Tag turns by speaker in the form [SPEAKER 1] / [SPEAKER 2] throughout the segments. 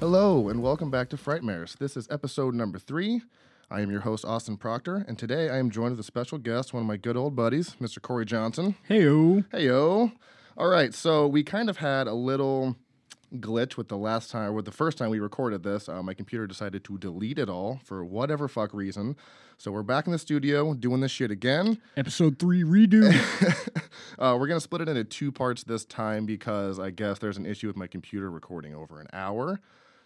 [SPEAKER 1] Hello, and welcome back to Frightmares. This is episode number three. I am your host, Austin Proctor, and today I am joined with a special guest, one of my good old buddies, Mr. Corey Johnson.
[SPEAKER 2] Heyo.
[SPEAKER 1] Heyo. All right, so we kind of had a little glitch with the last time, with the first time we recorded this. Uh, my computer decided to delete it all for whatever fuck reason. So we're back in the studio doing this shit again.
[SPEAKER 2] Episode three redo.
[SPEAKER 1] Uh, we're gonna split it into two parts this time because I guess there's an issue with my computer recording over an hour.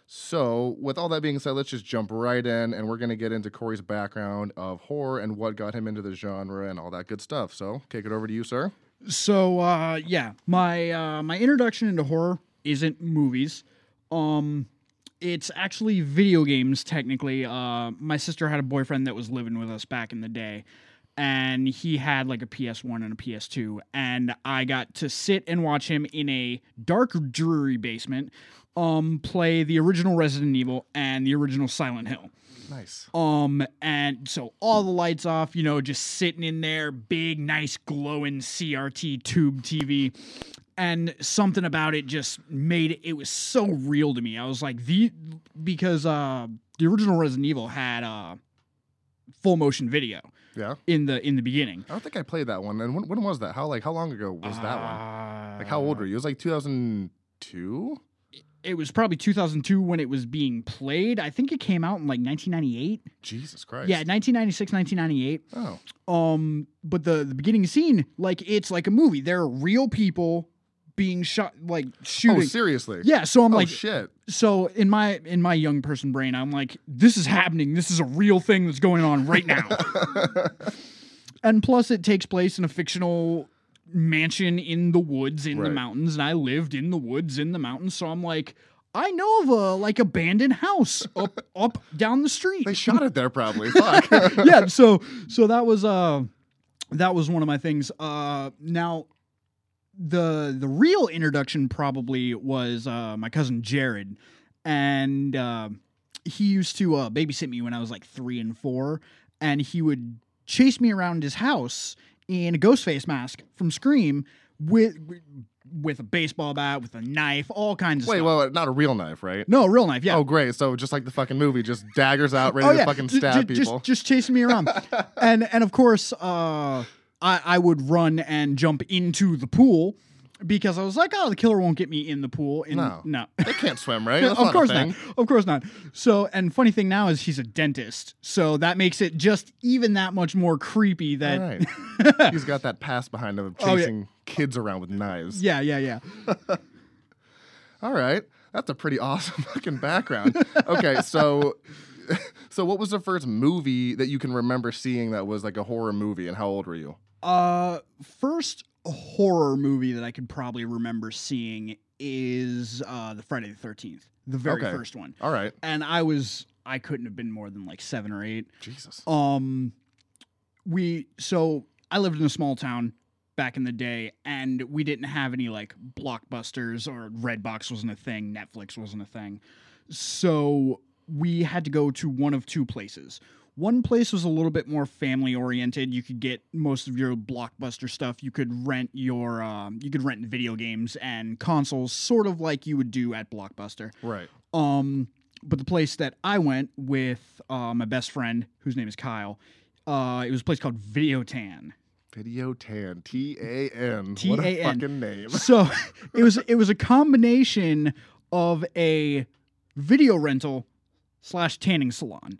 [SPEAKER 1] So, with all that being said, let's just jump right in and we're gonna get into Corey's background of horror and what got him into the genre and all that good stuff. So, kick it over to you, sir.
[SPEAKER 2] so uh yeah, my uh my introduction into horror isn't movies. Um it's actually video games technically. Uh my sister had a boyfriend that was living with us back in the day and he had like a PS1 and a PS2 and I got to sit and watch him in a dark dreary basement um play the original Resident Evil and the original Silent Hill.
[SPEAKER 1] Nice.
[SPEAKER 2] Um, and so all the lights off, you know, just sitting in there, big, nice, glowing CRT tube TV. And something about it just made it, it was so real to me. I was like, the because uh the original Resident Evil had uh full motion video
[SPEAKER 1] Yeah.
[SPEAKER 2] in the in the beginning.
[SPEAKER 1] I don't think I played that one. And when, when was that? How like how long ago was that one?
[SPEAKER 2] one?
[SPEAKER 1] Like how old were you? It was like 2002.
[SPEAKER 2] It was probably 2002 when it was being played. I think it came out in like 1998.
[SPEAKER 1] Jesus Christ.
[SPEAKER 2] Yeah, 1996, 1998.
[SPEAKER 1] Oh.
[SPEAKER 2] um but the the beginning scene like it's like a movie there are real people being shot like
[SPEAKER 1] Oh,
[SPEAKER 2] shooting
[SPEAKER 1] seriously.
[SPEAKER 2] yeah so i'm
[SPEAKER 1] Oh
[SPEAKER 2] like
[SPEAKER 1] shit.
[SPEAKER 2] so in my in my young person brain i'm like this is happening this is a real thing that's going on right now and plus it takes place in a fictional mansion in the woods in the
[SPEAKER 1] Right.
[SPEAKER 2] mountains and i lived in the woods in the mountains so i'm like i know of a like abandoned house up up down the street
[SPEAKER 1] They shot it there probably. Fuck.
[SPEAKER 2] yeah so so that was uh that was one of my things uh now the the real introduction probably was uh my cousin jared and uh, he used to uh babysit me when i was like three and four and he would chase me around his house in a ghost face mask from scream with with a baseball bat with a knife all kinds of
[SPEAKER 1] Wait,
[SPEAKER 2] stuff
[SPEAKER 1] well, not a real knife, right?
[SPEAKER 2] no a real knife yeah
[SPEAKER 1] Oh, great. So just like the fucking movie, just daggers out, ready to fucking
[SPEAKER 2] Oh, Ju-
[SPEAKER 1] stab
[SPEAKER 2] ju-
[SPEAKER 1] people.
[SPEAKER 2] Just, just chasing me around, and and of course, uh, I I would run and jump into the pool because I was like, oh, the killer won't get me in the pool. In,
[SPEAKER 1] No.
[SPEAKER 2] no.
[SPEAKER 1] they can't swim, right? That's
[SPEAKER 2] of
[SPEAKER 1] not
[SPEAKER 2] course
[SPEAKER 1] a thing.
[SPEAKER 2] not. Of course not. So, and funny thing now is he's a dentist, so that makes it just even that much more creepy. That
[SPEAKER 1] All right. He's got that past behind him of
[SPEAKER 2] Oh, yeah.
[SPEAKER 1] chasing kids around with knives.
[SPEAKER 2] yeah, yeah, yeah.
[SPEAKER 1] All right. That's a pretty awesome fucking background. Okay, so so what was the first movie that you can remember seeing that was like a horror movie and how old were you?
[SPEAKER 2] Uh, first horror movie that I could probably remember seeing is uh, the Friday the Thirteenth, the very
[SPEAKER 1] Okay.
[SPEAKER 2] first one.
[SPEAKER 1] All right.
[SPEAKER 2] and I was I couldn't have been more than like seven or eight.
[SPEAKER 1] Jesus.
[SPEAKER 2] Um, we so I lived in a small town back in the day, and we didn't have any like blockbusters or Redbox wasn't a thing, Netflix wasn't a thing, so we had to go to one of two places. One place was a little bit more family oriented. You could get most of your blockbuster stuff. You could rent your um, you could rent video games and consoles, sort of like you would do at Blockbuster.
[SPEAKER 1] Right.
[SPEAKER 2] Um, but the place that I went with uh, my best friend, whose name is Kyle, uh, it was a place called Videotan.
[SPEAKER 1] Video Tan. T A N. What a
[SPEAKER 2] T.A.N..
[SPEAKER 1] fucking name.
[SPEAKER 2] So it was it was a combination of a video rental slash tanning salon,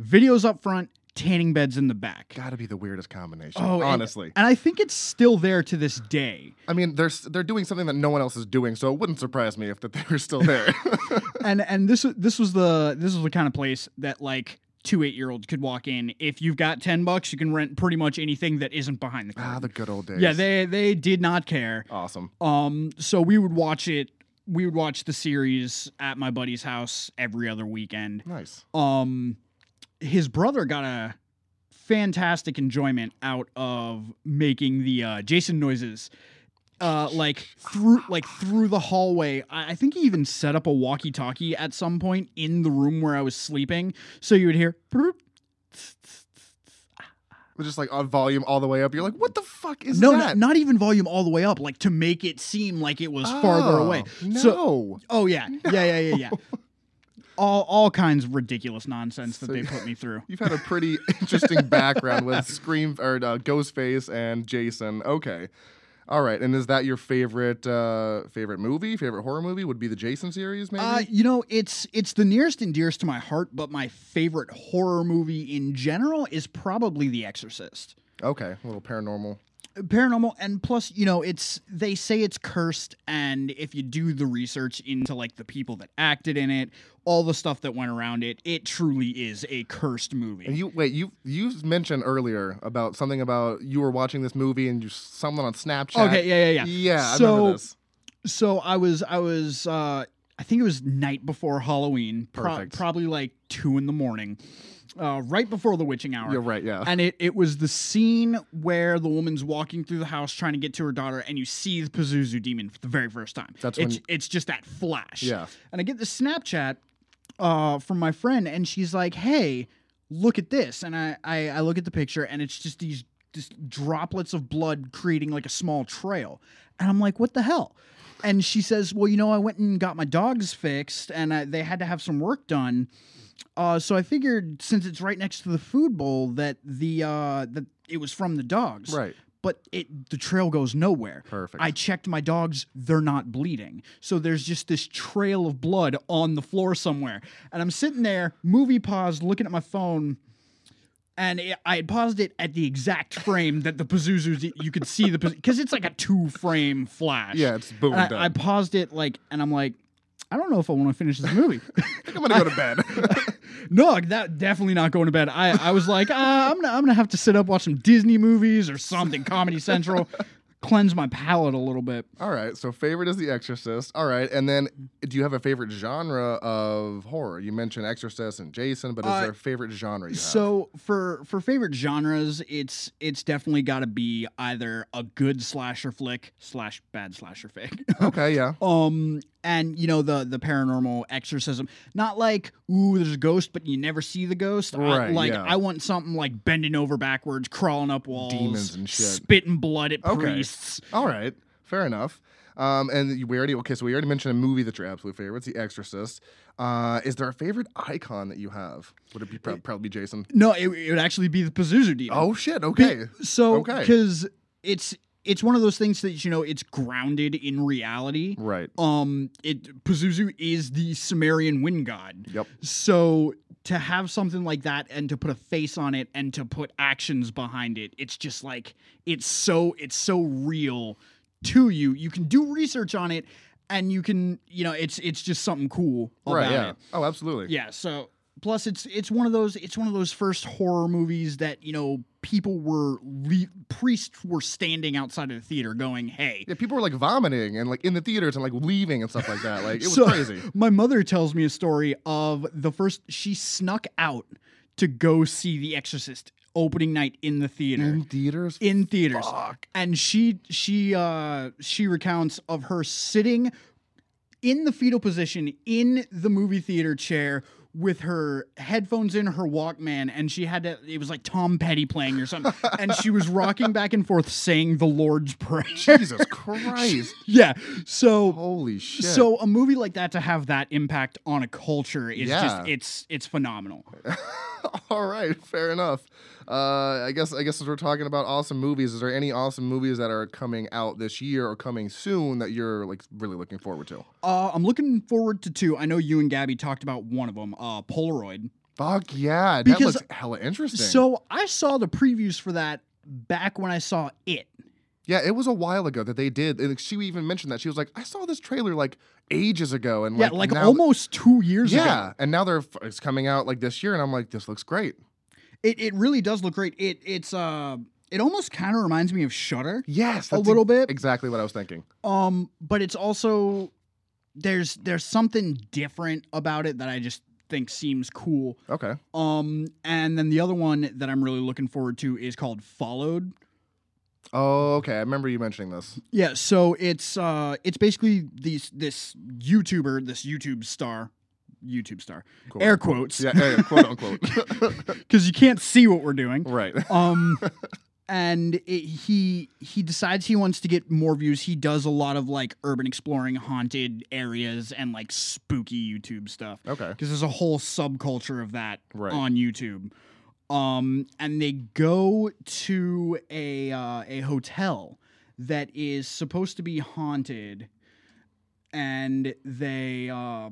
[SPEAKER 2] videos up front, tanning beds in the back.
[SPEAKER 1] Gotta be the weirdest combination.
[SPEAKER 2] Oh, and-
[SPEAKER 1] honestly.
[SPEAKER 2] and I think it's still there to this day.
[SPEAKER 1] I mean, they're s- they're doing something that no one else is doing, so it wouldn't surprise me if that they were still there.
[SPEAKER 2] and and this this was the this was the kind of place that like two eight year olds could walk in. If you've got ten bucks, you can rent pretty much anything that isn't behind the
[SPEAKER 1] ah,
[SPEAKER 2] curtain.
[SPEAKER 1] the good old days.
[SPEAKER 2] yeah, they they did not care.
[SPEAKER 1] awesome.
[SPEAKER 2] Um, so we would watch it. We would watch the series at my buddy's house every other weekend.
[SPEAKER 1] Nice.
[SPEAKER 2] Um, his brother got a fantastic enjoyment out of making the uh, Jason noises. Uh, like through like through the hallway. I, I think he even set up a walkie-talkie at some point in the room where I was sleeping, so you would hear. "Broop."
[SPEAKER 1] We're just like on volume all the way up. You're like, what the fuck is
[SPEAKER 2] No,
[SPEAKER 1] that?
[SPEAKER 2] not, not even volume all the way up, like to make it seem like it was farther away.
[SPEAKER 1] Oh, No.
[SPEAKER 2] So, oh yeah, yeah, yeah, yeah, yeah. all all kinds of ridiculous nonsense that
[SPEAKER 1] So
[SPEAKER 2] they
[SPEAKER 1] you-
[SPEAKER 2] put me through.
[SPEAKER 1] You've had a pretty interesting background with Scream or uh, Ghostface and Jason. Okay, all right. And is that your favorite uh, favorite movie? Favorite horror movie would be the Jason series, maybe.
[SPEAKER 2] Uh, you know, it's it's the nearest and dearest to my heart, but my favorite horror movie in general is probably The Exorcist.
[SPEAKER 1] okay, a little paranormal.
[SPEAKER 2] paranormal and plus you know it's they say it's cursed and if you do the research into like the people that acted in it all the stuff that went around it it truly is a cursed movie
[SPEAKER 1] And you wait, you you mentioned earlier about something about you were watching this movie and you someone on Snapchat.
[SPEAKER 2] okay yeah yeah yeah
[SPEAKER 1] yeah. I
[SPEAKER 2] So-
[SPEAKER 1] remember this.
[SPEAKER 2] so i was i was uh i think it was night before halloween pro-
[SPEAKER 1] Perfect.
[SPEAKER 2] probably like two in the morning uh right before the witching hour
[SPEAKER 1] You're right. Yeah.
[SPEAKER 2] and it, it was the scene where the woman's walking through the house trying to get to her daughter, and you see the Pazuzu demon for the very first time.
[SPEAKER 1] That's
[SPEAKER 2] it's,
[SPEAKER 1] when-
[SPEAKER 2] it's just that flash.
[SPEAKER 1] Yeah.
[SPEAKER 2] And I get this Snapchat uh, from my friend, and she's like, "Hey, look at this!" And I, I I look at the picture, and it's just these just droplets of blood creating like a small trail, and I'm like, "What the hell?" And she says, "Well, you know, I went and got my dogs fixed, and I, they had to have some work done." Uh, so I figured since it's right next to the food bowl that the uh, that it was from the dogs.
[SPEAKER 1] Right.
[SPEAKER 2] But it the trail goes nowhere.
[SPEAKER 1] Perfect.
[SPEAKER 2] I checked my dogs, they're not bleeding. So there's just this trail of blood on the floor somewhere. And I'm sitting there, movie paused, looking at my phone. And it, I had paused it at the exact frame that the Pazuzu, you could see the, because it's like a two frame flash.
[SPEAKER 1] yeah. It's boom.
[SPEAKER 2] And
[SPEAKER 1] done.
[SPEAKER 2] I, I paused it like, and I'm like, I don't know if I want to finish this movie.
[SPEAKER 1] think I'm gonna go to bed.
[SPEAKER 2] No, that definitely not going to bed. I, I was like, uh, I'm gonna I'm gonna have to sit up watch some Disney movies or something Comedy Central, cleanse my palate a little bit.
[SPEAKER 1] All right, so favorite is The Exorcist. All right, and then do you have a favorite genre of horror? You mentioned Exorcist and Jason, but is
[SPEAKER 2] Uh,
[SPEAKER 1] there a favorite genre you have?
[SPEAKER 2] So for for favorite genres, it's it's definitely got to be either a good slasher flick slash bad slasher flick.
[SPEAKER 1] okay, yeah,
[SPEAKER 2] um and you know the the paranormal exorcism not like ooh there's a ghost but you never see the ghost I-
[SPEAKER 1] Right,
[SPEAKER 2] like
[SPEAKER 1] yeah.
[SPEAKER 2] i want something like bending over backwards crawling up walls
[SPEAKER 1] Demons and shit.
[SPEAKER 2] spitting blood at
[SPEAKER 1] Okay.
[SPEAKER 2] priests
[SPEAKER 1] all right, fair enough. Um, and you- we already okay, so we already mentioned a movie that's your absolute favorite, it's The Exorcist. Uh, is there a favorite icon that you have? Would it be prob- probably Jason?
[SPEAKER 2] No, it, it would actually be the Pazuzu demon.
[SPEAKER 1] Oh shit, okay,
[SPEAKER 2] so
[SPEAKER 1] okay.
[SPEAKER 2] because it's it's one of those things that you know it's grounded in reality.
[SPEAKER 1] right,
[SPEAKER 2] Um, it Pazuzu is the Sumerian wind god.
[SPEAKER 1] yep,
[SPEAKER 2] So to have something like that and to put a face on it and to put actions behind it, it's just like it's so it's so real to you. You can do research on it, and you can you know it's it's just something cool about
[SPEAKER 1] right, yeah,
[SPEAKER 2] it.
[SPEAKER 1] oh absolutely,
[SPEAKER 2] Yeah, so plus it's it's one of those it's one of those first horror movies that, you know, people were le- priests were standing outside of the theater going, "Hey."
[SPEAKER 1] yeah. People were like vomiting and like in the theaters and like leaving and stuff like that. Like it was
[SPEAKER 2] So-
[SPEAKER 1] crazy.
[SPEAKER 2] My mother tells me a story of the first she snuck out to go see The Exorcist opening night in the theater.
[SPEAKER 1] In theaters,
[SPEAKER 2] in theaters.
[SPEAKER 1] Mm. fuck.
[SPEAKER 2] and she she uh she recounts of her sitting in the fetal position in the movie theater chair with her headphones in her walkman and she had to it was like tom petty playing or something and she was rocking back and forth saying the lord's prayer
[SPEAKER 1] Jesus Christ.
[SPEAKER 2] yeah so
[SPEAKER 1] Holy shit.
[SPEAKER 2] so a movie like that to have that impact on a culture is
[SPEAKER 1] Yeah.
[SPEAKER 2] just it's it's phenomenal
[SPEAKER 1] all right, fair enough. Uh, I guess I guess since we're talking about awesome movies, is there any awesome movies that are coming out this year or coming soon that you're like really looking forward to?
[SPEAKER 2] uh, i'm looking forward to two i know you and gabby talked about one of them uh, polaroid
[SPEAKER 1] Fuck yeah, that
[SPEAKER 2] Because-
[SPEAKER 1] looks hella interesting.
[SPEAKER 2] So I saw the previews for that back when I saw it.
[SPEAKER 1] yeah, it was a while ago that they did, and she even mentioned that she was like, "I saw this trailer like ages ago," and
[SPEAKER 2] Yeah,
[SPEAKER 1] like,
[SPEAKER 2] like
[SPEAKER 1] now-
[SPEAKER 2] almost two years
[SPEAKER 1] yeah,
[SPEAKER 2] ago.
[SPEAKER 1] and now they're f- it's coming out like this year, and I'm like, "This looks great."
[SPEAKER 2] It it really does look great. It it's uh it almost kind of reminds me of Shutter
[SPEAKER 1] Yes,
[SPEAKER 2] a
[SPEAKER 1] that's
[SPEAKER 2] little bit.
[SPEAKER 1] exactly what I was thinking.
[SPEAKER 2] Um, but it's also there's there's something different about it that I just think seems cool.
[SPEAKER 1] Okay,
[SPEAKER 2] Um, and then the other one that I'm really looking forward to is called Followed.
[SPEAKER 1] oh okay, I remember you mentioning this.
[SPEAKER 2] Yeah, so it's uh it's basically these this YouTuber, this YouTube star, YouTube star,
[SPEAKER 1] Cool.
[SPEAKER 2] air quotes.
[SPEAKER 1] Yeah, yeah, yeah, quote unquote.
[SPEAKER 2] because you can't see what we're doing.
[SPEAKER 1] right.
[SPEAKER 2] Um, and it, he he decides he wants to get more views. He does a lot of like urban exploring, haunted areas, and like spooky YouTube stuff
[SPEAKER 1] Okay.
[SPEAKER 2] because there's a whole subculture of that
[SPEAKER 1] Right.
[SPEAKER 2] on YouTube. Um, and they go to a uh, a hotel that is supposed to be haunted, and they uh,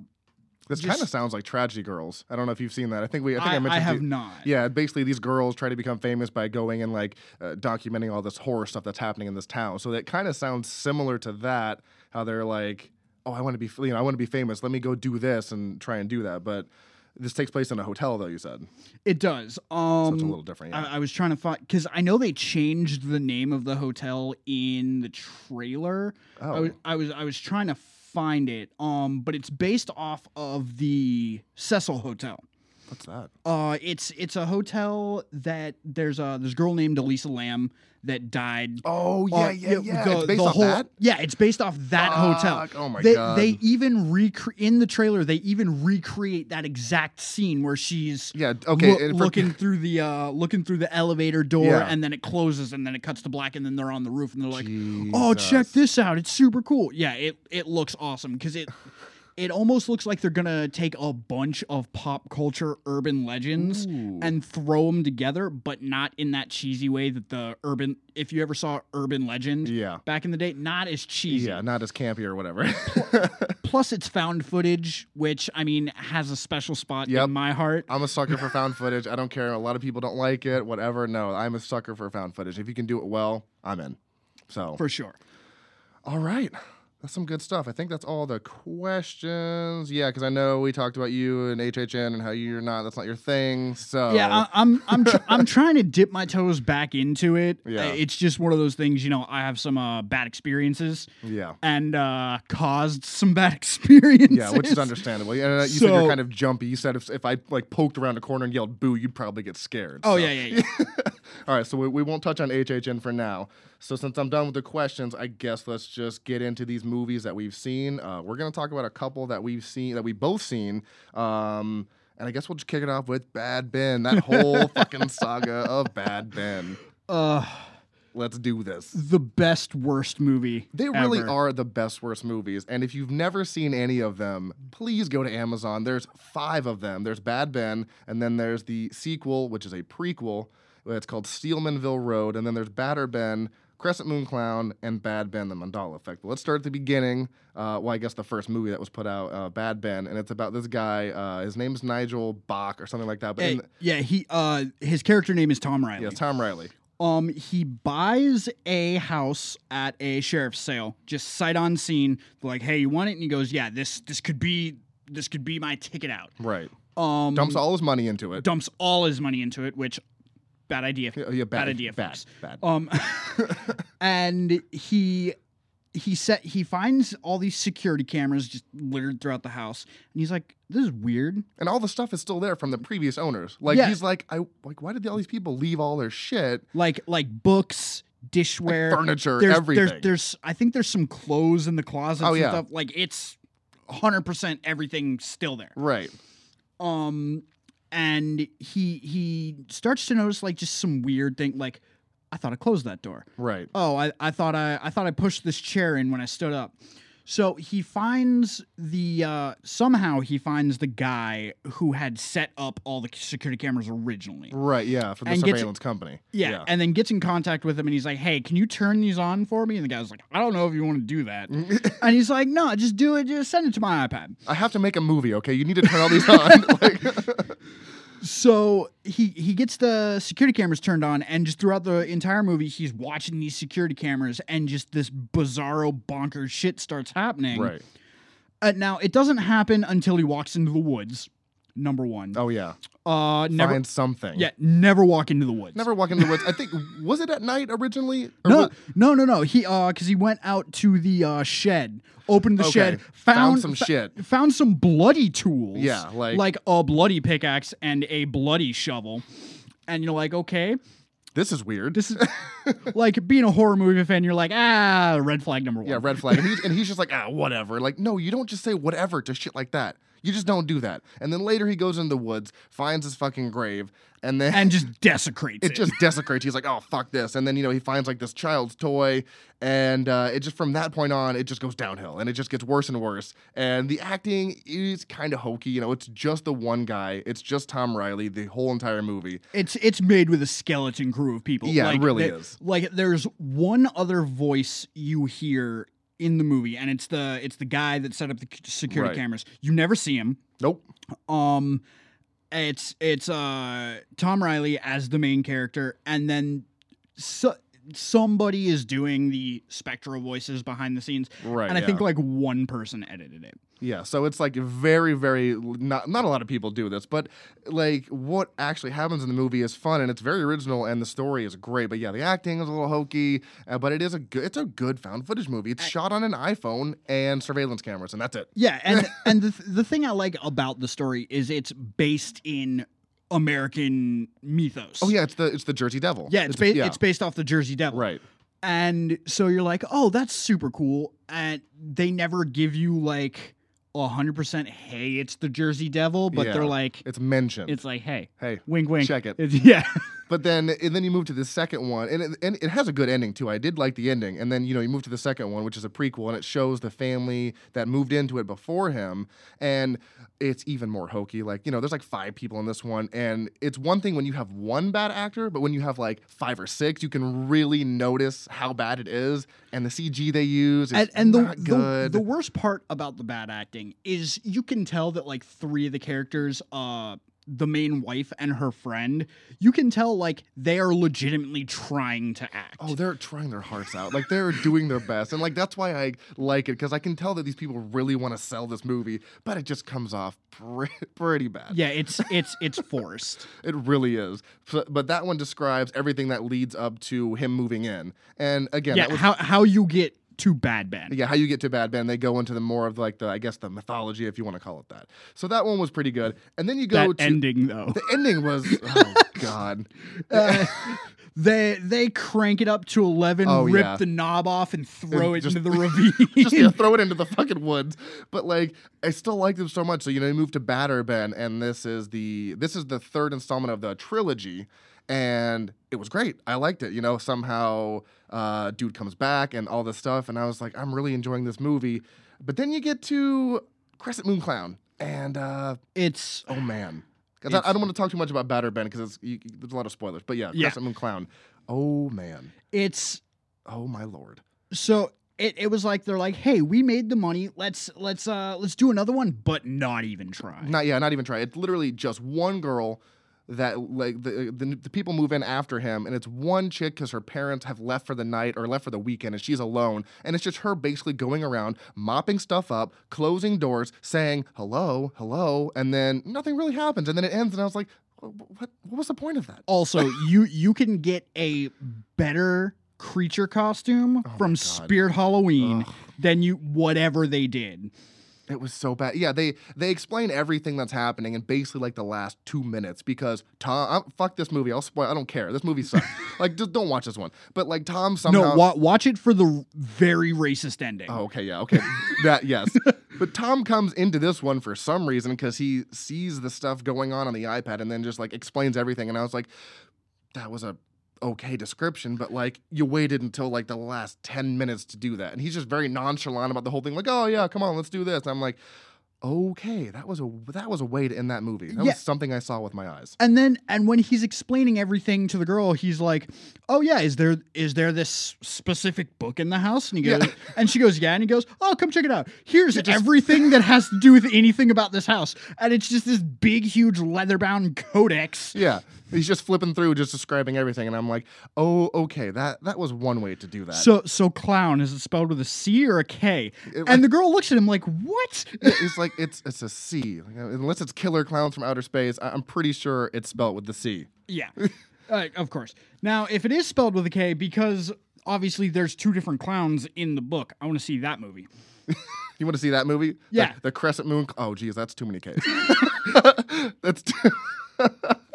[SPEAKER 1] This
[SPEAKER 2] Just-
[SPEAKER 1] kind of sounds like Tragedy Girls. I don't know if you've seen that. I think we. I think I,
[SPEAKER 2] I, I
[SPEAKER 1] mentioned.
[SPEAKER 2] have
[SPEAKER 1] the-
[SPEAKER 2] not.
[SPEAKER 1] yeah, basically these girls try to become famous by going and like uh, documenting all this horror stuff that's happening in this town. So that kind of sounds similar to that. How they're like, oh, I want to be, f- you know, I want to be famous. Let me go do this and try and do that. But this takes place in a hotel, though. You said
[SPEAKER 2] it does.
[SPEAKER 1] so
[SPEAKER 2] Um,
[SPEAKER 1] it's a little different. Yeah.
[SPEAKER 2] I, I was trying to find because I know they changed the name of the hotel in the trailer.
[SPEAKER 1] oh,
[SPEAKER 2] I was I was I was trying to find it. Um, but it's based off of the Cecil Hotel.
[SPEAKER 1] what's that?
[SPEAKER 2] Uh, it's it's a hotel that there's a there's a girl named Elisa Lamb that died.
[SPEAKER 1] Oh yeah,
[SPEAKER 2] Uh,
[SPEAKER 1] yeah, yeah.
[SPEAKER 2] The,
[SPEAKER 1] it's based
[SPEAKER 2] the
[SPEAKER 1] off
[SPEAKER 2] whole,
[SPEAKER 1] that.
[SPEAKER 2] Yeah, it's based off that hotel.
[SPEAKER 1] Fuck, Oh my
[SPEAKER 2] they
[SPEAKER 1] god.
[SPEAKER 2] they even recre in the trailer they even recreate that exact scene where she's
[SPEAKER 1] yeah. Okay.
[SPEAKER 2] loo-
[SPEAKER 1] and for-
[SPEAKER 2] looking through the uh looking through the elevator door
[SPEAKER 1] Yeah.
[SPEAKER 2] and then it closes and then it cuts to black and then they're on the roof and they're like oh check
[SPEAKER 1] Jesus.
[SPEAKER 2] this out it's super cool yeah it it looks awesome because it it almost looks like they're gonna take a bunch of pop culture urban legends
[SPEAKER 1] Ooh.
[SPEAKER 2] and throw them together but not in that cheesy way that the urban if you ever saw urban legend
[SPEAKER 1] Yeah.
[SPEAKER 2] back in the day not as cheesy
[SPEAKER 1] Yeah, not as campy or whatever.
[SPEAKER 2] plus it's found footage which i mean has a special spot
[SPEAKER 1] Yep.
[SPEAKER 2] in my heart
[SPEAKER 1] I'm a sucker for found footage. I don't care. A lot of people don't like it, whatever. No, I'm a sucker for found footage. If you can do it well, I'm in. So,
[SPEAKER 2] for sure
[SPEAKER 1] all right. That's some good stuff. I think that's all the questions. Yeah, because I know we talked about you and HHN and how you're not, that's not your thing. So,
[SPEAKER 2] Yeah, I, I'm I'm tr- I'm trying to dip my toes back into it.
[SPEAKER 1] Yeah.
[SPEAKER 2] Uh, It's just one of those things, you know. I have some uh, bad experiences
[SPEAKER 1] yeah.
[SPEAKER 2] and uh, caused some bad experiences.
[SPEAKER 1] Yeah, which is understandable. Yeah, you said
[SPEAKER 2] So-
[SPEAKER 1] you're kind of jumpy. You said if, if I like poked around a corner and yelled boo, you'd probably get scared.
[SPEAKER 2] Oh
[SPEAKER 1] So-
[SPEAKER 2] yeah, yeah, yeah.
[SPEAKER 1] All right, so we, we won't touch on HHN for now. So since I'm done with the questions, I guess let's just get into these movies that we've seen. Uh, we're gonna talk about a couple that we've seen that we both seen. Um, and I guess we'll just kick it off with Bad Ben. That whole fucking saga of Bad Ben.
[SPEAKER 2] uh,
[SPEAKER 1] Let's do this.
[SPEAKER 2] the best worst movie.
[SPEAKER 1] They really
[SPEAKER 2] ever.
[SPEAKER 1] are the best worst movies. And if you've never seen any of them, please go to Amazon. There's five of them. There's Bad Ben, and then there's the sequel, which is a prequel. It's called Steelmanville Road, and then there's Batter Ben, Crescent Moon Clown, and Bad Ben: The Mandala Effect. But let's start at the beginning. Uh, well, I guess the first movie that was put out, uh, Bad Ben, and it's about this guy. Uh, his name's Nigel Bach or something like that. But
[SPEAKER 2] Eh,
[SPEAKER 1] in the-
[SPEAKER 2] yeah, he uh, his character name is Tom Riley.
[SPEAKER 1] yeah, Tom Riley.
[SPEAKER 2] Um, he buys a house at a sheriff's sale, just sight on scene. They're like, hey, you want it? And he goes, yeah. This this could be this could be my ticket out.
[SPEAKER 1] Right.
[SPEAKER 2] Um,
[SPEAKER 1] Dumps all his money into it.
[SPEAKER 2] dumps all his money into it, which bad idea.
[SPEAKER 1] Yeah, yeah,
[SPEAKER 2] Bad idea,
[SPEAKER 1] Bad.
[SPEAKER 2] folks.
[SPEAKER 1] Bad.
[SPEAKER 2] Um, and he he set he finds all these security cameras just littered throughout the house, and he's like, "This is weird."
[SPEAKER 1] and all the stuff is still there from the previous owners. Like
[SPEAKER 2] Yeah.
[SPEAKER 1] he's like, I like, why did all these people leave all their shit,
[SPEAKER 2] Like like books, dishware,
[SPEAKER 1] furniture,
[SPEAKER 2] there's,
[SPEAKER 1] everything?
[SPEAKER 2] There's, there's I think there's some clothes in the closet.
[SPEAKER 1] Oh,
[SPEAKER 2] and
[SPEAKER 1] yeah.
[SPEAKER 2] stuff. Like it's hundred percent everything still there.
[SPEAKER 1] right.
[SPEAKER 2] um and he he starts to notice like just some weird thing like i thought i closed that door
[SPEAKER 1] Right.
[SPEAKER 2] oh i, I thought I, I thought i pushed this chair in when i stood up so he finds the uh somehow he finds the guy who had set up all the security cameras originally
[SPEAKER 1] Right. Yeah. For the
[SPEAKER 2] And gets-
[SPEAKER 1] surveillance company.
[SPEAKER 2] yeah, and then gets in contact with him and he's like hey can you turn these on for me and the guy's like i don't know if you want to do that and he's like no just do it just send it to my ipad
[SPEAKER 1] I have to make a movie. Okay. You need to turn all these on. like,
[SPEAKER 2] So he he gets the security cameras turned on, and just throughout the entire movie, he's watching these security cameras, and just this bizarro bonkers shit starts happening.
[SPEAKER 1] right.
[SPEAKER 2] Uh, now it doesn't happen until he walks into the woods. Number one.
[SPEAKER 1] Oh yeah.
[SPEAKER 2] Uh, never.
[SPEAKER 1] Find something.
[SPEAKER 2] Yeah, never walk into the woods.
[SPEAKER 1] Never walk into the woods. I think was it at night originally? Or
[SPEAKER 2] No,
[SPEAKER 1] was-
[SPEAKER 2] no, no, no. He uh, because he went out to the uh shed, opened the
[SPEAKER 1] Okay.
[SPEAKER 2] shed,
[SPEAKER 1] Found
[SPEAKER 2] found,
[SPEAKER 1] some
[SPEAKER 2] fa-
[SPEAKER 1] shit.
[SPEAKER 2] found some bloody tools.
[SPEAKER 1] Yeah, like-
[SPEAKER 2] like a bloody pickaxe and a bloody shovel, and you're like, okay,
[SPEAKER 1] This is weird.
[SPEAKER 2] This is like being a horror movie fan. You're like, ah, red flag number one.
[SPEAKER 1] yeah. Red flag. And, he, and he's just like, ah, whatever. Like, no, you don't just say whatever to shit like that. You just don't do that. And then later he goes into the woods, finds his fucking grave, and then
[SPEAKER 2] and just desecrates it.
[SPEAKER 1] it just desecrates. He's like, oh fuck this, and then you know he finds like this child's toy, and uh, it just from that point on it just goes downhill, and it just gets worse and worse. And the acting is kind of hokey. You know, it's just the one guy. It's just Tom Riley the whole entire movie.
[SPEAKER 2] it's it's made with a skeleton crew of people.
[SPEAKER 1] Yeah, it
[SPEAKER 2] Like,
[SPEAKER 1] really
[SPEAKER 2] the-
[SPEAKER 1] is.
[SPEAKER 2] Like there's one other voice you hear in the movie, and it's the it's the guy that set up the c- security
[SPEAKER 1] Right.
[SPEAKER 2] cameras. You never see him.
[SPEAKER 1] Nope.
[SPEAKER 2] Um, it's it's uh Tom Riley as the main character, and then so, somebody is doing the spectral voices behind the scenes,
[SPEAKER 1] Right.
[SPEAKER 2] and I
[SPEAKER 1] yeah.
[SPEAKER 2] think like one person edited it.
[SPEAKER 1] Yeah, so it's like very, very not not a lot of people do this, but like what actually happens in the movie is fun and it's very original and the story is great. But yeah, the acting is a little hokey, uh, but it is a good it's a good found footage movie. It's shot on an iPhone and surveillance cameras, and that's it.
[SPEAKER 2] Yeah, and and the the thing I like about the story is it's based in American mythos.
[SPEAKER 1] Oh yeah, it's the it's the Jersey Devil.
[SPEAKER 2] Yeah, it's ba- it's based off the Jersey Devil.
[SPEAKER 1] right.
[SPEAKER 2] And so you're like, "Oh, that's super cool." And they never give you like 100% hey, it's the Jersey Devil, but
[SPEAKER 1] Yeah.
[SPEAKER 2] they're like
[SPEAKER 1] It's mentioned.
[SPEAKER 2] it's like, "Hey,
[SPEAKER 1] hey,
[SPEAKER 2] wink wink."
[SPEAKER 1] check it.
[SPEAKER 2] It's- yeah.
[SPEAKER 1] But then, and then you move to the second one, and it, and it has a good ending too. I did like the ending, and then you know you move to the second one, which is a prequel, and it shows the family that moved into it before him, and it's even more hokey. Like you know, there's like five people in this one, and it's one thing when you have one bad actor, but when you have like five or six, you can really notice how bad it is, and the CG they use is
[SPEAKER 2] And, and the,
[SPEAKER 1] not
[SPEAKER 2] the
[SPEAKER 1] good.
[SPEAKER 2] the worst part about the bad acting is you can tell that like three of the characters, uh, the main wife and her friend, you can tell like they are legitimately trying to act.
[SPEAKER 1] Oh, they're trying their hearts out. Like they're doing their best. And like that's why I like it because I can tell that these people really want to sell this movie, but it just comes off pretty, pretty bad.
[SPEAKER 2] yeah, it's it's it's forced.
[SPEAKER 1] It really is. So- but that one describes everything that leads up to him moving in. And again,
[SPEAKER 2] yeah,
[SPEAKER 1] that was
[SPEAKER 2] how how you get to bad Ben?
[SPEAKER 1] yeah, how you get to Bad Ben, they go into the more of like the I guess the mythology if you want to call it that. So that one was pretty good. And then you go
[SPEAKER 2] that
[SPEAKER 1] to
[SPEAKER 2] ending though.
[SPEAKER 1] the ending was oh god.
[SPEAKER 2] Uh, they they crank it up to eleven,
[SPEAKER 1] Oh,
[SPEAKER 2] rip
[SPEAKER 1] yeah.
[SPEAKER 2] the knob off, and throw
[SPEAKER 1] And
[SPEAKER 2] it
[SPEAKER 1] just-
[SPEAKER 2] into the ravine.
[SPEAKER 1] just yeah, throw it into the fucking woods. But like, I still like them so much. So you know, you move to Batter Ben, and this is the this is the third installment of the trilogy, and it was great. I liked it. You know, somehow uh, dude comes back and all this stuff, and I was like, I'm really enjoying this movie. But then you get to Crescent Moon Clown, and uh,
[SPEAKER 2] it's
[SPEAKER 1] oh man. 'Cause
[SPEAKER 2] It's-
[SPEAKER 1] I, I don't want to talk too much about Batter Ben because there's a lot of spoilers. But yeah,
[SPEAKER 2] Yeah.
[SPEAKER 1] Crescent Moon Clown. Oh man.
[SPEAKER 2] it's
[SPEAKER 1] Oh my lord.
[SPEAKER 2] so it, it was like they're like hey we made the money let's let's uh let's do another one but not even try
[SPEAKER 1] Not yeah, not even try. It's literally just one girl that like the, the the people move in after him, and it's one chick because her parents have left for the night or left for the weekend, and she's alone, and it's just her basically going around mopping stuff up, closing doors, saying hello, hello, and then nothing really happens, and then it ends, and I was like, "Wh- wh- what what was the point of that?
[SPEAKER 2] also you you can get a better creature costume
[SPEAKER 1] Oh my
[SPEAKER 2] from
[SPEAKER 1] God.
[SPEAKER 2] spirit halloween
[SPEAKER 1] Ugh.
[SPEAKER 2] than you whatever they did
[SPEAKER 1] It was so bad. Yeah, they they explain everything that's happening in basically like the last two minutes because Tom, I, fuck this movie. I'll spoil. I don't care. This movie sucks. like, just don't watch this one. But like Tom somehow.
[SPEAKER 2] no wa- watch it for the very racist ending
[SPEAKER 1] Oh, okay, yeah, okay. that yes. But Tom comes into this one for some reason because he sees the stuff going on on the iPad and then just like explains everything. And I was like, that was a okay description, but like you waited until like the last ten minutes to do that. And he's just very nonchalant about the whole thing. Like, oh yeah, come on, let's do this. And I'm like. Okay, that was a that was a way to end that movie. That
[SPEAKER 2] Yeah.
[SPEAKER 1] was something I saw with my eyes.
[SPEAKER 2] and then and when he's explaining everything to the girl he's like oh yeah is there is there this specific book in the house and he goes
[SPEAKER 1] Yeah.
[SPEAKER 2] and she goes yeah and he goes oh come check it out here's
[SPEAKER 1] just-
[SPEAKER 2] everything that has to do with anything about this house and it's just this big huge leather bound codex
[SPEAKER 1] Yeah, he's just flipping through, just describing everything, and I'm like, oh, okay, that that was one way to do that.
[SPEAKER 2] so so clown is it spelled with a c or a k
[SPEAKER 1] It-
[SPEAKER 2] and the girl looks at him like what
[SPEAKER 1] Yeah, it's like it's it's a C. Like, uh, unless it's Killer Clowns from Outer Space, I- I'm pretty sure it's spelled with the C.
[SPEAKER 2] yeah Uh, of course now if it is spelled with a k because obviously there's two different clowns in the book i want to see that movie
[SPEAKER 1] You want to see that movie? The-
[SPEAKER 2] Yeah.
[SPEAKER 1] The, Crescent Moon. Cl- Oh, geez, that's too many K's. that's too.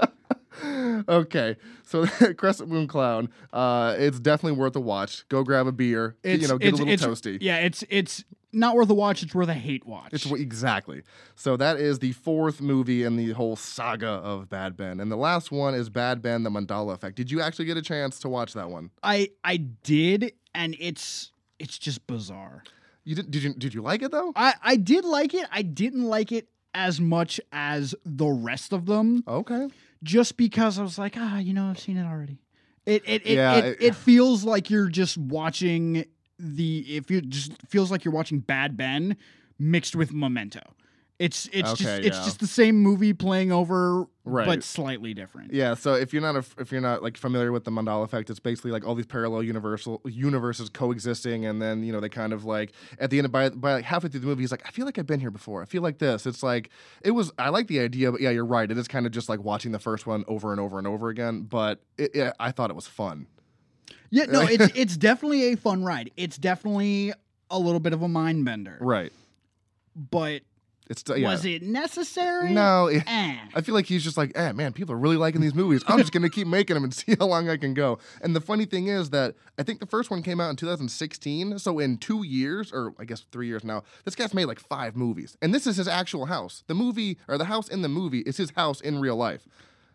[SPEAKER 1] okay, so Crescent Moon Clown. Uh, it's definitely worth a watch. Go grab a beer. you know, get a little toasty.
[SPEAKER 2] Yeah, it's it's not worth a watch. It's worth a hate watch.
[SPEAKER 1] It's wh- exactly. So that is the fourth movie in the whole saga of Bad Ben. And the last one is Bad Ben the Mandala Effect. Did you actually get a chance to watch that one?
[SPEAKER 2] I I did, and it's it's just bizarre.
[SPEAKER 1] You did did you did you like it though?
[SPEAKER 2] I I did like it. I didn't like it as much as the rest of them,
[SPEAKER 1] Okay.
[SPEAKER 2] just because I was like, ah, you know, I've seen it already. It it it
[SPEAKER 1] Yeah,
[SPEAKER 2] it,
[SPEAKER 1] it-
[SPEAKER 2] it, feels like you're just watching the if you just feels like you're watching Bad Ben mixed with Memento. It's it's just
[SPEAKER 1] Okay,
[SPEAKER 2] it's
[SPEAKER 1] yeah.
[SPEAKER 2] just the same movie playing over,
[SPEAKER 1] Right.
[SPEAKER 2] but slightly different.
[SPEAKER 1] Yeah, so if you're not a, if you're not like familiar with the Mandala effect, it's basically like all these parallel universal universes coexisting, and then you know they kind of like at the end of, by by like halfway through the movie, he's like, I feel like I've been here before. I feel like this. It's like it was. I like the idea, but yeah, you're right. It is kind of just like watching the first one over and over and over again. But it, it, I thought it was fun.
[SPEAKER 2] Yeah, no, it's it's definitely a fun ride. It's definitely a little bit of a mind bender.
[SPEAKER 1] Right.
[SPEAKER 2] But
[SPEAKER 1] It's still- yeah.
[SPEAKER 2] was it necessary?
[SPEAKER 1] no. it-
[SPEAKER 2] Eh.
[SPEAKER 1] I feel like he's just like, eh, man, people are really liking these movies. I'm just going to keep making them and see how long I can go. And the funny thing is that I think the first one came out in 2016. So in two years, or I guess three years now, this guy's made like five movies. And this is his actual house. The movie, or the house in the movie, is his house in real life.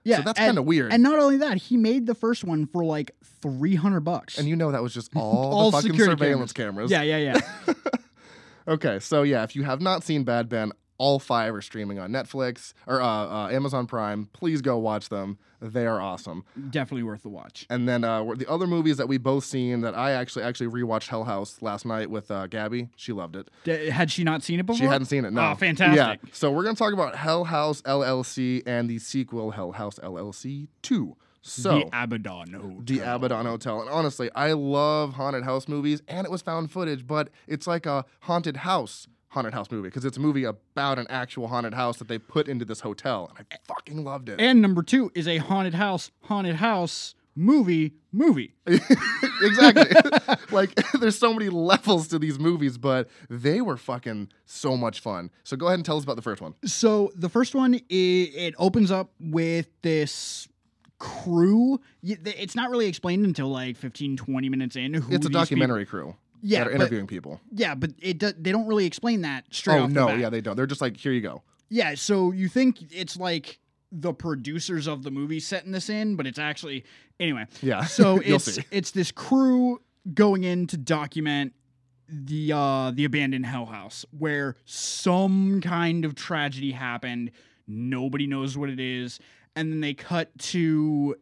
[SPEAKER 2] Yeah,
[SPEAKER 1] So that's
[SPEAKER 2] and-
[SPEAKER 1] kind of weird.
[SPEAKER 2] And not only that, he made the first one for like three hundred bucks.
[SPEAKER 1] And you know that was just all,
[SPEAKER 2] All
[SPEAKER 1] the fucking
[SPEAKER 2] security
[SPEAKER 1] surveillance cameras.
[SPEAKER 2] yeah, yeah, yeah.
[SPEAKER 1] Okay, so yeah, if you have not seen Bad Ben, all five are streaming on Netflix or uh, uh, Amazon Prime. Please go watch them. They are awesome.
[SPEAKER 2] definitely worth the watch.
[SPEAKER 1] And then uh, were the other movies that we both seen that I actually actually rewatched Hell House last night with uh, Gabby. She loved it.
[SPEAKER 2] D- had she not seen it before?
[SPEAKER 1] She hadn't seen it. No.
[SPEAKER 2] Oh, fantastic.
[SPEAKER 1] Yeah. So we're gonna talk about Hell House LLC and the sequel Hell House LLC Two. So.
[SPEAKER 2] the Abaddon. Hotel.
[SPEAKER 1] the Abaddon Hotel. And honestly, I love haunted house movies, and it was found footage, but it's like a haunted house haunted house movie because it's a movie about an actual haunted house that they put into this hotel, and I fucking loved it.
[SPEAKER 2] And number two is a haunted house, haunted house movie, movie.
[SPEAKER 1] exactly. like there's so many levels to these movies, but they were fucking so much fun. So go ahead and tell us about the first one.
[SPEAKER 2] So the first one, it, it opens up with this crew. Y- th- It's not really explained until like 15, 20 minutes in. Who
[SPEAKER 1] It's a
[SPEAKER 2] these
[SPEAKER 1] documentary crew
[SPEAKER 2] People, yeah,
[SPEAKER 1] that are
[SPEAKER 2] but,
[SPEAKER 1] interviewing people.
[SPEAKER 2] yeah, but it do- they don't really explain that straight
[SPEAKER 1] Oh
[SPEAKER 2] off the
[SPEAKER 1] no,
[SPEAKER 2] bat.
[SPEAKER 1] yeah, they don't. They're just like, here you go.
[SPEAKER 2] Yeah, so you think it's like the producers of the movie setting this in, but it's actually anyway.
[SPEAKER 1] Yeah.
[SPEAKER 2] So
[SPEAKER 1] You'll
[SPEAKER 2] it's
[SPEAKER 1] see.
[SPEAKER 2] it's this crew going in to document the uh the abandoned hell house where some kind of tragedy happened. Nobody knows what it is, and then they cut to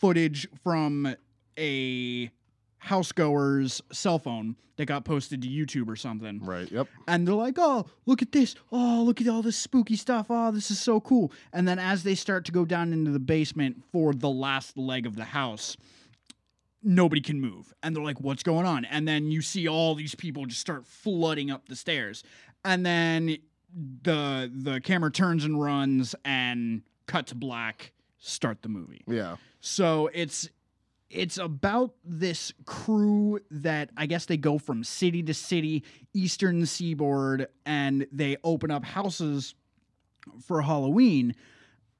[SPEAKER 2] footage from a housegoer's cell phone that got posted to YouTube or something
[SPEAKER 1] Right. Yep.
[SPEAKER 2] and they're like, "Oh, look at this! Oh, look at all this spooky stuff! Oh, this is so cool!" And then as they start to go down into the basement for the last leg of the house, nobody can move, and they're like, "What's going on?" And then you see all these people just start flooding up the stairs, and then the the camera turns and runs, and cut to black. Start the movie.
[SPEAKER 1] Yeah.
[SPEAKER 2] So it's it's about this crew that I guess they go from city to city, eastern seaboard, and they open up houses for Halloween.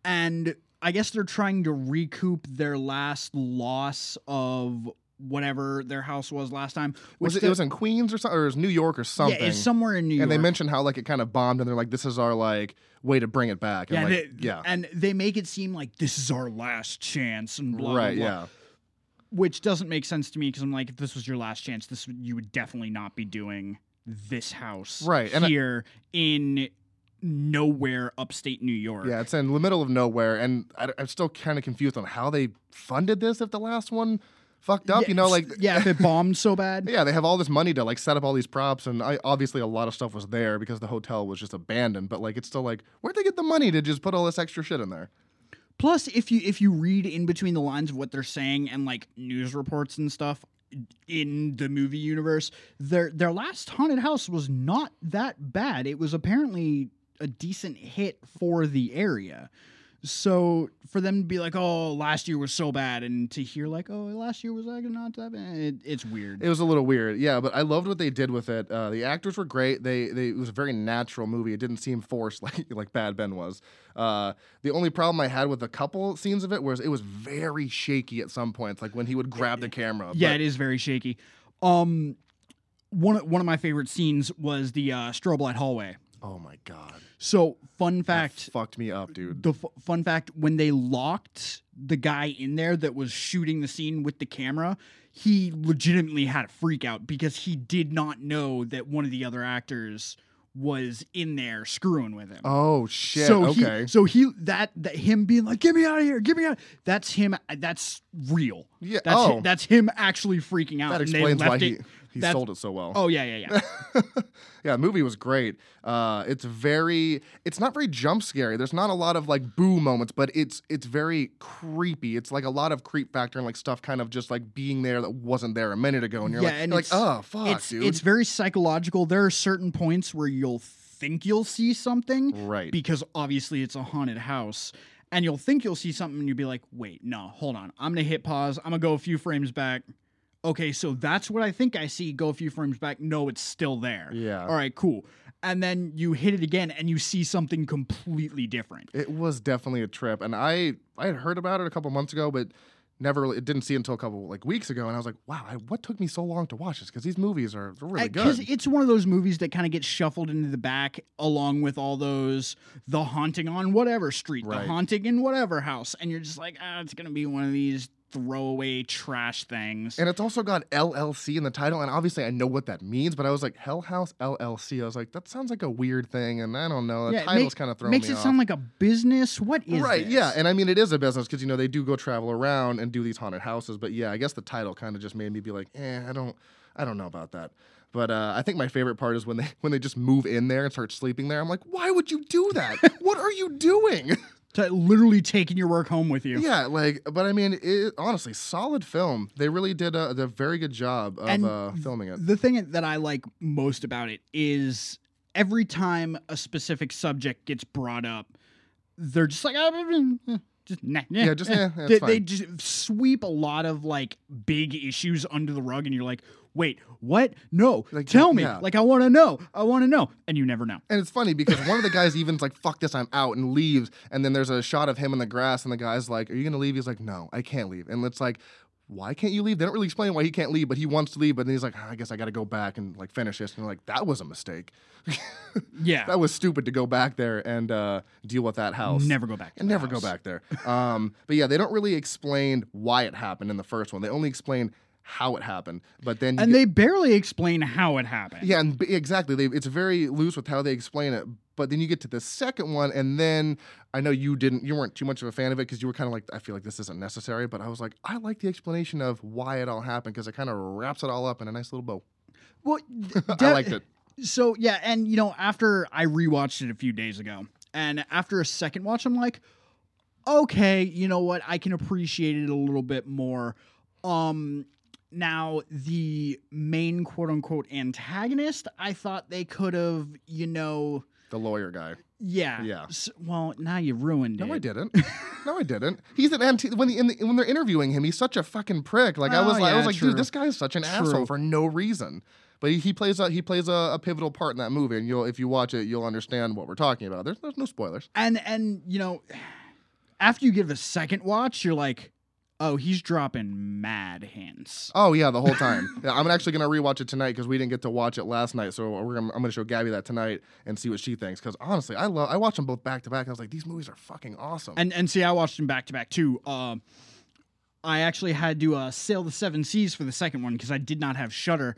[SPEAKER 2] And I guess they're trying to recoup their last loss of whatever their house was last time.
[SPEAKER 1] Was
[SPEAKER 2] which
[SPEAKER 1] it,
[SPEAKER 2] the-
[SPEAKER 1] it was in Queens or something, or it was New York or something?
[SPEAKER 2] Yeah, it's somewhere in New York.
[SPEAKER 1] and they mentioned how like it kind of bombed, and they're like, "This is our like way to bring it back." And,
[SPEAKER 2] yeah,
[SPEAKER 1] like,
[SPEAKER 2] they,
[SPEAKER 1] yeah,
[SPEAKER 2] and they make it seem like this is our last chance and blah
[SPEAKER 1] right,
[SPEAKER 2] blah blah.
[SPEAKER 1] yeah,
[SPEAKER 2] which doesn't make sense to me because I'm like, if this was your last chance, this would- you would definitely not be doing this house
[SPEAKER 1] Right, and I-
[SPEAKER 2] here in nowhere upstate New York.
[SPEAKER 1] yeah. It's in the middle of nowhere, and I, am still kind of confused on how they funded this if the last one fucked up.
[SPEAKER 2] Yeah,
[SPEAKER 1] you know, like
[SPEAKER 2] yeah, if it bombed so bad.
[SPEAKER 1] yeah, they have all this money to like set up all these props, and I, obviously a lot of stuff was there because the hotel was just abandoned. But like, it's still like, where'd they get the money to just put all this extra shit in there?
[SPEAKER 2] Plus, if you if you read in between the lines of what they're saying and like news reports and stuff in the movie universe, their their last haunted house was not that bad. It was apparently a decent hit for the area. So for them to be like, "Oh, last year was so bad," and to hear like, "Oh, last year was like not that bad," it, it's weird.
[SPEAKER 1] It was a little weird, yeah, but I loved what they did with it. Uh, the actors were great. They, they it was a very natural movie. It didn't seem forced like like Bad Ben was. Uh, the only problem I had with a couple scenes of it was it was very shaky at some points, like when he would grab the camera.
[SPEAKER 2] yeah,
[SPEAKER 1] but
[SPEAKER 2] it is very shaky. Um, one of- one of my favorite scenes was the uh, strobe light hallway.
[SPEAKER 1] Oh my god,
[SPEAKER 2] So fun
[SPEAKER 1] that
[SPEAKER 2] fact.
[SPEAKER 1] fucked me up, dude.
[SPEAKER 2] The f- fun fact: when they locked the guy in there that was shooting the scene with the camera, he legitimately had a freak out because he did not know that one of the other actors was in there screwing with him.
[SPEAKER 1] Oh shit.
[SPEAKER 2] So
[SPEAKER 1] okay.
[SPEAKER 2] he, so he that, that him being like, "Get me out of here! Get me out!" That's him. That's real.
[SPEAKER 1] yeah.
[SPEAKER 2] That's hi-
[SPEAKER 1] oh,
[SPEAKER 2] that's him actually freaking out.
[SPEAKER 1] that
[SPEAKER 2] and they
[SPEAKER 1] explains why
[SPEAKER 2] left
[SPEAKER 1] he
[SPEAKER 2] it-
[SPEAKER 1] he
[SPEAKER 2] that's-
[SPEAKER 1] sold it so well.
[SPEAKER 2] Oh yeah, yeah, yeah.
[SPEAKER 1] yeah, the movie was great. Uh, it's very, it's not very jump scary. There's not a lot of like boo moments, but it's it's very creepy. It's like a lot of creep factor and like stuff kind of just like being there that wasn't there a minute ago, and you're
[SPEAKER 2] Yeah,
[SPEAKER 1] like,
[SPEAKER 2] and
[SPEAKER 1] you're like,
[SPEAKER 2] it's-
[SPEAKER 1] oh fuck,
[SPEAKER 2] it's
[SPEAKER 1] dude,
[SPEAKER 2] it's very psychological. There are certain points where you'll think you'll see something
[SPEAKER 1] right.
[SPEAKER 2] because obviously it's a haunted house. And you'll think you'll see something and you'll be like, wait, no, hold on. I'm going to hit pause. I'm going to go a few frames back. Okay, so that's what I think I see. Go a few frames back. No, it's still there.
[SPEAKER 1] Yeah.
[SPEAKER 2] All right, cool. And then you hit it again and you see something completely different.
[SPEAKER 1] It was definitely a trip, and I I had heard about it a couple months ago, but never really- it didn't see until a couple like weeks ago, and I was like, wow, I, what took me so long to watch this? Because these movies are they're really
[SPEAKER 2] Because
[SPEAKER 1] good.
[SPEAKER 2] it's one of those movies that kind of gets shuffled into the back along with all those The Haunting on whatever street,
[SPEAKER 1] Right.
[SPEAKER 2] The Haunting in whatever house. And you're just like, ah, it's going to be one of these throwaway trash things.
[SPEAKER 1] And it's also got LLC in the title, and obviously I know what that means, but I was like Hell House LLC. I was like, that sounds like a weird thing, and I don't know. The
[SPEAKER 2] Yeah, it
[SPEAKER 1] title's
[SPEAKER 2] make-
[SPEAKER 1] kind of throwing
[SPEAKER 2] makes
[SPEAKER 1] me
[SPEAKER 2] it
[SPEAKER 1] off.
[SPEAKER 2] sound like a business. What is
[SPEAKER 1] right?
[SPEAKER 2] this?
[SPEAKER 1] Yeah, and I mean it is a business because you know they do go travel around and do these haunted houses, but yeah, I guess the title kind of just made me be like, eh, I don't, I don't know about that. But uh, I think my favorite part is when they when they just move in there and start sleeping there. I'm like, why would you do that? what are you doing?
[SPEAKER 2] To literally taking your work home with you.
[SPEAKER 1] yeah, like, but I mean, it, honestly, solid film. They really did a, a very good job of
[SPEAKER 2] And
[SPEAKER 1] uh, filming it.
[SPEAKER 2] The thing that I like most about it is every time a specific subject gets brought up, they're just like, "Ah, mm, mm, eh, just nah, yeah,
[SPEAKER 1] Yeah, just, yeah, that's
[SPEAKER 2] they,
[SPEAKER 1] fine.
[SPEAKER 2] they just sweep a lot of like big issues under the rug, and you're like, wait, what? No,
[SPEAKER 1] Like,
[SPEAKER 2] tell me.
[SPEAKER 1] yeah.
[SPEAKER 2] Like, I want to know. I want to know, and you never know.
[SPEAKER 1] And it's funny because one of the guys even's like, fuck this, I'm out, and leaves. And then there's a shot of him in the grass, and the guy's like, Are you gonna leave? He's like, No, I can't leave. And it's like, why can't you leave? They don't really explain why he can't leave, but he wants to leave, but then he's like, "Ah, I guess I gotta go back and like finish this. And they're like, that was a mistake.
[SPEAKER 2] Yeah,
[SPEAKER 1] That was stupid to go back there and uh, deal with that house.
[SPEAKER 2] never go back. To
[SPEAKER 1] And
[SPEAKER 2] the
[SPEAKER 1] never go
[SPEAKER 2] house.
[SPEAKER 1] back there. Um, but yeah, they don't really explain why it happened in the first one. They only explain how it happened. But then you
[SPEAKER 2] And they barely explain how it happened.
[SPEAKER 1] yeah, and b- exactly. They, it's very loose with how they explain it. But then you get to the second one, and then I know you didn't, you weren't too much of a fan of it because you were kind of like, I feel like this isn't necessary. But I was like, I like the explanation of why it all happened because it kind of wraps it all up in a nice little bow.
[SPEAKER 2] Well,
[SPEAKER 1] I liked it.
[SPEAKER 2] So yeah, and you know, after I rewatched it a few days ago, and after a second watch, I'm like, okay, you know what? I can appreciate it a little bit more. Um now the main quote unquote antagonist, I thought they could have, you know,
[SPEAKER 1] The lawyer guy.
[SPEAKER 2] yeah.
[SPEAKER 1] Yeah.
[SPEAKER 2] S- well, now you ruined it.
[SPEAKER 1] No, I didn't. no, I didn't. He's an anti. When the, in the, when they're interviewing him, he's such a fucking prick. Like I was
[SPEAKER 2] Oh,
[SPEAKER 1] like, I
[SPEAKER 2] yeah,
[SPEAKER 1] was like,
[SPEAKER 2] true.
[SPEAKER 1] dude, this guy is such an
[SPEAKER 2] True.
[SPEAKER 1] asshole for no reason. But he, he plays a he plays a, a pivotal part in that movie, and you'll if you watch it, you'll understand what we're talking about. There's, there's no spoilers.
[SPEAKER 2] And and you know, after you give it a second watch, you're like, oh, he's dropping mad hints.
[SPEAKER 1] Oh yeah, the whole time. yeah, I'm actually gonna rewatch it tonight because we didn't get to watch it last night. So we're gonna, I'm gonna show Gabby that tonight and see what she thinks. Because honestly, I love I watched them both back to back. I was like, these movies are fucking awesome.
[SPEAKER 2] and and see, I watched them back to back too. Um, I actually had to uh, sail the seven seas for the second one because I did not have Shutter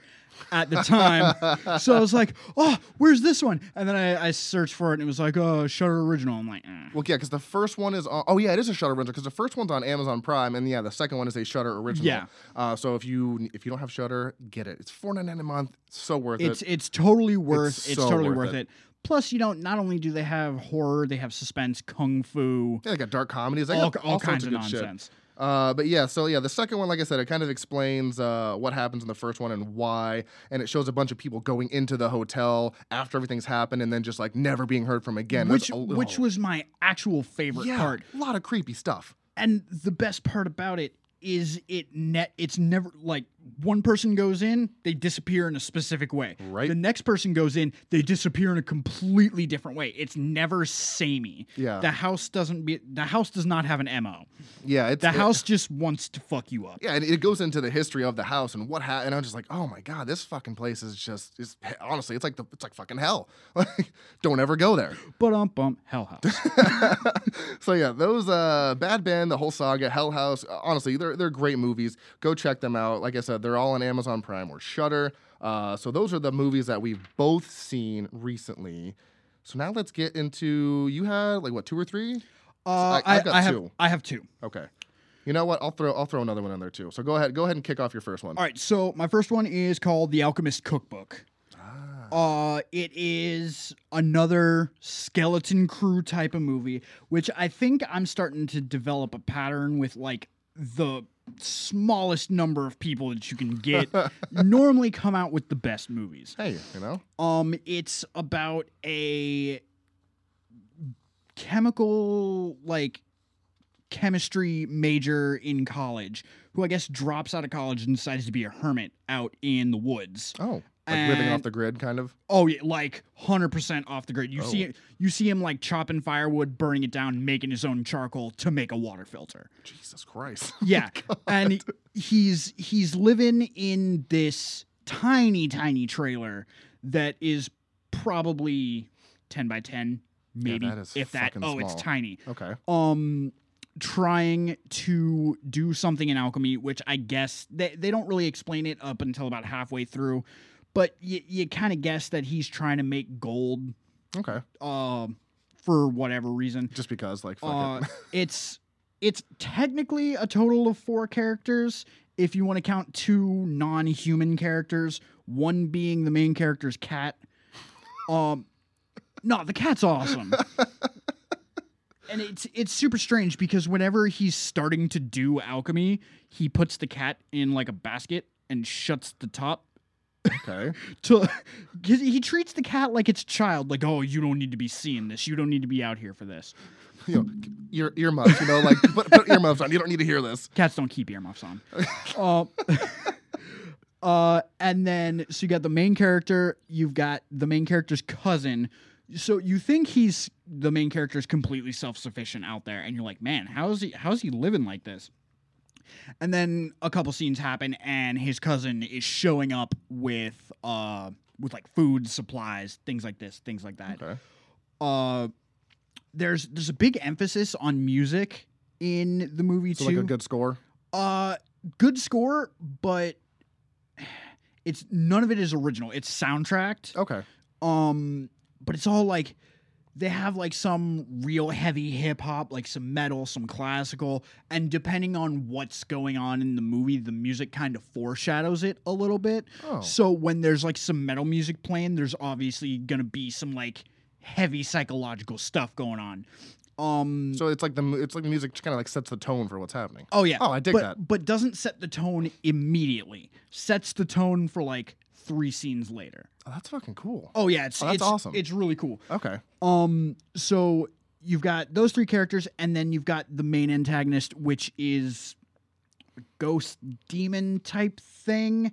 [SPEAKER 2] at the time, so I was like, "Oh, where's this one?" And then I, I searched for it, and it was like, "Oh, Shutter original." I'm like, eh.
[SPEAKER 1] well, yeah, because the first one is on, oh yeah, it is a Shutter rental because the first one's on Amazon Prime and yeah, the second one is a Shutter original.
[SPEAKER 2] Yeah.
[SPEAKER 1] Uh, so if you if you don't have Shutter, get it. It's four ninety nine a month. So worth
[SPEAKER 2] "It's
[SPEAKER 1] it.
[SPEAKER 2] it's totally worth
[SPEAKER 1] It's
[SPEAKER 2] it's,
[SPEAKER 1] so
[SPEAKER 2] totally
[SPEAKER 1] worth
[SPEAKER 2] worth,
[SPEAKER 1] it.
[SPEAKER 2] it. Plus, you know, not only do they have horror, they have suspense, kung fu,
[SPEAKER 1] Yeah, they got dark comedies. They
[SPEAKER 2] all, all,
[SPEAKER 1] got all,
[SPEAKER 2] kinds
[SPEAKER 1] sorts
[SPEAKER 2] of
[SPEAKER 1] of, good shit.
[SPEAKER 2] nonsense.
[SPEAKER 1] Uh, but yeah, so yeah, the second one, like I said, it kind of explains uh, what happens in the first one and why, and it shows a bunch of people going into the hotel after everything's happened and then just like never being heard from again. That's
[SPEAKER 2] Which
[SPEAKER 1] a-
[SPEAKER 2] which was my actual favorite
[SPEAKER 1] yeah,
[SPEAKER 2] part.
[SPEAKER 1] a lot of creepy stuff.
[SPEAKER 2] and the best part about it is it net it's never like one person goes in, they disappear in a specific way.
[SPEAKER 1] Right.
[SPEAKER 2] The next person goes in, they disappear in a completely different way. It's never samey.
[SPEAKER 1] Yeah.
[SPEAKER 2] The house doesn't be the house does not have an MO.
[SPEAKER 1] Yeah, it's
[SPEAKER 2] The
[SPEAKER 1] it-
[SPEAKER 2] house just wants to fuck you up.
[SPEAKER 1] Yeah, and it goes into the history of the house and what happened. And I'm just like, oh my god, this fucking place is just. It's honestly, it's like the it's like fucking hell. Like, don't ever go there.
[SPEAKER 2] But um bump hell house.
[SPEAKER 1] so yeah, those uh, Bad Ben, the whole saga, Hell House. uh, Honestly, they're they're great movies. Go check them out. Like I said, they're all on Amazon Prime or Shutter. Uh, so those are the movies that we've both seen recently. So now let's get into you had like what two or three?
[SPEAKER 2] Uh,
[SPEAKER 1] I-
[SPEAKER 2] I,
[SPEAKER 1] I've got
[SPEAKER 2] I have
[SPEAKER 1] two.
[SPEAKER 2] I have two.
[SPEAKER 1] Okay. You know what? I'll throw I'll throw another one in there too. So go ahead, go ahead and kick off your first one.
[SPEAKER 2] All right, so my first one is called The Alchemist Cookbook. Uh, it is another skeleton crew type of movie, which I think I'm starting to develop a pattern with like the smallest number of people that you can get normally come out with the best movies.
[SPEAKER 1] Hey, you know.
[SPEAKER 2] Um, it's about a chemical like chemistry major in college who I guess drops out of college and decides to be a hermit out in the woods.
[SPEAKER 1] Oh, like living off
[SPEAKER 2] And-
[SPEAKER 1] the grid, kind of.
[SPEAKER 2] Oh yeah, like hundred percent off the grid. You see, you see him like chopping firewood, burning it down, making his own charcoal to make a water filter.
[SPEAKER 1] Jesus Christ.
[SPEAKER 2] Yeah,
[SPEAKER 1] Oh,
[SPEAKER 2] and he's he's living in this tiny, tiny trailer that is probably ten by ten, maybe
[SPEAKER 1] that is
[SPEAKER 2] if that.
[SPEAKER 1] fucking
[SPEAKER 2] Oh, it's
[SPEAKER 1] small.
[SPEAKER 2] tiny.
[SPEAKER 1] Okay.
[SPEAKER 2] Um, trying to do something in alchemy, which I guess they they don't really explain it up until about halfway through, but y- you kind of guess that he's trying to make gold.
[SPEAKER 1] Okay.
[SPEAKER 2] Um. for whatever reason,
[SPEAKER 1] Just because, like, fuck
[SPEAKER 2] uh,
[SPEAKER 1] it.
[SPEAKER 2] it's it's technically a total of four characters if you want to count two non-human characters, one being the main character's cat. Um, no, the cat's awesome. And it's it's super strange because whenever he's starting to do alchemy, he puts the cat in like a basket and shuts the top Uh,
[SPEAKER 1] Okay.
[SPEAKER 2] to 'cause he treats the cat like it's a child, like, oh, you don't need to be seeing this. You don't need to be out here for this.
[SPEAKER 1] You know, ear earmuffs. You know, like put, put earmuffs on. You don't need to hear this.
[SPEAKER 2] Cats don't keep earmuffs on. uh, uh, and then so you got the main character. You've got the main character's cousin. So you think he's the main character is completely self sufficient out there, and you're like, man, how's he how's he living like this? And then a couple scenes happen, and his cousin is showing up with uh with like food supplies, things like this, things like that
[SPEAKER 1] Okay.
[SPEAKER 2] uh there's there's a big emphasis on music in the movie
[SPEAKER 1] So
[SPEAKER 2] too.
[SPEAKER 1] like a good score.
[SPEAKER 2] uh good score, but it's none of it is original. It's soundtracked.
[SPEAKER 1] Okay.
[SPEAKER 2] Um but it's all like they have like some real heavy hip hop, like some metal, some classical, and depending on what's going on in the movie, the music kind of foreshadows it a little bit.
[SPEAKER 1] Oh.
[SPEAKER 2] So when there's like some metal music playing, there's obviously gonna be some like heavy psychological stuff going on. Um
[SPEAKER 1] So it's like the mu- it's like the music kind of like sets the tone for what's happening.
[SPEAKER 2] oh yeah.
[SPEAKER 1] Oh, I dig
[SPEAKER 2] but,
[SPEAKER 1] that.
[SPEAKER 2] But doesn't set the tone immediately. Sets the tone for like three scenes later.
[SPEAKER 1] Oh, that's fucking cool.
[SPEAKER 2] Oh yeah, it's
[SPEAKER 1] Oh, that's
[SPEAKER 2] it's
[SPEAKER 1] awesome.
[SPEAKER 2] It's really cool.
[SPEAKER 1] Okay.
[SPEAKER 2] Um so you've got those three characters and then you've got the main antagonist which is ghost demon type thing.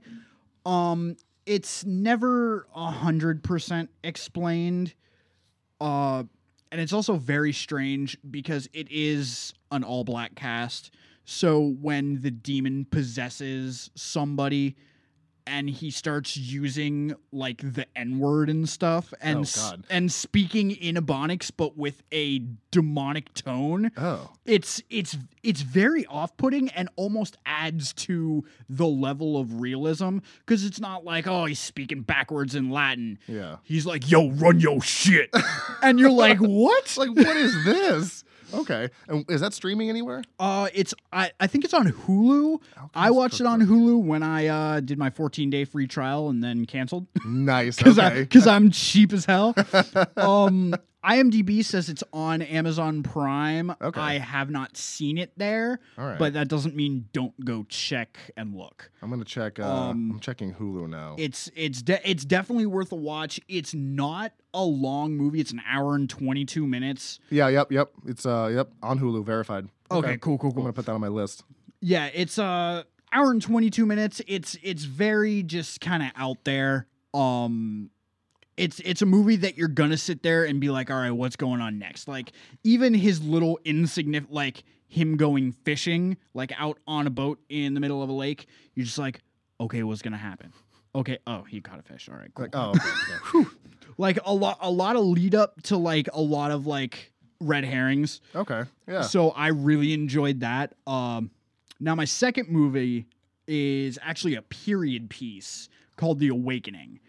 [SPEAKER 2] Um it's never a hundred percent explained. Uh and it's also very strange because it is an all black cast. So when the demon possesses somebody and he starts using like the N word and stuff and
[SPEAKER 1] Oh,
[SPEAKER 2] s-
[SPEAKER 1] God.
[SPEAKER 2] and speaking in Ebonics but with a demonic tone,
[SPEAKER 1] Oh.
[SPEAKER 2] it's it's it's very off-putting and almost adds to the level of realism because it's not like oh he's speaking backwards in Latin.
[SPEAKER 1] Yeah.
[SPEAKER 2] He's like yo run yo shit, and you're like what?
[SPEAKER 1] It's like what is this? Okay. And is that streaming anywhere?
[SPEAKER 2] Uh, it's I, I think it's on Hulu. I watched it on Hulu when I uh, did my 14 day free trial and then canceled
[SPEAKER 1] Nice.
[SPEAKER 2] because
[SPEAKER 1] Okay.
[SPEAKER 2] I'm cheap as hell. um, IMDb says it's on Amazon Prime.
[SPEAKER 1] Okay.
[SPEAKER 2] I have not seen it there,
[SPEAKER 1] All right.
[SPEAKER 2] but that doesn't mean don't go check and look.
[SPEAKER 1] I'm gonna check. Uh,
[SPEAKER 2] Um,
[SPEAKER 1] I'm checking Hulu now.
[SPEAKER 2] It's it's de- it's definitely worth a watch. It's not a long movie. It's an hour and 22 minutes.
[SPEAKER 1] yeah. Yep. Yep. It's uh. Yep. On Hulu. Verified.
[SPEAKER 2] Okay, cool, cool,
[SPEAKER 1] I'm
[SPEAKER 2] cool.
[SPEAKER 1] gonna put that on my list.
[SPEAKER 2] Yeah, it's uh hour and 22 minutes. It's it's very just kind of out there. Um it's it's a movie that you're going to sit there and be like, "All right, what's going on next?" Like even his little insignificant like him going fishing like out on a boat in the middle of a lake, you're just like, "Okay, what's going to happen?" Okay, oh, he caught a fish. All right, cool.
[SPEAKER 1] Like, oh, okay, yeah.
[SPEAKER 2] Like a lot a lot of lead up to like a lot of like red herrings.
[SPEAKER 1] okay, yeah.
[SPEAKER 2] So I really enjoyed that. Um, now my second movie is actually a period piece called The Awakening.
[SPEAKER 1] I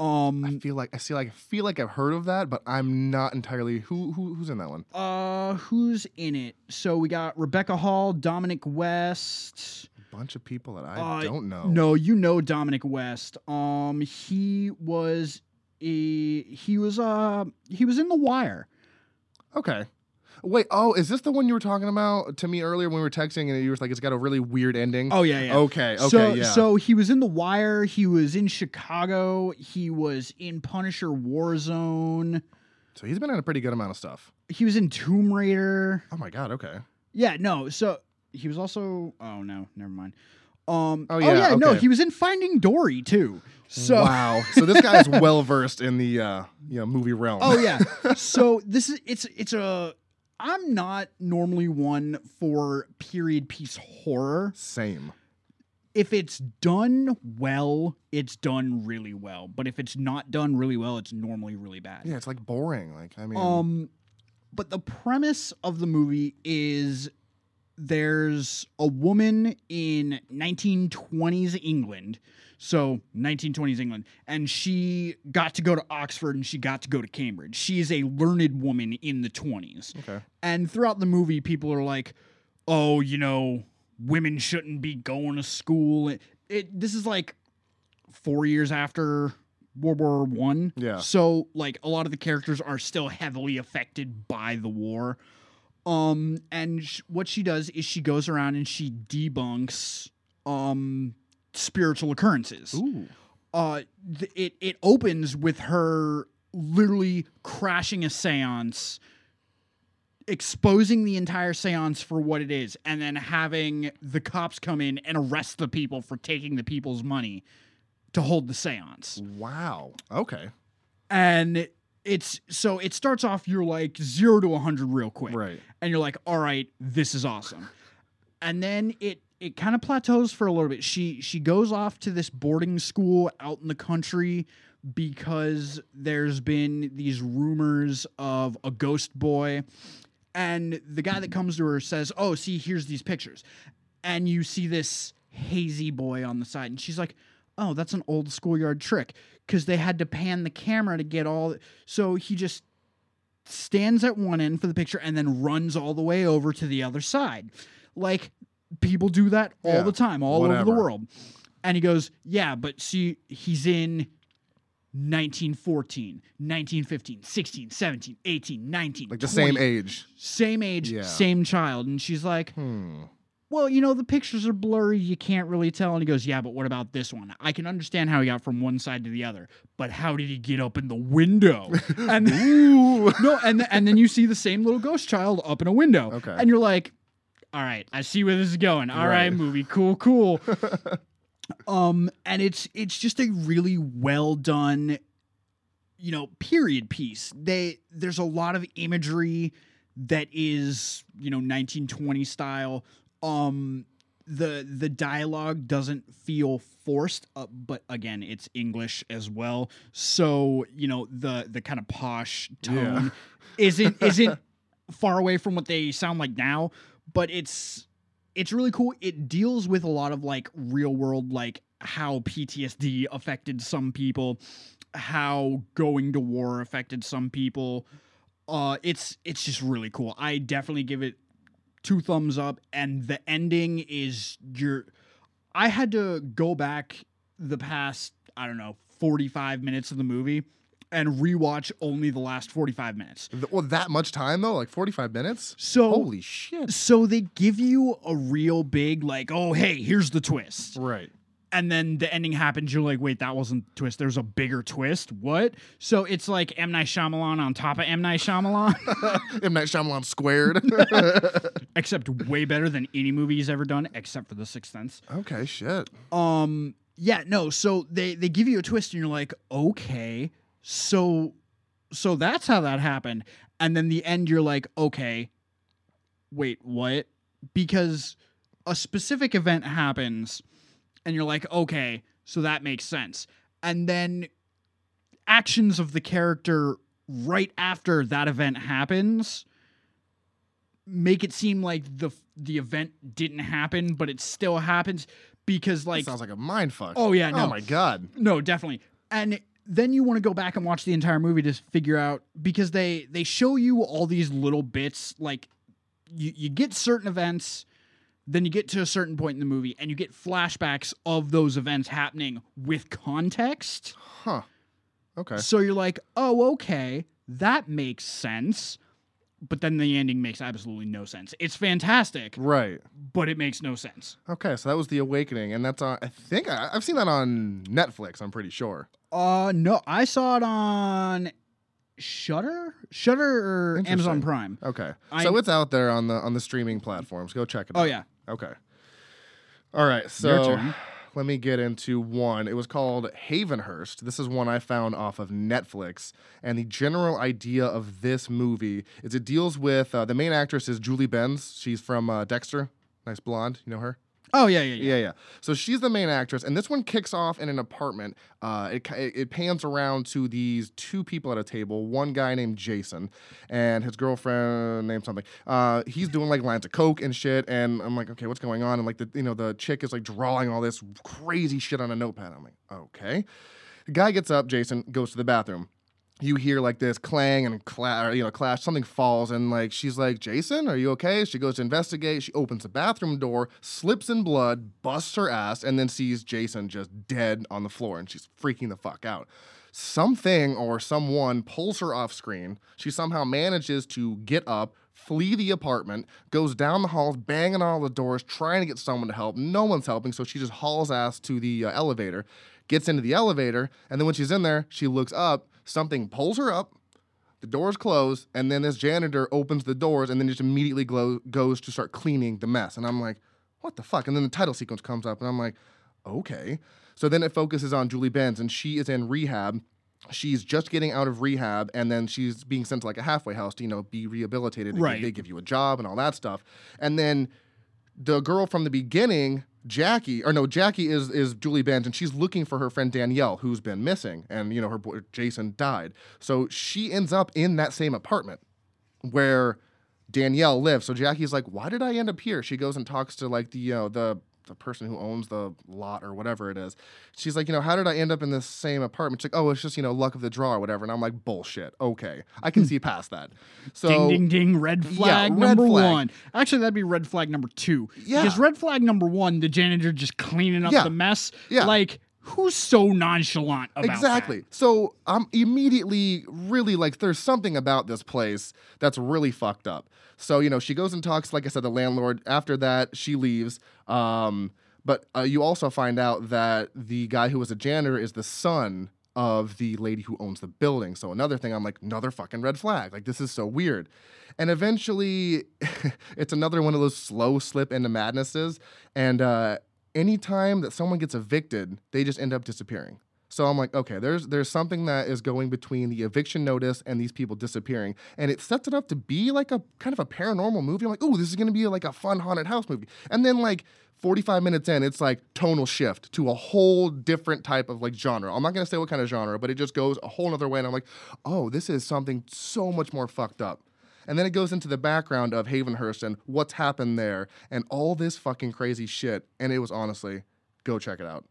[SPEAKER 2] Um,
[SPEAKER 1] feel like I see like I feel like I've heard of that, but I'm not entirely who, who who's in that one.
[SPEAKER 2] uh, who's in it? So we got Rebecca Hall, Dominic West.
[SPEAKER 1] A bunch of people that I
[SPEAKER 2] Uh,
[SPEAKER 1] don't know.
[SPEAKER 2] No, you know Dominic West. Um, he was a, he was uh he was in The Wire.
[SPEAKER 1] Okay. Wait, oh, is this the one you were talking about to me earlier when we were texting and you were like it's got a really weird ending?
[SPEAKER 2] Oh yeah, yeah.
[SPEAKER 1] Okay, okay,
[SPEAKER 2] so,
[SPEAKER 1] yeah.
[SPEAKER 2] so he was in The Wire. He was in Chicago. He was in Punisher Warzone.
[SPEAKER 1] so he's been in a pretty good amount of stuff.
[SPEAKER 2] He was in Tomb Raider.
[SPEAKER 1] Oh my god, okay.
[SPEAKER 2] Yeah, no. So he was also. Oh no, never mind. Um.
[SPEAKER 1] Oh, yeah,
[SPEAKER 2] no,
[SPEAKER 1] okay.
[SPEAKER 2] he was in Finding Dory too. So.
[SPEAKER 1] wow. So this guy's well versed in the uh, you know, movie realm.
[SPEAKER 2] Oh yeah. so this is it's it's a. I'm not normally one for period piece horror.
[SPEAKER 1] Same.
[SPEAKER 2] if it's done well, it's done really well. But if it's not done really well, it's normally really bad.
[SPEAKER 1] Yeah, it's like boring. Like I mean,
[SPEAKER 2] Um, but the premise of the movie is there's a woman in 1920s England, so 1920s England, and she got to go to Oxford and she got to go to Cambridge. She is a learned woman in the 20s.
[SPEAKER 1] okay.
[SPEAKER 2] And throughout the movie, people are like, "Oh, you know, women shouldn't be going to school." It, it- this is like four years after World War One.
[SPEAKER 1] Yeah.
[SPEAKER 2] So like a lot of the characters are still heavily affected by the war. Um, and sh- what she does is she goes around and she debunks um spiritual occurrences
[SPEAKER 1] Ooh.
[SPEAKER 2] uh th- it it opens with her literally crashing a séance exposing the entire séance for what it is and then having the cops come in and arrest the people for taking the people's money to hold the séance
[SPEAKER 1] Wow. Okay.
[SPEAKER 2] and it's so it starts off you're like 0 to 100 real quick
[SPEAKER 1] Right.
[SPEAKER 2] and you're like, all right, this is awesome. And then it it kind of plateaus for a little bit. She she goes off to this boarding school out in the country because there's been these rumors of a ghost boy. And the guy that comes to her says, Oh, see, here's these pictures. And you see this hazy boy on the side. And she's like, Oh, that's an old schoolyard trick. Because they had to pan the camera to get all. So he just stands at one end for the picture and then runs all the way over to the other side. Like people do that all
[SPEAKER 1] Yeah,
[SPEAKER 2] the time, all over
[SPEAKER 1] whatever.
[SPEAKER 2] the world. And he goes, Yeah, but see, he's in 1914, 1915, 16, 17, 18, 19.
[SPEAKER 1] Like the same
[SPEAKER 2] 20,
[SPEAKER 1] age.
[SPEAKER 2] Same age,
[SPEAKER 1] Yeah.
[SPEAKER 2] same child. And she's like,
[SPEAKER 1] Hmm.
[SPEAKER 2] well, you know, the pictures are blurry. You can't really tell. And he goes, Yeah, but what about this one? I can understand how he got from one side to the other, but how did he get up in the window? And no, and and then you see the same little ghost child up in a window.
[SPEAKER 1] Okay.
[SPEAKER 2] And you're like, All right, I see where this is going. All right,
[SPEAKER 1] Right.
[SPEAKER 2] movie, cool, cool. um, and it's it's just a really well done, you know, period piece. They there's a lot of imagery that is you know 1920 style um the the dialogue doesn't feel forced uh, but again it's english as well so you know the the kind of posh tone isn't isn't far away from what they sound like now but it's it's really cool it deals with a lot of like real world like how ptsd affected some people how going to war affected some people uh it's it's just really cool i definitely give it two thumbs up and the ending is your i had to go back the past i don't know 45 minutes of the movie and rewatch only the last 45 minutes
[SPEAKER 1] Th- Well, that much time though, like forty-five minutes.
[SPEAKER 2] so
[SPEAKER 1] Holy shit!
[SPEAKER 2] so they give you a real big like oh hey here's the twist
[SPEAKER 1] Right.
[SPEAKER 2] and then the ending happens. You're like, wait, that wasn't the twist. There's a bigger twist. What? So it's like M Night Shyamalan on top of M Night Shyamalan,
[SPEAKER 1] M. Night Shyamalan squared.
[SPEAKER 2] except way better than any movie he's ever done, except for The Sixth Sense.
[SPEAKER 1] okay, shit.
[SPEAKER 2] Um, yeah, no. So they they give you a twist, and you're like, okay, so so that's how that happened. And then the end, you're like, okay, wait, what? Because a specific event happens, and you're like, okay, so that makes sense. And then actions of the character right after that event happens make it seem like the the event didn't happen but it still happens because like
[SPEAKER 1] Sounds like a mind fuck.
[SPEAKER 2] Oh yeah, no,
[SPEAKER 1] Oh my god.
[SPEAKER 2] no, definitely. And then you want to go back and watch the entire movie to figure out because they they show you all these little bits. Like you you get certain events, then you get to a certain point in the movie, and you get flashbacks of those events happening with context.
[SPEAKER 1] Huh. Okay.
[SPEAKER 2] So you're like, oh, okay, that makes sense. But then the ending makes absolutely no sense. It's fantastic,
[SPEAKER 1] Right.
[SPEAKER 2] but it makes no sense.
[SPEAKER 1] Okay, so that was The Awakening, and that's on. I think I, I've seen that on Netflix. I'm pretty sure.
[SPEAKER 2] Uh no, I saw it on Shutter, Shutter or Amazon
[SPEAKER 1] Interesting.
[SPEAKER 2] Prime.
[SPEAKER 1] Okay,
[SPEAKER 2] I-
[SPEAKER 1] so it's out there on the on the streaming platforms. Go check it.
[SPEAKER 2] Oh
[SPEAKER 1] out.
[SPEAKER 2] yeah,
[SPEAKER 1] Okay. All right.
[SPEAKER 2] Your
[SPEAKER 1] So
[SPEAKER 2] turn.
[SPEAKER 1] let me get into one. It was called Havenhurst. This is one I found off of Netflix. And the general idea of this movie is it deals with uh, the main actress is Julie Benz. She's from uh, Dexter. Nice blonde. You know her?
[SPEAKER 2] Oh yeah, yeah, yeah.
[SPEAKER 1] Yeah, yeah. So she's the main actress, and this one kicks off in an apartment. Uh, it, ki- it pans around to these two people at a table. One guy named Jason, and his girlfriend named something. Uh, he's doing like lines of coke and shit. And I'm like, okay, what's going on? And like the you know the chick is like drawing all this crazy shit on a notepad. I'm like, okay. The guy gets up. Jason goes to the bathroom. You hear like this clang and cla- or, you know clash. Something falls and like she's like, "Jason, are you okay?" She goes to investigate. She opens the bathroom door, slips in blood, busts her ass, and then sees Jason just dead on the floor, and she's freaking the fuck out. Something or someone pulls her off screen. She somehow manages to get up, flee the apartment, goes down the halls, banging on all the doors, trying to get someone to help. No one's helping, so she just hauls ass to the uh, elevator, gets into the elevator, and then when she's in there, she looks up, something pulls her up, the doors close, and then this janitor opens the doors and then just immediately glo- goes to start cleaning the mess. And I'm like, what the fuck? And then the title sequence comes up, and I'm like, okay. So then it focuses on Julie Benz, and she is in rehab. She's just getting out of rehab, and then she's being sent to like a halfway house to, you know, be rehabilitated. They-
[SPEAKER 2] Right.
[SPEAKER 1] They give you a job and all that stuff. And then the girl from the beginning, Jackie, or no, Jackie is is Julie Benz, and she's looking for her friend Danielle, who's been missing, and you know her boy Jason died. So she ends up in that same apartment where Danielle lives. So Jackie's like, "Why did I end up here?" She goes and talks to like the you know the the person who owns the lot or whatever it is. She's like, "You know, how did I end up in this same apartment?" She's like, "Oh, it's just you know luck of the draw or whatever." And I'm like, "Bullshit. Okay, I can see past that." So
[SPEAKER 2] Hmm. Ding ding ding! Red flag
[SPEAKER 1] red
[SPEAKER 2] number
[SPEAKER 1] flag.
[SPEAKER 2] one. Actually, that'd be red flag number two.
[SPEAKER 1] Yeah.
[SPEAKER 2] Because red flag number one, the janitor just cleaning up
[SPEAKER 1] Yeah.
[SPEAKER 2] the mess.
[SPEAKER 1] Yeah.
[SPEAKER 2] Like who's so nonchalant about that?
[SPEAKER 1] exactly. So I'm immediately really like, there's something about this place that's really fucked up. So you know, she goes and talks, like I said, the landlord. After that, she leaves. Um, but uh, you also find out that the guy who was a janitor is the son of the lady who owns the building. So another thing, I'm like, another fucking red flag. Like this is so weird. And eventually, it's another one of those slow slip into madnesses. And uh, anytime that someone gets evicted, they just end up disappearing. So I'm like, okay, there's there's something that is going between the eviction notice and these people disappearing, and it sets it up to be like a kind of a paranormal movie. I'm like, oh, this is gonna be like a fun haunted house movie, and then like 45 minutes in, it's like tonal shift to a whole different type of like genre. I'm not gonna say what kind of genre, but it just goes a whole other way, and I'm like, oh, this is something so much more fucked up. And then it goes into the background of Havenhurst and what's happened there, and all this fucking crazy shit. And it was honestly, go check it out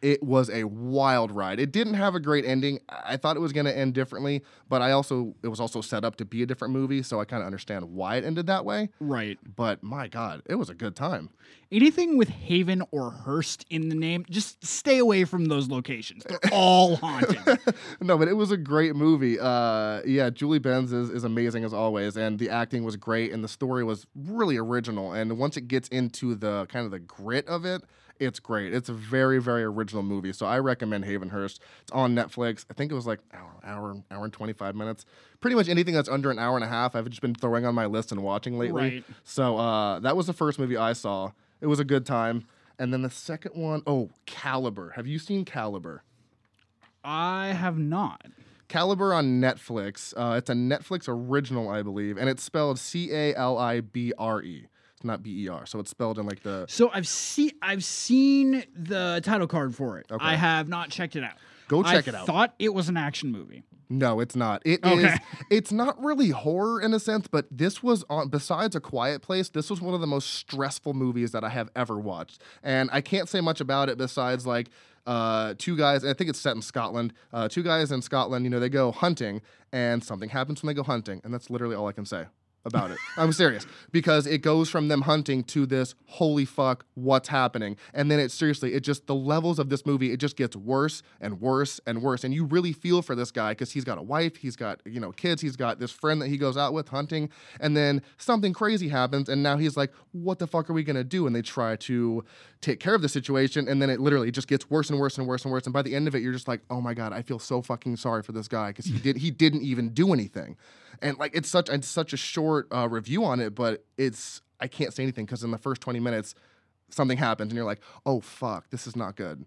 [SPEAKER 1] it was a wild ride. It didn't have a great ending. I I thought it was going to end differently, but I also it was also set up to be a different movie, so I kind of understand why it ended that way.
[SPEAKER 2] Right.
[SPEAKER 1] But my god, it was a good time.
[SPEAKER 2] Anything with Haven or Hearst in the name, just stay away from those locations. They're all haunted.
[SPEAKER 1] no, but it was a great movie. Uh, yeah, Julie Benz is, is amazing as always, and the acting was great, and the story was really original. And once it gets into the kind of the grit of it, It's great. It's a very, very original movie. So I recommend Havenhurst. It's on Netflix. I think it was like hour, hour, hour and twenty five minutes. Pretty much anything that's under an hour and a half, I've just been throwing on my list and watching lately.
[SPEAKER 2] Right.
[SPEAKER 1] So uh, that was the first movie I saw. It was a good time. And then the second one, oh, Caliber. Have you seen Caliber?
[SPEAKER 2] I have not.
[SPEAKER 1] Caliber on Netflix. Uh, it's a Netflix original, I believe, and it's spelled C A L I B R E. It's not B E R. So it's spelled in like the
[SPEAKER 2] So I've seen I've seen the title card for it.
[SPEAKER 1] Okay.
[SPEAKER 2] I have not checked it out.
[SPEAKER 1] Go
[SPEAKER 2] I
[SPEAKER 1] check it out.
[SPEAKER 2] Thought it was an action movie.
[SPEAKER 1] No, it's not. It is.
[SPEAKER 2] Okay.
[SPEAKER 1] It's not really horror in a sense, but this was on. Besides A Quiet Place, this was one of the most stressful movies that I have ever watched, and I can't say much about it besides like uh, two guys. I think it's set in Scotland. Uh, two guys in Scotland. You know, they go hunting, and something happens when they go hunting, and that's literally all I can say about it. I'm serious because it goes from them hunting to this holy fuck what's happening. And then it seriously it just the levels of this movie it just gets worse and worse and worse and you really feel for this guy cuz he's got a wife, he's got you know kids, he's got this friend that he goes out with hunting and then something crazy happens and now he's like what the fuck are we going to do and they try to take care of the situation and then it literally just gets worse and worse and worse and worse and by the end of it you're just like oh my god, I feel so fucking sorry for this guy cuz he did he didn't even do anything and like it's such it's such a short uh, review on it, but it's I can't say anything because in the first twenty minutes something happens and you're like, oh fuck, this is not good.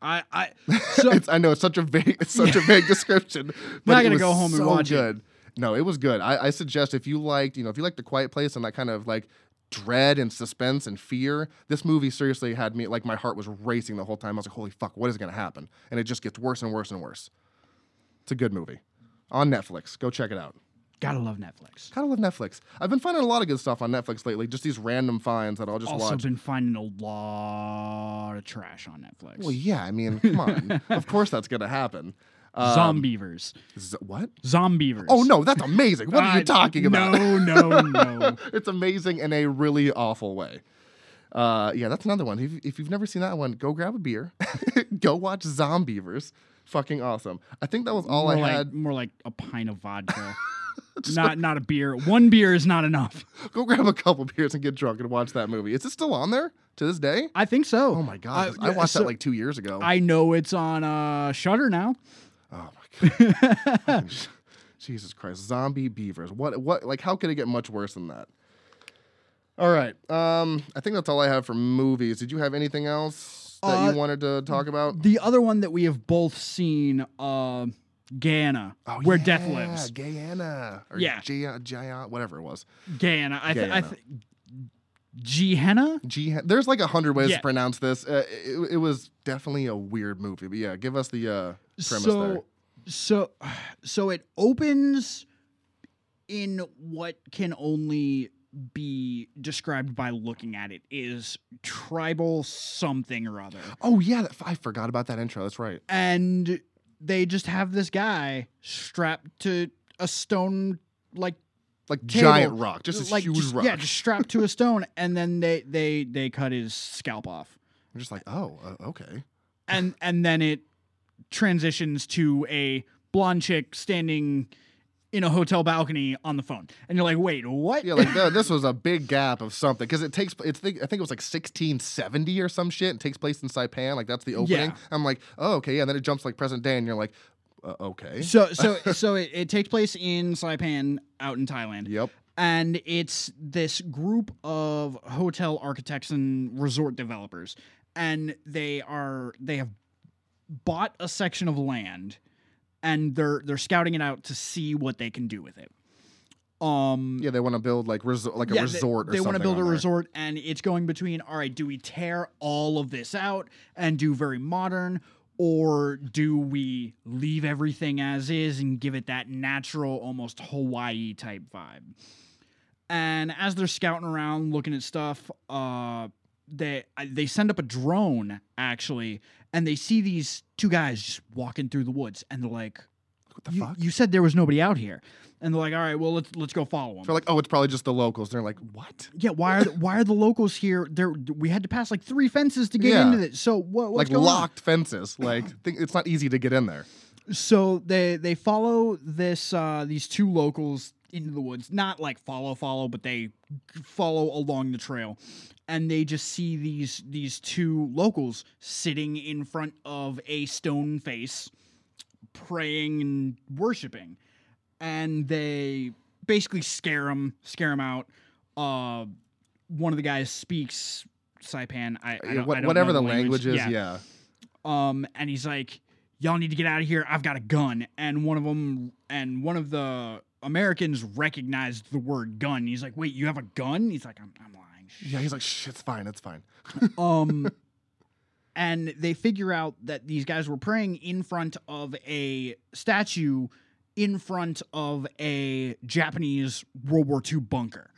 [SPEAKER 2] I I so
[SPEAKER 1] It's, I know it's such a vague it's such a vague description. But
[SPEAKER 2] not
[SPEAKER 1] it
[SPEAKER 2] gonna
[SPEAKER 1] was
[SPEAKER 2] go home and
[SPEAKER 1] so
[SPEAKER 2] watch it.
[SPEAKER 1] good. No, it was good. I, I suggest if you liked you know if you liked the Quiet Place and that kind of like dread and suspense and fear, this movie seriously had me like my heart was racing the whole time. I was like, holy fuck, what is gonna happen? And it just gets worse and worse and worse. It's a good movie on Netflix. Go check it out.
[SPEAKER 2] gotta love Netflix.
[SPEAKER 1] Kind of love Netflix. I've been finding a lot of good stuff on Netflix lately. Just these random finds that I'll just
[SPEAKER 2] Also
[SPEAKER 1] watch.
[SPEAKER 2] been finding a lot of trash on Netflix.
[SPEAKER 1] Well, yeah. I mean, come on. of course that's gonna happen. Uh,
[SPEAKER 2] Um, Zombievers.
[SPEAKER 1] z- what?
[SPEAKER 2] Zombievers.
[SPEAKER 1] Oh no, that's amazing. What are you
[SPEAKER 2] Uh,
[SPEAKER 1] talking about?
[SPEAKER 2] No, no, no.
[SPEAKER 1] it's amazing in a really awful way. Uh, yeah, that's another one. If, if you've never seen that one, go grab a beer, go watch Zombievers. Fucking awesome. I think that was all
[SPEAKER 2] more
[SPEAKER 1] I
[SPEAKER 2] like,
[SPEAKER 1] had.
[SPEAKER 2] more like a pint of vodka. not not a beer. One beer is not enough.
[SPEAKER 1] Go grab a couple beers and get drunk and watch that movie. Is it still on there to this day?
[SPEAKER 2] I think so.
[SPEAKER 1] Oh my god,
[SPEAKER 2] Uh,
[SPEAKER 1] I watched
[SPEAKER 2] so
[SPEAKER 1] that like two years ago.
[SPEAKER 2] I know it's on uh Shutter now.
[SPEAKER 1] Oh my god. Fucking sh- Jesus Christ. Zombie beavers. What what like how could it get much worse than that? All right. Um I think that's all I have for movies. Did you have anything else that
[SPEAKER 2] Uh,
[SPEAKER 1] you wanted to talk about?
[SPEAKER 2] The other one that we have both seen, uh, Guyana, where death
[SPEAKER 1] Oh, yeah,
[SPEAKER 2] lives.
[SPEAKER 1] Guyana. Or
[SPEAKER 2] Yeah.
[SPEAKER 1] Gia, Gia, whatever it was.
[SPEAKER 2] Guyana. I, th- I
[SPEAKER 1] Guyana.
[SPEAKER 2] th- Gehenna.
[SPEAKER 1] G- there's like a hundred ways
[SPEAKER 2] Yeah.
[SPEAKER 1] to pronounce this. Uh, it, it was definitely a weird movie. But yeah, give us the uh, premise
[SPEAKER 2] so,
[SPEAKER 1] there.
[SPEAKER 2] so, so it opens in what can only be described by looking at it is tribal something or other.
[SPEAKER 1] Oh yeah, that, I forgot about that intro. That's right.
[SPEAKER 2] and they just have this guy strapped to a stone like
[SPEAKER 1] Like
[SPEAKER 2] Cable.
[SPEAKER 1] giant rock, just a
[SPEAKER 2] like
[SPEAKER 1] huge
[SPEAKER 2] just-
[SPEAKER 1] rock.
[SPEAKER 2] yeah just strapped to a stone and then they they they cut his scalp off
[SPEAKER 1] I'm just like, oh, uh, okay.
[SPEAKER 2] and and then it transitions to a blonde chick standing in a hotel balcony on the phone and you're like wait what
[SPEAKER 1] Yeah, like th- this was a big gap of something because it takes. It's think, I think it was like 1670 or some shit. It takes place in Saipan. Like that's the opening.
[SPEAKER 2] Yeah.
[SPEAKER 1] I'm like, oh okay, yeah. And then it jumps like present day, and you're like, uh, okay,
[SPEAKER 2] so so so it, it takes place in saipan out in thailand
[SPEAKER 1] yep,
[SPEAKER 2] and it's this group of hotel architects and resort developers and they are they have bought a section of land and they're they're scouting it out to see what they can do with it um
[SPEAKER 1] yeah. They want to build like resort, like
[SPEAKER 2] yeah,
[SPEAKER 1] a
[SPEAKER 2] they-
[SPEAKER 1] resort.
[SPEAKER 2] They,
[SPEAKER 1] or
[SPEAKER 2] want
[SPEAKER 1] something
[SPEAKER 2] to build a
[SPEAKER 1] on there.
[SPEAKER 2] resort, and it's going between all right, do we tear all of this out and do very modern, or do we leave everything as is and give it that natural, almost Hawaii type vibe? And as they're scouting around, looking at stuff, uh, they I- they send up a drone actually, and they see these two guys just walking through the woods, and they're like.
[SPEAKER 1] What the
[SPEAKER 2] You,
[SPEAKER 1] fuck?
[SPEAKER 2] you said there was nobody out here, and they're like, "All right, well, let's let's go follow them."
[SPEAKER 1] They're like, oh, it's probably just the locals. They're like, what?
[SPEAKER 2] Yeah, why are the, why are the locals here? There, we had to pass like three fences to get
[SPEAKER 1] Yeah.
[SPEAKER 2] into this. So what? What's
[SPEAKER 1] like
[SPEAKER 2] going
[SPEAKER 1] locked fences. Like think, it's not easy to get in there.
[SPEAKER 2] On? So they they follow this uh, these two locals into the woods, not like follow follow, but they follow along the trail, and they just see these these two locals sitting in front of a stone face, praying and worshiping, and they basically scare them scare them out. Uh, one of the guys speaks Saipan, I, I
[SPEAKER 1] Yeah,
[SPEAKER 2] don't-
[SPEAKER 1] wha-
[SPEAKER 2] I don't
[SPEAKER 1] whatever
[SPEAKER 2] know
[SPEAKER 1] the language, is,
[SPEAKER 2] Yeah.
[SPEAKER 1] yeah.
[SPEAKER 2] Um, and he's like, "Y'all need to get out of here. I've got a gun." And one of them, and one of the Americans recognized the word gun. He's like, "Wait, you have a gun?" He's like, "I'm, I'm lying."
[SPEAKER 1] Yeah, he's like, Shh, it's fine, it's fine.
[SPEAKER 2] Um, and they figure out that these guys were praying in front of a statue in front of a Japanese World War II bunker.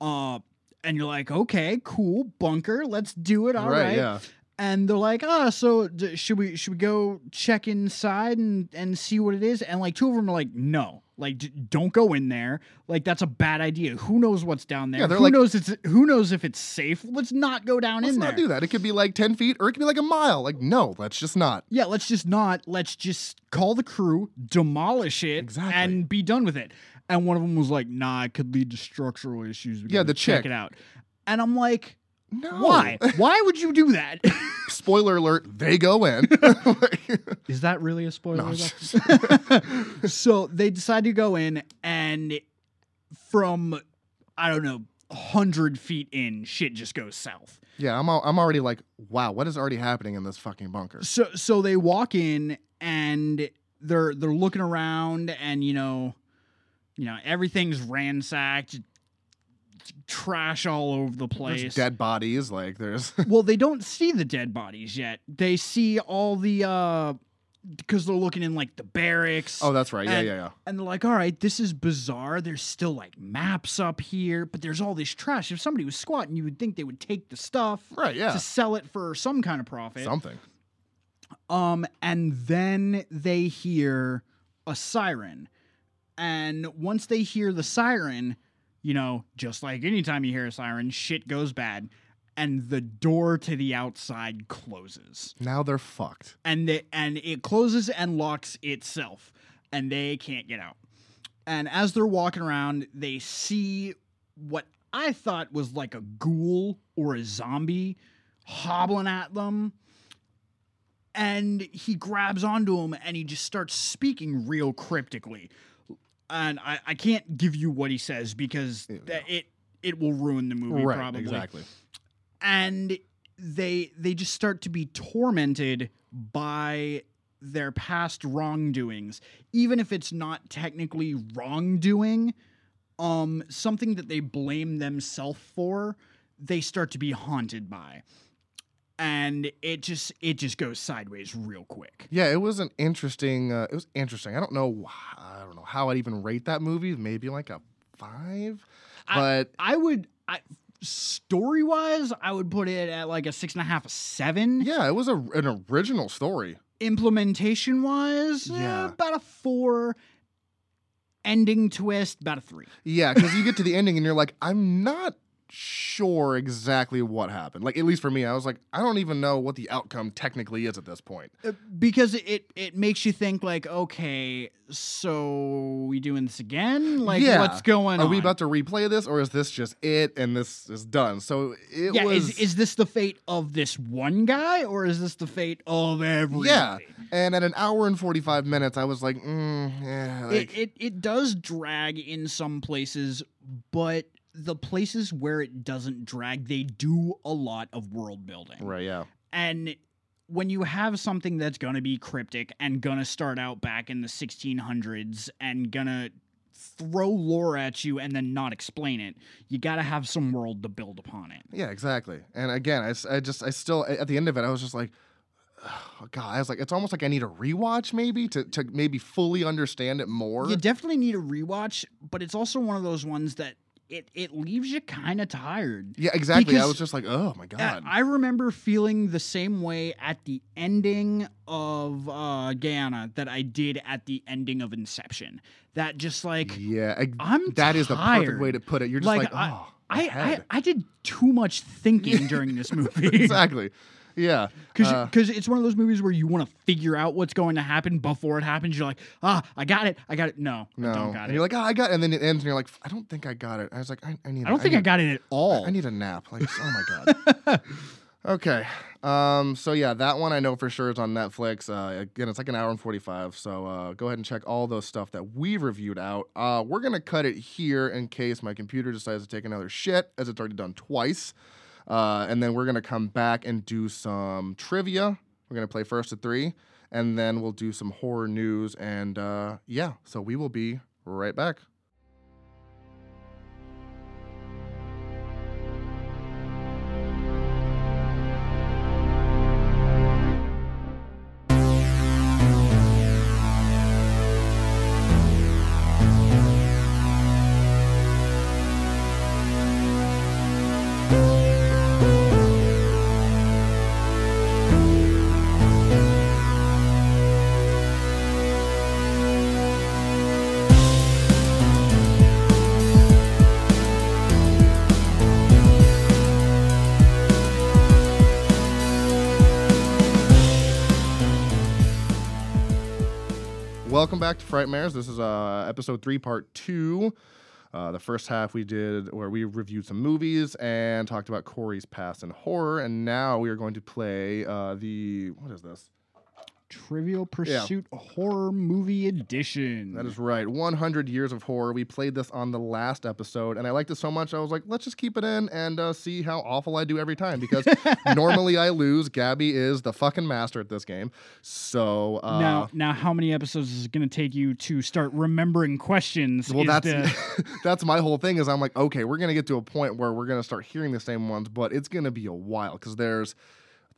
[SPEAKER 2] Uh, and you're like, okay, cool, bunker, let's do it. All right.
[SPEAKER 1] yeah.
[SPEAKER 2] And they're like, ah, so d- should we should we go check inside and and see what it is? And like two of them are like, no, like d- don't go in there. Like that's a bad idea. Who knows what's down there?
[SPEAKER 1] Yeah, they're
[SPEAKER 2] who
[SPEAKER 1] like-
[SPEAKER 2] knows it's who knows if it's safe? Let's not go down
[SPEAKER 1] Let's
[SPEAKER 2] in
[SPEAKER 1] not
[SPEAKER 2] there.
[SPEAKER 1] do that. It could be like 10 feet or it could be like a mile. Like, no, let's just not.
[SPEAKER 2] Yeah, let's just not. Let's just call the crew, demolish it,
[SPEAKER 1] Exactly.
[SPEAKER 2] and be done with it. And one of them was like, "Nah, it could lead to structural issues. We
[SPEAKER 1] Yeah,
[SPEAKER 2] gotta
[SPEAKER 1] the
[SPEAKER 2] check
[SPEAKER 1] chick.
[SPEAKER 2] it out." And I'm like,
[SPEAKER 1] No.
[SPEAKER 2] "Why? Why would you do that?
[SPEAKER 1] Spoiler alert, they go in.
[SPEAKER 2] Is that really a spoiler?"
[SPEAKER 1] No,
[SPEAKER 2] though? so they decide to go in and from i don't know 100 feet in shit just goes south
[SPEAKER 1] yeah, I'm, al- I'm already like, wow, what is already happening in this fucking bunker?
[SPEAKER 2] so so they walk in and they're they're looking around and you know you know everything's ransacked trash all over the
[SPEAKER 1] There's
[SPEAKER 2] place
[SPEAKER 1] dead bodies. Like, there's.
[SPEAKER 2] well they don't see the dead bodies yet they see all the uh because they're looking in like the barracks
[SPEAKER 1] Oh, that's right. Yeah,
[SPEAKER 2] And-
[SPEAKER 1] yeah, yeah.
[SPEAKER 2] and they're like, all right, this is bizarre. There's still like maps up here, but there's all this trash. If somebody was squatting, you would think they would take the stuff
[SPEAKER 1] Right, yeah.
[SPEAKER 2] to sell it for some kind of profit.
[SPEAKER 1] Something.
[SPEAKER 2] Um, and then they hear a siren. And once they hear the siren, you know, just like anytime you hear a siren, shit goes bad. And the door to the outside closes
[SPEAKER 1] Now they're fucked.
[SPEAKER 2] and they, and it closes and locks itself and they can't get out and as they're walking around they see what i thought was like a ghoul or a zombie hobbling at them and he grabs onto him and he just starts speaking real cryptically and i, I can't give you what he says because
[SPEAKER 1] Yeah.
[SPEAKER 2] that it it will ruin the movie
[SPEAKER 1] right,
[SPEAKER 2] probably
[SPEAKER 1] exactly.
[SPEAKER 2] and they they just start to be tormented by their past wrongdoings even if it's not technically wrongdoing um something that they blame themselves for they start to be haunted by and it just it just goes sideways real quick
[SPEAKER 1] Yeah, it was an interesting. Uh, it was interesting. I don't know. wh- I don't know how I'd even rate that movie. Maybe like a five.
[SPEAKER 2] I-
[SPEAKER 1] But
[SPEAKER 2] i would i story wise i would put it at like a six and a half a seven
[SPEAKER 1] yeah, it was a, an original story.
[SPEAKER 2] implementation wise,
[SPEAKER 1] Yeah.
[SPEAKER 2] eh, about a four. Ending twist, about a three.
[SPEAKER 1] Yeah, because you get to the ending and you're like, I'm not sure exactly what happened. Like at least for me, I was like, I don't even know what the outcome technically is at this point.
[SPEAKER 2] Uh, Because it it makes you think like, okay, so we doing this again? Like,
[SPEAKER 1] Yeah.
[SPEAKER 2] what's going on?
[SPEAKER 1] Are we about to replay this, or is this just it and this is done? So it
[SPEAKER 2] yeah,
[SPEAKER 1] was.
[SPEAKER 2] is, is this the fate of this one guy, or is this the fate of everybody?
[SPEAKER 1] yeah, and at an hour and forty five minutes, I was like, mm, yeah, like,
[SPEAKER 2] it, it it does drag in some places, but the places where it doesn't drag, they do a lot of world building.
[SPEAKER 1] right, yeah.
[SPEAKER 2] And when you have something that's going to be cryptic and going to start out back in the 1600s and going to throw lore at you and then not explain it, you got to have some world to build upon it.
[SPEAKER 1] Yeah, exactly. And again, I, s- I just, I still, at the end of it, I was just like, oh, God, I was like, it's almost like I need a rewatch maybe to, to maybe fully understand it more.
[SPEAKER 2] You definitely need a rewatch, but it's also one of those ones that it, it leaves you kind of tired.
[SPEAKER 1] yeah, exactly. I
[SPEAKER 2] because-
[SPEAKER 1] was just like, oh my
[SPEAKER 2] Uh,
[SPEAKER 1] God.
[SPEAKER 2] I remember feeling the same way at the ending of uh, Guyana that I did at the ending of Inception. That just like
[SPEAKER 1] yeah, I,
[SPEAKER 2] I'm
[SPEAKER 1] that is the perfect
[SPEAKER 2] tired.
[SPEAKER 1] way to put it. You're just like,
[SPEAKER 2] Like, I-
[SPEAKER 1] oh, my
[SPEAKER 2] I, I
[SPEAKER 1] head."
[SPEAKER 2] I did too much thinking during this movie.
[SPEAKER 1] exactly. yeah.
[SPEAKER 2] Because
[SPEAKER 1] Uh,
[SPEAKER 2] it's one of those movies where you want to figure out what's going to happen before it happens. You're like, ah, I got it. I got it. No,
[SPEAKER 1] no.
[SPEAKER 2] I don't got
[SPEAKER 1] and
[SPEAKER 2] it.
[SPEAKER 1] you're like, ah, I got, and then it ends, and you're like, I don't think I got it. I was like, I, I need.
[SPEAKER 2] I don't think I
[SPEAKER 1] need-
[SPEAKER 2] got it at all.
[SPEAKER 1] I need a nap. Like, oh my god. okay. Um. So yeah, that one I know for sure is on Netflix. Uh, again, it's like an hour and forty-five. So uh, go ahead and check all those stuff that we reviewed out. Uh, we're gonna cut it here in case my computer decides to take another shit, as it's already done twice. Uh, and then we're gonna come back and do some trivia. We're gonna play first to three, and then we'll do some horror news. And uh, yeah, so we will be right back. Welcome back to Frightmares. This is uh, episode three, part two. Uh, the first half we did where we reviewed some movies and talked about Corey's past in horror, and now we are going to play uh, the what is this?
[SPEAKER 2] Trivial Pursuit Horror Movie Edition.
[SPEAKER 1] That is right, 100 years of horror. We played this on the last episode, and I liked it so much I was like, let's just keep it in and uh, see how awful I do every time because normally I lose. Gabby is the fucking master at this game, so uh,
[SPEAKER 2] now, now, how many episodes is it going to take you to start remembering questions?
[SPEAKER 1] Well,
[SPEAKER 2] is
[SPEAKER 1] that's
[SPEAKER 2] the-
[SPEAKER 1] that's my whole thing. Is I'm like, okay, we're gonna get to a point where we're gonna start hearing the same ones, but it's gonna be a while because there's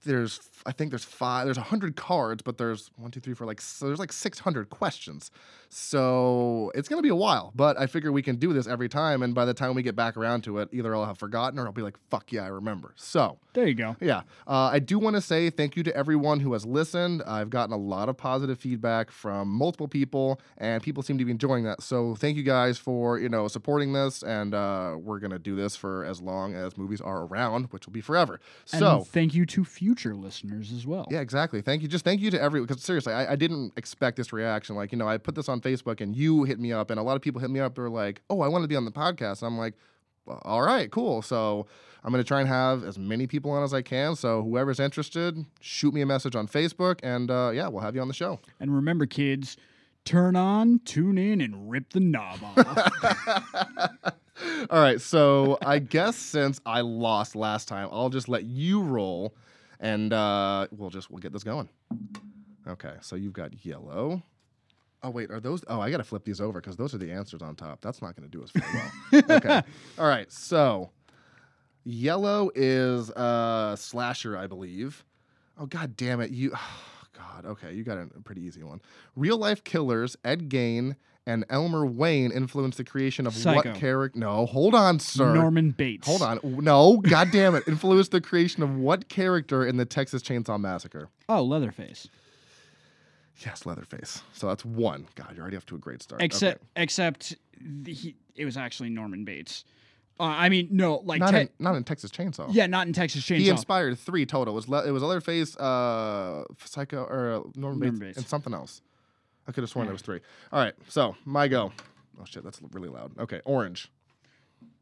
[SPEAKER 1] there's I think there's five there's a hundred cards, but there's one two three four like so there's like six hundred questions, so it's gonna be a while. But I figure we can do this every time, and by the time we get back around to it, either I'll have forgotten or I'll be like, fuck yeah, I remember. So.
[SPEAKER 2] there you go.
[SPEAKER 1] Yeah. Uh, I do want to say thank you to everyone who has listened. I've gotten a lot of positive feedback from multiple people, and people seem to be enjoying that. So thank you guys for you know supporting this, and uh, we're gonna do this for as long as movies are around, which will be forever.
[SPEAKER 2] And
[SPEAKER 1] So.
[SPEAKER 2] thank you to future listeners as well.
[SPEAKER 1] Yeah, exactly. Thank you. Just thank you to everyone. Because seriously, I, I didn't expect this reaction. Like, you know, I put this on Facebook and you hit me up, and a lot of people hit me up. They're like, oh, I want to be on the podcast. And I'm like, "Well, all right, cool. So I'm going to try and have as many people on as I can. So whoever's interested, shoot me a message on Facebook, and uh, yeah, we'll have you on the show.
[SPEAKER 2] And remember, kids, turn on, tune in, and rip the knob off.
[SPEAKER 1] All right, so I guess since I lost last time, I'll just let you roll, and uh, we'll just we'll get this going. Okay, so you've got yellow. Oh wait, are those? Oh, I gotta flip these over because those are the answers on top. That's not gonna do us very well. okay. All right, so yellow is uh, slasher, I believe. Oh god damn it, you. oh, God, okay, you got a pretty easy one. Real life killers Ed Gain and Elmer Wayne influenced the creation of
[SPEAKER 2] Psycho.
[SPEAKER 1] what character? No, hold on, sir.
[SPEAKER 2] Norman Bates.
[SPEAKER 1] Hold on. No, god damn it. Influenced the creation of what character in the Texas Chainsaw Massacre?
[SPEAKER 2] Oh, Leatherface.
[SPEAKER 1] Yes, Leatherface. So that's one. God, you're already off to a great start.
[SPEAKER 2] Except, except the, he, it was actually Norman Bates. Uh, I mean, no,
[SPEAKER 1] Okay.
[SPEAKER 2] like,
[SPEAKER 1] not
[SPEAKER 2] te-
[SPEAKER 1] in not in Texas Chainsaw.
[SPEAKER 2] yeah, not in Texas
[SPEAKER 1] He
[SPEAKER 2] Chainsaw.
[SPEAKER 1] inspired three total. It was Le- it was Leatherface, uh, Psycho, or uh, Norman, Bates,
[SPEAKER 2] Norman Bates.
[SPEAKER 1] and something else. I could have sworn it was three. All right, so my go. Oh shit, that's really loud. Okay, orange.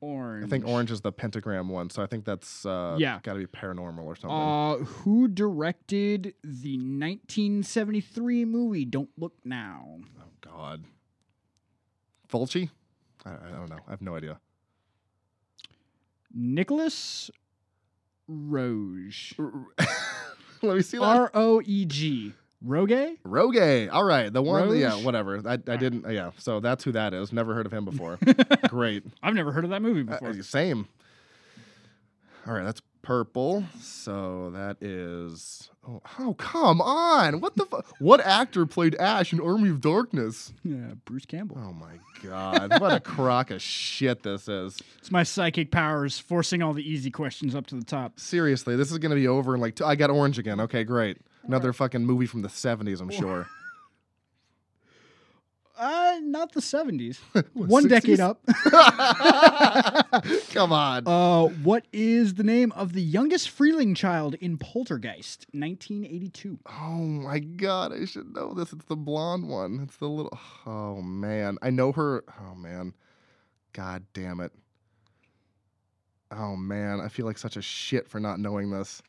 [SPEAKER 2] orange.
[SPEAKER 1] I think orange is the pentagram one, so I think that's uh,
[SPEAKER 2] Yeah.
[SPEAKER 1] got to be paranormal or something.
[SPEAKER 2] Uh, who directed the 1973 movie Don't Look Now?
[SPEAKER 1] Oh God. Fulci? I, I don't know. I have no idea.
[SPEAKER 2] Nicholas Roge.
[SPEAKER 1] Let me see that.
[SPEAKER 2] R O E G. Roge?
[SPEAKER 1] Rogue. All right. The one. Yeah.
[SPEAKER 2] Roge?
[SPEAKER 1] Whatever. I, I didn't. Yeah. So that's who that is. Never heard of him before. Great.
[SPEAKER 2] I've never heard of that movie
[SPEAKER 1] Uh,
[SPEAKER 2] before.
[SPEAKER 1] same. All right. That's purple. So that is. Oh, oh come on. What the fuck? what actor played Ash in Army of Darkness?
[SPEAKER 2] Yeah, Bruce Campbell.
[SPEAKER 1] Oh my God. What a crock of shit this is.
[SPEAKER 2] It's my psychic powers forcing all the easy questions up to the top.
[SPEAKER 1] Seriously, this is gonna be over in like two, I got orange again. Okay, great. Another fucking movie from the seventies, I'm sure.
[SPEAKER 2] Uh, not the 70s.
[SPEAKER 1] What,
[SPEAKER 2] One
[SPEAKER 1] 60s?
[SPEAKER 2] decade up.
[SPEAKER 1] Come on.
[SPEAKER 2] Uh, what is the name of the youngest Freeling child in Poltergeist? 1982.
[SPEAKER 1] oh my god, I should know this. It's the blonde one. It's the little. Oh man, I know her. Oh man, god damn it. Oh man, I feel like such a shit for not knowing this.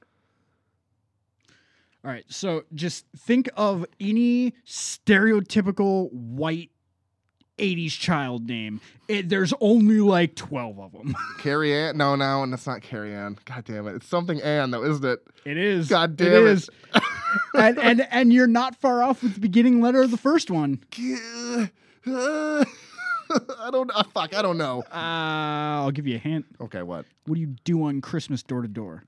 [SPEAKER 2] All right, so just think of any stereotypical white 80s child name. It, there's only like 12 of them.
[SPEAKER 1] Carrie Ann? No, no, and it's not Carrie Ann. God damn it, it's something Ann though, isn't it?
[SPEAKER 2] It is.
[SPEAKER 1] God
[SPEAKER 2] It
[SPEAKER 1] damn it.
[SPEAKER 2] is. and, and and you're not far off with the beginning letter of the first one.
[SPEAKER 1] I don't. know. fuck, I don't know.
[SPEAKER 2] Uh, I'll give you a hint.
[SPEAKER 1] Okay, what?
[SPEAKER 2] What do you do on Christmas door to door?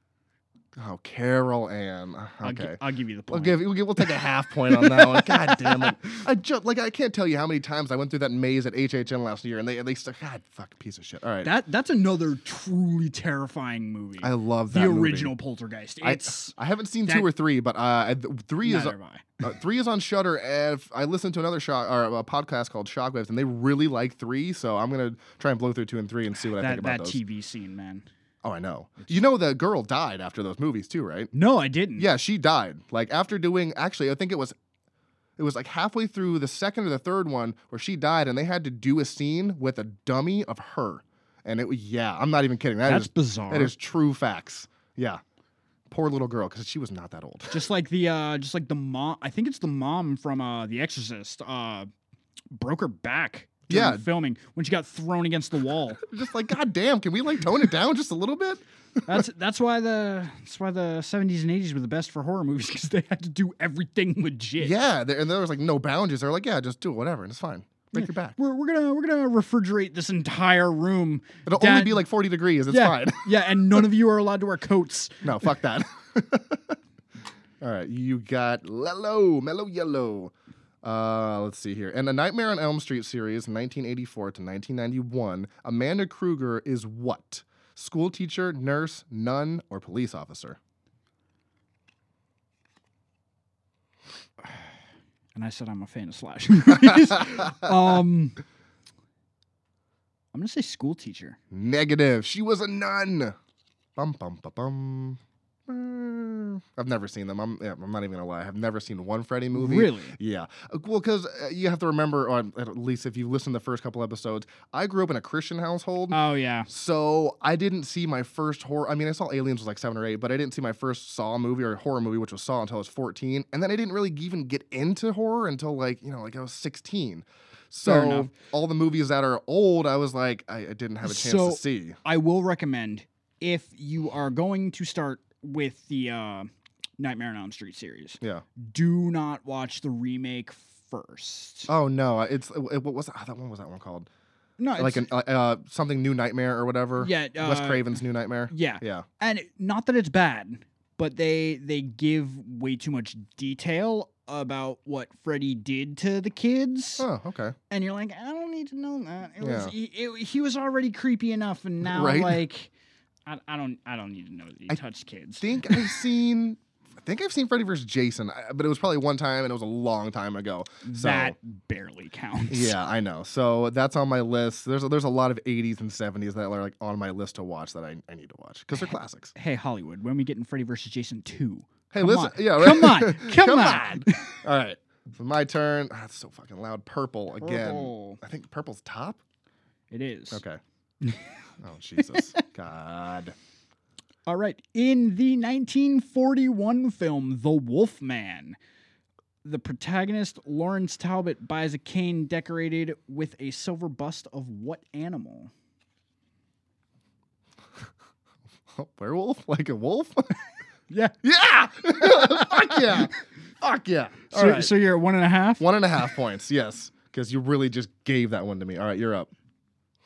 [SPEAKER 1] Oh, Carol Ann.
[SPEAKER 2] I'll gi-
[SPEAKER 1] Okay.
[SPEAKER 2] I'll give you the
[SPEAKER 1] We'll
[SPEAKER 2] point.
[SPEAKER 1] give, we'll give- we'll take a half point on that one. God damn it! I just like I can't tell you how many times I went through that maze at HHN last year, and they they stuck. God, fuck, piece of shit. All right,
[SPEAKER 2] that that's another truly terrifying movie.
[SPEAKER 1] I love that
[SPEAKER 2] the
[SPEAKER 1] movie.
[SPEAKER 2] original Poltergeist.
[SPEAKER 1] I-
[SPEAKER 2] It's
[SPEAKER 1] I haven't seen
[SPEAKER 2] that-
[SPEAKER 1] two or three, but uh, I- th- three is
[SPEAKER 2] neither have I.
[SPEAKER 1] uh, three is on Shutter. And f- I listened to another shock or a podcast called Shockwaves, and they really like three. So I'm gonna try and blow through two and three and see what I think
[SPEAKER 2] that
[SPEAKER 1] about those.
[SPEAKER 2] that TV scene, man.
[SPEAKER 1] Oh, I know. You know the girl died after those movies too, right?
[SPEAKER 2] No, I didn't.
[SPEAKER 1] Yeah, she died. Like after doing actually, I think it was it was like halfway through the second or the third one where she died and they had to do a scene with a dummy of her. And it was yeah, I'm not even kidding. That
[SPEAKER 2] that's
[SPEAKER 1] is
[SPEAKER 2] bizarre.
[SPEAKER 1] that is true facts. Yeah. Poor little girl cuz she was not that old.
[SPEAKER 2] just like the uh, just like the mom. I think it's the mom from uh, The Exorcist. Uh, broke her back. during
[SPEAKER 1] Yeah.
[SPEAKER 2] filming when she got thrown against the wall.
[SPEAKER 1] Just like god damn, can we like tone it down just a little bit?
[SPEAKER 2] That's that's why the that's why the seventies and eighties were the best for horror movies because they had to do everything legit.
[SPEAKER 1] Yeah, there, and there was like no boundaries. They're like, yeah, just do it, whatever, and it's fine. Break your back.
[SPEAKER 2] We're, we're gonna we're gonna refrigerate this entire room.
[SPEAKER 1] It'll only
[SPEAKER 2] Dad-
[SPEAKER 1] be like 40 degrees. It's
[SPEAKER 2] yeah,
[SPEAKER 1] fine.
[SPEAKER 2] yeah, and none of you are allowed to wear coats.
[SPEAKER 1] No, fuck that. All right, you got Lello, Mellow Yellow. Uh, let's see here. In the Nightmare on Elm Street series, 1984 to 1991, Amanda Kruger is what? School teacher, nurse, nun, or police officer?
[SPEAKER 2] And I said I'm a fan of slash movies. um, I'm gonna say school teacher.
[SPEAKER 1] Negative. She was a nun. Bum bum ba, bum. Mm. I've never seen them. I'm, yeah, I'm not even gonna lie. I've never seen one Freddy movie.
[SPEAKER 2] Really?
[SPEAKER 1] Yeah. Uh, Well, because uh, you have to remember, or at least if you listen to the first couple episodes, I grew up in a Christian household.
[SPEAKER 2] Oh yeah.
[SPEAKER 1] so I didn't see my first horror. I mean, I saw Aliens was like seven or eight, but I didn't see my first Saw movie or horror movie, which was Saw until I was 14. And then I didn't really even get into horror until like, you know, like I was 16.
[SPEAKER 2] Fair
[SPEAKER 1] So
[SPEAKER 2] enough.
[SPEAKER 1] all the movies that are old, I was like, I, I didn't have a chance
[SPEAKER 2] So-
[SPEAKER 1] to see.
[SPEAKER 2] I will recommend if you are going to start with the uh, Nightmare on Elm Street series,
[SPEAKER 1] Yeah.
[SPEAKER 2] do not watch the remake first.
[SPEAKER 1] Oh no, it's it, what was that? that one? Was that one called
[SPEAKER 2] no, it's,
[SPEAKER 1] like an uh, uh, something New Nightmare or whatever?
[SPEAKER 2] yeah, uh,
[SPEAKER 1] Wes Craven's New Nightmare.
[SPEAKER 2] Yeah,
[SPEAKER 1] Yeah.
[SPEAKER 2] and not that it's bad, but they they give way too much detail about what Freddy did to the kids,
[SPEAKER 1] Oh, okay.
[SPEAKER 2] and you're like, I don't need to know that. It was he, it, he was already creepy enough, and now
[SPEAKER 1] Right.
[SPEAKER 2] like, I, I don't I don't need to know that he
[SPEAKER 1] I
[SPEAKER 2] touched kids.
[SPEAKER 1] think I've seen. I think I've seen Freddy vs. Jason, I- but it was probably one time and it was a long time ago. So
[SPEAKER 2] that barely counts.
[SPEAKER 1] yeah, I know. So that's on my list. There's a, there's a lot of 80s and 70s that are like on my list to watch that I, I need to watch because they're classics.
[SPEAKER 2] Hey Hollywood, when we getting Freddy versus Jason two?
[SPEAKER 1] Hey,
[SPEAKER 2] Come
[SPEAKER 1] listen,
[SPEAKER 2] on.
[SPEAKER 1] yeah, right?
[SPEAKER 2] Come on, come,
[SPEAKER 1] Come
[SPEAKER 2] on.
[SPEAKER 1] All right, so my turn. Ah, it's so fucking loud. Purple again.
[SPEAKER 2] Purple.
[SPEAKER 1] I think purple's top.
[SPEAKER 2] Oh. It is
[SPEAKER 1] Okay. oh Jesus, God.
[SPEAKER 2] All right. In the 1941 film The Wolfman, the protagonist Lawrence Talbot buys a cane decorated with a silver bust of what animal?
[SPEAKER 1] Oh, werewolf? Like a wolf?
[SPEAKER 2] Yeah.
[SPEAKER 1] yeah! Fuck yeah! Fuck yeah! All
[SPEAKER 2] So,
[SPEAKER 1] right.
[SPEAKER 2] so you're at one and a half?
[SPEAKER 1] One and a half points, yes. Because you really just gave that one to me. All right, you're up.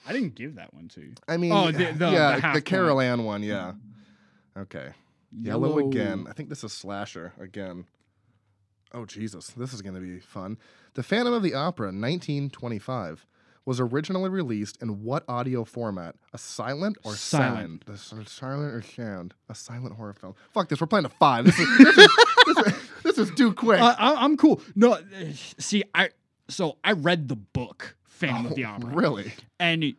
[SPEAKER 2] I didn't give that one to you.
[SPEAKER 1] I mean,
[SPEAKER 2] Oh, the- the- the
[SPEAKER 1] yeah,
[SPEAKER 2] half point.
[SPEAKER 1] Carol Ann one, yeah. Okay. Yellow, again. I think this is Slasher again. Oh, Jesus. This is going to be fun. The Phantom of the Opera, 1925, was originally released in what audio format? A silent or sound?
[SPEAKER 2] Silent.
[SPEAKER 1] The s- silent or sound? A silent horror film. Fuck this. We're playing a five. This is, this is, this is, this is too quick.
[SPEAKER 2] Uh, I, I'm cool. No, uh, see, I So I read the book Phantom of the
[SPEAKER 1] Oh,
[SPEAKER 2] Opera,
[SPEAKER 1] Really?
[SPEAKER 2] and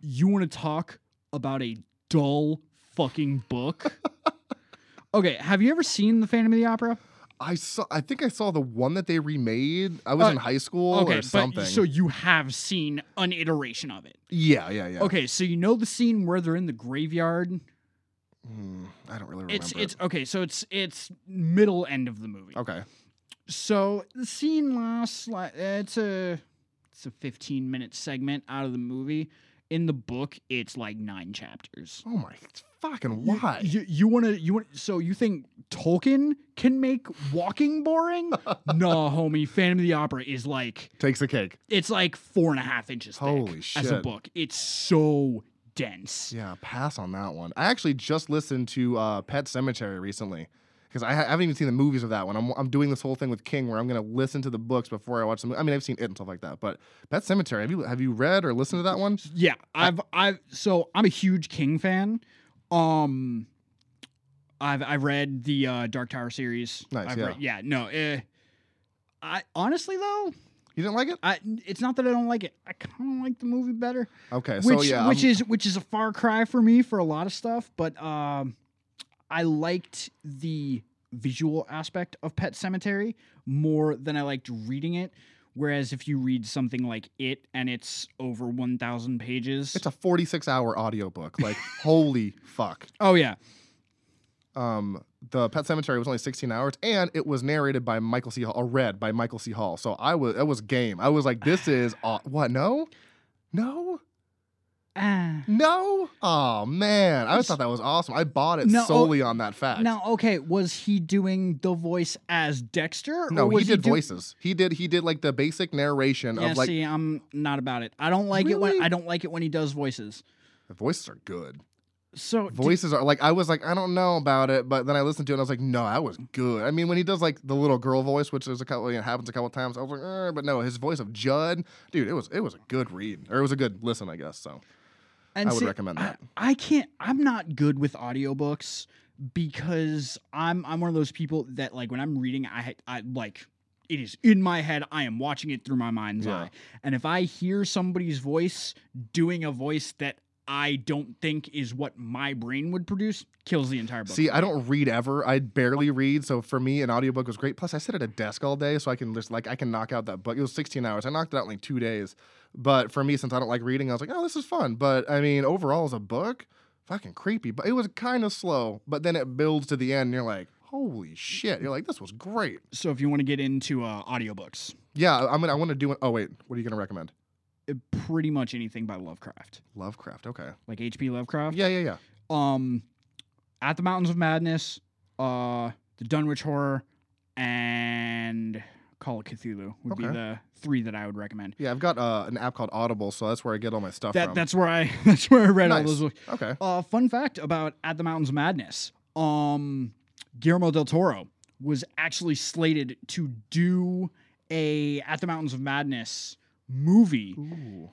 [SPEAKER 2] you want to talk about a dull fucking book? okay, have you ever seen the Phantom of the Opera?
[SPEAKER 1] I saw. I think I saw the one that they remade. I was
[SPEAKER 2] Uh,
[SPEAKER 1] in high school
[SPEAKER 2] Okay,
[SPEAKER 1] or
[SPEAKER 2] but
[SPEAKER 1] something.
[SPEAKER 2] so you have seen an iteration of it.
[SPEAKER 1] yeah, yeah, yeah.
[SPEAKER 2] Okay, so you know the scene where they're in the graveyard.
[SPEAKER 1] Hmm, I don't really remember.
[SPEAKER 2] It's
[SPEAKER 1] it.
[SPEAKER 2] it's okay, so it's it's middle end of the movie.
[SPEAKER 1] okay.
[SPEAKER 2] So the scene lasts like eh, it's a it's a 15 minute segment out of the movie. In the book, it's like nine chapters.
[SPEAKER 1] Oh my fucking
[SPEAKER 2] You-
[SPEAKER 1] why?
[SPEAKER 2] You, you want to you want so you think Tolkien can make walking boring? no, homie. Phantom of the Opera is like
[SPEAKER 1] Takes the cake.
[SPEAKER 2] it's like four and a half inches thick
[SPEAKER 1] Holy
[SPEAKER 2] as a
[SPEAKER 1] shit.
[SPEAKER 2] book. It's so dense.
[SPEAKER 1] Yeah, pass on that one. I actually just listened to uh, Pet Cemetery recently because I, ha- I haven't even seen the movies of that one. I'm, I'm doing this whole thing with King where I'm going to listen to the books before I watch the movie. I mean, I've seen it and stuff like that, but Pet Cemetery, have you have you read or listened to that one?
[SPEAKER 2] Yeah, I've I've so I'm a huge King fan. Um I've I read the uh Dark Tower series.
[SPEAKER 1] Nice,
[SPEAKER 2] I've
[SPEAKER 1] yeah.
[SPEAKER 2] read- yeah, no. Eh, I honestly though,
[SPEAKER 1] You didn't like it?
[SPEAKER 2] I it's not that I don't like it. I kind of like the movie better,
[SPEAKER 1] Okay,
[SPEAKER 2] which
[SPEAKER 1] so yeah, um
[SPEAKER 2] which
[SPEAKER 1] I'm-
[SPEAKER 2] is which is a far cry for me for a lot of stuff, but um I liked the visual aspect of Pet Cemetery more than I liked reading it. Whereas if you read something like it and it's over 1000 pages,
[SPEAKER 1] it's a 46 hour audiobook. Like, holy fuck.
[SPEAKER 2] Oh yeah.
[SPEAKER 1] Um, the Pet Cemetery was only 16 hours, and it was narrated by Michael C. Hall, or read by Michael C. Hall. So I was, that was game. I was like, this is aw- what? No, no,
[SPEAKER 2] Ah.
[SPEAKER 1] no. Oh man, I
[SPEAKER 2] It's-
[SPEAKER 1] thought that was awesome. I bought it
[SPEAKER 2] No,
[SPEAKER 1] solely on that fact.
[SPEAKER 2] oh, Now, okay, was he doing the voice as Dexter?
[SPEAKER 1] No,
[SPEAKER 2] or
[SPEAKER 1] he
[SPEAKER 2] was
[SPEAKER 1] did
[SPEAKER 2] do-
[SPEAKER 1] voices. He did. He did like the basic narration
[SPEAKER 2] Yeah,
[SPEAKER 1] of like
[SPEAKER 2] see, I'm not about it. I don't like it when
[SPEAKER 1] Really?
[SPEAKER 2] I don't like it when he does voices.
[SPEAKER 1] the voices are good.
[SPEAKER 2] So did-
[SPEAKER 1] Voices are like I was like I don't know about it, but then I listened to it and I was like, no, that was good. I mean, when he does like the little girl voice, which there's a couple, it happens a couple times, I was like, eh, but no, his voice of Judd, dude, it was it was a good read or it was a good listen, I guess. So
[SPEAKER 2] and
[SPEAKER 1] I would
[SPEAKER 2] see,
[SPEAKER 1] recommend that.
[SPEAKER 2] I, I can't. I'm not good with audiobooks because I'm I'm one of those people that like when I'm reading, I ha- I like it is in my head. I am watching it through my mind's
[SPEAKER 1] Yeah.
[SPEAKER 2] eye, and if I hear somebody's voice doing a voice that I don't think is what my brain would produce, kills the entire book.
[SPEAKER 1] See, I don't read ever. I barely read, so for me, an audiobook was great. Plus, I sit at a desk all day, so I can just like I can knock out that book. It was 16 hours. I knocked it out in like two days. But for me, since I don't like reading, I was like, oh, this is fun. But I mean, overall, as a book, fucking creepy. But it was kind of slow. But then it builds to the end, and you're like, holy shit! You're like, this was great.
[SPEAKER 2] So if you want to get into uh, audiobooks,
[SPEAKER 1] Yeah, I- I'm gonna I want to do. An, oh wait, what are you gonna recommend?
[SPEAKER 2] uh, pretty much anything by Lovecraft,
[SPEAKER 1] Lovecraft. Okay.
[SPEAKER 2] like H.P. Lovecraft.
[SPEAKER 1] Yeah, yeah, yeah.
[SPEAKER 2] Um, At the Mountains of Madness, uh, The Dunwich Horror, and Call of Cthulhu would be
[SPEAKER 1] Okay.
[SPEAKER 2] the three that I would recommend.
[SPEAKER 1] Yeah, I've got uh, an app called Audible, so that's where I get all my stuff
[SPEAKER 2] That
[SPEAKER 1] from.
[SPEAKER 2] that's where I that's where I read all
[SPEAKER 1] Nice.
[SPEAKER 2] those. books.
[SPEAKER 1] okay.
[SPEAKER 2] Uh, fun fact about At the Mountains of Madness. Um, Guillermo del Toro was actually slated to do a At the Mountains of Madness movie
[SPEAKER 1] Ooh.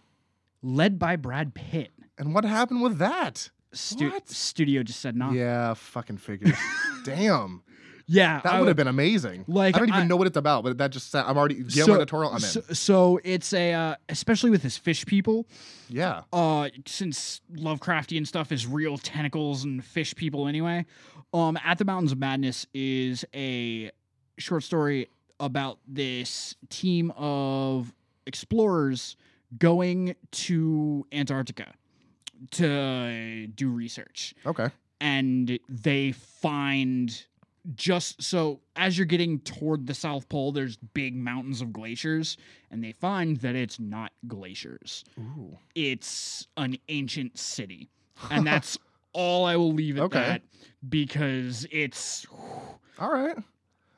[SPEAKER 2] led by Brad Pitt.
[SPEAKER 1] And what happened with that?
[SPEAKER 2] Stu-
[SPEAKER 1] What?
[SPEAKER 2] Studio just said no. Yeah,
[SPEAKER 1] Yeah, fucking figures. Damn, that
[SPEAKER 2] I
[SPEAKER 1] would have been amazing.
[SPEAKER 2] like,
[SPEAKER 1] I don't even
[SPEAKER 2] I-
[SPEAKER 1] know what it's about, but that just sa- I'm already Guillermo del Toro. I'm in.
[SPEAKER 2] So, so it's a uh, especially with his fish people.
[SPEAKER 1] yeah,
[SPEAKER 2] Uh, since Lovecraftian stuff is real tentacles and fish people anyway. Um, at the Mountains of Madness is a short story about this team of explorers going to Antarctica to do research
[SPEAKER 1] okay,
[SPEAKER 2] and they find just so as you're getting toward the south pole there's big mountains of glaciers and they find that it's not glaciers
[SPEAKER 1] Ooh.
[SPEAKER 2] it's an ancient city and that's all i will leave at
[SPEAKER 1] Okay.
[SPEAKER 2] that because it's
[SPEAKER 1] all right.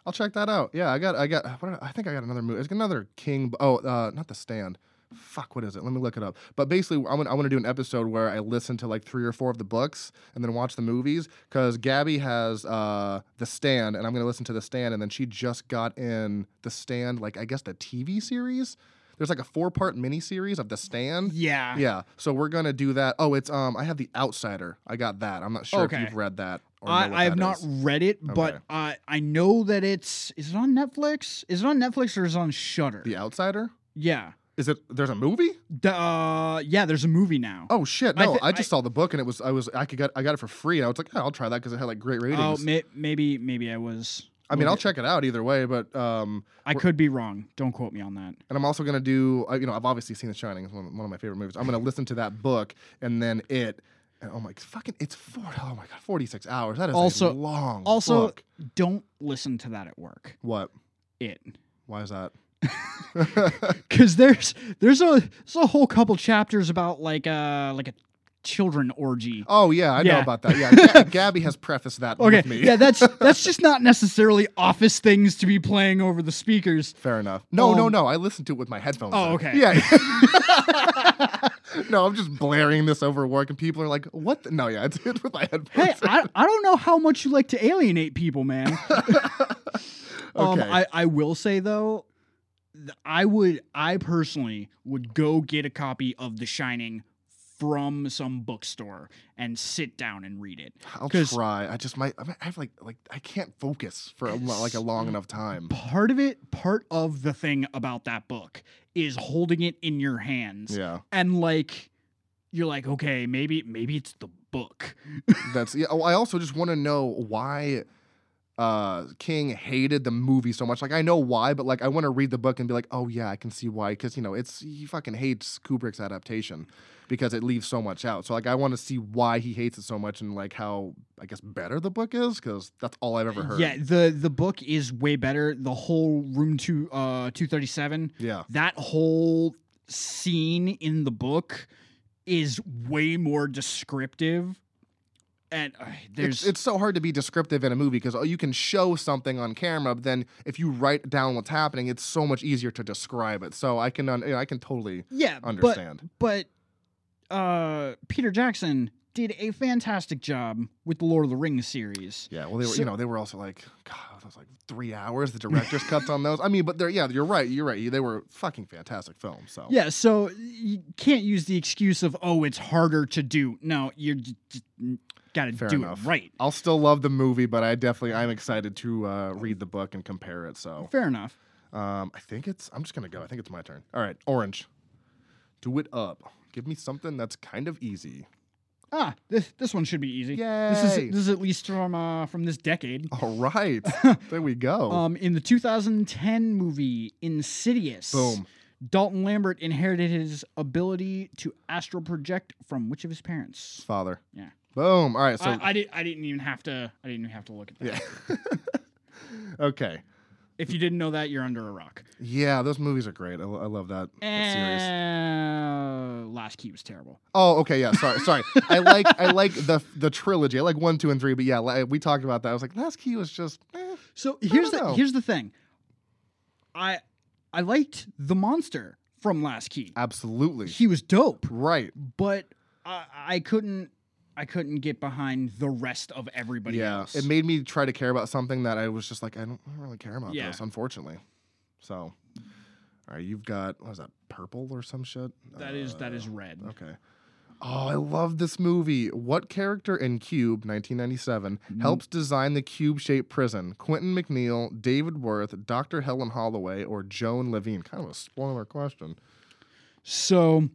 [SPEAKER 1] I'll check that out. Yeah, I got, I got. What did I I think I got another movie. It's another King. Oh, uh, not the Stand. Fuck, what is it? Let me look it up. But basically, I want, I want to do an episode where I listen to like three or four of the books and then watch the movies because Gabby has uh, the Stand, and I'm gonna listen to the Stand, and then she just got in the Stand, like I guess the TV series. There's like a four part miniseries of the Stand.
[SPEAKER 2] yeah
[SPEAKER 1] Yeah. So we're gonna do that. Oh, it's um I have the Outsider. I got that. I'm not sure
[SPEAKER 2] Okay.
[SPEAKER 1] if you've read that or know what
[SPEAKER 2] I, I have
[SPEAKER 1] that
[SPEAKER 2] not
[SPEAKER 1] is.
[SPEAKER 2] read it but
[SPEAKER 1] Okay.
[SPEAKER 2] uh, i know that it's is it on netflix is it on netflix or is it on shutter
[SPEAKER 1] The Outsider?
[SPEAKER 2] Yeah.
[SPEAKER 1] Is it? There's a movie?
[SPEAKER 2] D- uh, yeah, there's a movie now.
[SPEAKER 1] Oh shit!
[SPEAKER 2] I
[SPEAKER 1] No, I,
[SPEAKER 2] thi-
[SPEAKER 1] just saw the book and it was I was I could get I got it for free and I was like, oh, I'll try that because it had like great
[SPEAKER 2] Oh,
[SPEAKER 1] ratings.
[SPEAKER 2] may, maybe maybe I was.
[SPEAKER 1] I mean, I'll
[SPEAKER 2] okay.
[SPEAKER 1] check it out either way, but um,
[SPEAKER 2] I could be wrong. Don't quote me on that.
[SPEAKER 1] and I'm also gonna do I- you know I've obviously seen The Shining, it's one of, one of my favorite movies. I'm gonna listen to that book and then it. And oh my fucking! It's four. Oh my god, forty six hours. That is also,
[SPEAKER 2] Also-
[SPEAKER 1] a long.
[SPEAKER 2] Also,
[SPEAKER 1] book.
[SPEAKER 2] don't listen to that at work.
[SPEAKER 1] what?
[SPEAKER 2] It
[SPEAKER 1] Why is that?
[SPEAKER 2] because there's there's a there's a whole couple chapters about like uh like a children orgy.
[SPEAKER 1] Oh yeah, I know
[SPEAKER 2] Yeah.
[SPEAKER 1] about that. Yeah, Ga- Gabby has prefaced that
[SPEAKER 2] Okay,
[SPEAKER 1] Oh, with me.
[SPEAKER 2] yeah, that's that's just not necessarily office things to be playing over the speakers.
[SPEAKER 1] Fair enough. No, no,
[SPEAKER 2] Um,
[SPEAKER 1] no. I listened to it with my headphones.
[SPEAKER 2] Oh,
[SPEAKER 1] on.
[SPEAKER 2] okay.
[SPEAKER 1] Yeah. no, I'm just blaring this over work, and people are like, "What?" The? No, yeah, I did with my headphones.
[SPEAKER 2] Hey, I, I don't know how much you like to alienate people, man. Um,
[SPEAKER 1] Okay.
[SPEAKER 2] I, I will say though, th- I would I personally would go get a copy of The Shining from some bookstore and sit down and read it.
[SPEAKER 1] I'll
[SPEAKER 2] 'cause-
[SPEAKER 1] try. I just might. I might have like like I can't focus for a, lo- like a long enough time.
[SPEAKER 2] Part of it, part of the thing about that book is holding it in your hands
[SPEAKER 1] Yeah,
[SPEAKER 2] and like you're like, okay, maybe maybe it's the book.
[SPEAKER 1] that's. Yeah. Oh, I also just want to know why uh King hated the movie so much. Like I know why, but like I want to read the book and be like, "Oh yeah, I can see why." Because you know, it's he fucking hates Kubrick's adaptation because it leaves so much out. So like I want to see why he hates it so much and like how I guess better the book is because that's all I've ever heard.
[SPEAKER 2] Yeah, the the book is way better. The whole room two uh two thirty seven
[SPEAKER 1] Yeah.
[SPEAKER 2] that whole scene in the book is way more descriptive and uh, there's
[SPEAKER 1] It's, it's so hard to be descriptive in a movie because you can show something on camera, but then if you write down what's happening, it's so much easier to describe it. So I can un- I can totally
[SPEAKER 2] yeah
[SPEAKER 1] understand.
[SPEAKER 2] but but uh peter jackson did a fantastic job with the lord of the rings series
[SPEAKER 1] yeah, well, they were
[SPEAKER 2] so-
[SPEAKER 1] you know they were also like God, that was like three hours. The director's cuts on those. I mean, but they're yeah, you're right, you're right. They were fucking fantastic films. So
[SPEAKER 2] yeah so you can't use the excuse of oh it's harder to do no you just gotta
[SPEAKER 1] Fair
[SPEAKER 2] do
[SPEAKER 1] enough.
[SPEAKER 2] it right
[SPEAKER 1] I'll still love the movie, but I definitely I'm excited to uh, read the book and compare it. So
[SPEAKER 2] fair enough
[SPEAKER 1] um, I think it's I'm just gonna go. I think it's my turn. All right, orange, do it up. Give me something that's kind of easy.
[SPEAKER 2] ah this this one should be easy this is
[SPEAKER 1] Yay.
[SPEAKER 2] this is at least from uh from this decade
[SPEAKER 1] All right. there we go.
[SPEAKER 2] Um, in the 2010 movie Insidious,
[SPEAKER 1] Boom.
[SPEAKER 2] Dalton Lambert inherited his ability to astral project from which of his parents?
[SPEAKER 1] Father.
[SPEAKER 2] Yeah.
[SPEAKER 1] Boom. All right. So,
[SPEAKER 2] I, I, did, I didn't even have to. I didn't even have to look at that.
[SPEAKER 1] yeah. okay.
[SPEAKER 2] If you didn't know that, you're under a rock.
[SPEAKER 1] Yeah, those movies are great. I, lo- I love that, that series.
[SPEAKER 2] Uh, Last Key was terrible.
[SPEAKER 1] Oh, okay. Yeah. Sorry. Sorry. I like I like the the trilogy. I like one, two, and three. But yeah, li- we talked about that. I was like, Last Key was just. eh.
[SPEAKER 2] So here's
[SPEAKER 1] don't know.
[SPEAKER 2] the here's the thing. I I liked the monster from Last Key.
[SPEAKER 1] Absolutely.
[SPEAKER 2] He was dope,
[SPEAKER 1] Right.
[SPEAKER 2] but I, I couldn't I couldn't get behind the rest of everybody
[SPEAKER 1] yeah.
[SPEAKER 2] else.
[SPEAKER 1] It made me try to care about something that I was just like, I don't, I don't really care about
[SPEAKER 2] Yeah.
[SPEAKER 1] this, unfortunately. So, all right, you've got what is that, purple or some shit? Uh,
[SPEAKER 2] That is that is red.
[SPEAKER 1] Okay. Oh, I love this movie. What character in Cube 1997
[SPEAKER 2] Mm-hmm.
[SPEAKER 1] helps design the cube shaped prison? Quentin McNeil, David Worth, Dr. Helen Holloway, or Joan Levine? Kind of a spoiler question.
[SPEAKER 2] So,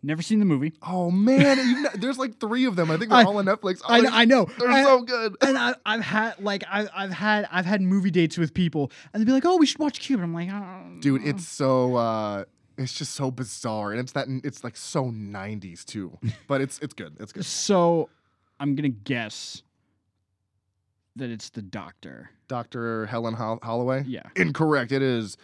[SPEAKER 2] never seen the movie.
[SPEAKER 1] Oh, man. you've not- there's like three of them. I think they're
[SPEAKER 2] I-
[SPEAKER 1] all on Netflix.
[SPEAKER 2] I,
[SPEAKER 1] Oh,
[SPEAKER 2] know- I know.
[SPEAKER 1] They're
[SPEAKER 2] I-
[SPEAKER 1] so good.
[SPEAKER 2] and I, I've had like I, I've had I've had movie dates with people, and they'd be like, "Oh, we should watch Cube." And I'm like, oh.
[SPEAKER 1] Dude, it's so. Uh, it's just so bizarre, and it's that it's like so '90s too, but it's it's good. It's good.
[SPEAKER 2] So, I'm gonna guess that it's the Doctor.
[SPEAKER 1] Doctor Helen Hol- Holloway.
[SPEAKER 2] Yeah.
[SPEAKER 1] Incorrect. It is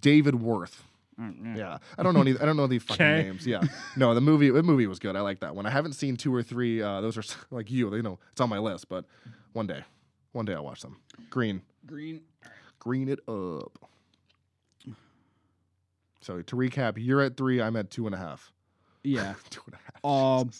[SPEAKER 1] David Worth.
[SPEAKER 2] Uh, yeah.
[SPEAKER 1] Yeah, I don't know any. I don't know the fucking
[SPEAKER 2] 'Kay.
[SPEAKER 1] names. Yeah, no, the movie. The movie was good. I like that one. I haven't seen two or three. Uh, those are s- like you. You know, it's on my list. But one day, one day I'll watch them. Green,
[SPEAKER 2] Green.
[SPEAKER 1] green it up. So to recap, you're at three. I'm at two and a half.
[SPEAKER 2] Yeah.
[SPEAKER 1] two and a half.
[SPEAKER 2] Um,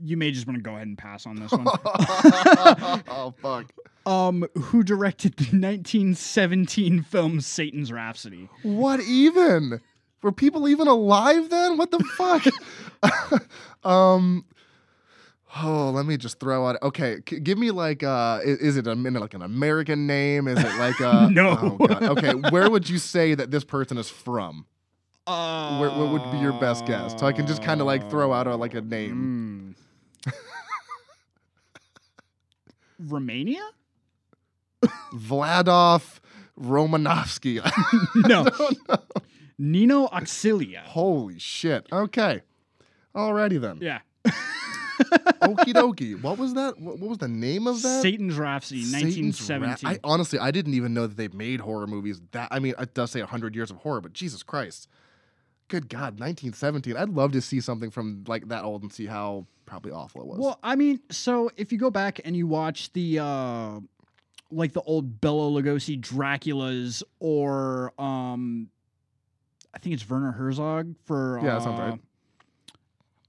[SPEAKER 2] you may just want to go ahead and pass on this one.
[SPEAKER 1] oh fuck!
[SPEAKER 2] um, who directed the 1917 film Satan's Rhapsody?
[SPEAKER 1] What even? Were people even alive then? What the fuck? um, Oh, let me just throw out. Okay, c- give me like, uh, i- is, it a minute like an American name? Is it like a
[SPEAKER 2] No.
[SPEAKER 1] Oh, God. Okay, where would you say that this person is from?
[SPEAKER 2] Uh,
[SPEAKER 1] Where- what would be your best guess? So I can just kinda, like, throw out a- like, a name.
[SPEAKER 2] Hmm. Mm. Romania?
[SPEAKER 1] Vladov Romanovsky.
[SPEAKER 2] No. Nino Auxilia.
[SPEAKER 1] Holy shit. Okay. Alrighty then.
[SPEAKER 2] Yeah.
[SPEAKER 1] Okie dokie. What was that? What, what was the name of that?
[SPEAKER 2] Satan's Rhapsody,
[SPEAKER 1] Satan's Ra-
[SPEAKER 2] 1917.
[SPEAKER 1] I honestly, I didn't even know that they made horror movies. That I mean, it does say hundred years of horror, but Jesus Christ, good God, nineteen seventeen. I'd love to see something from like that old and see how probably awful it was.
[SPEAKER 2] Well, I mean, so if you go back and you watch the uh like the old Bela Lugosi Draculas or um I think it's Werner Herzog for
[SPEAKER 1] Yeah,
[SPEAKER 2] uh,
[SPEAKER 1] that sounds right.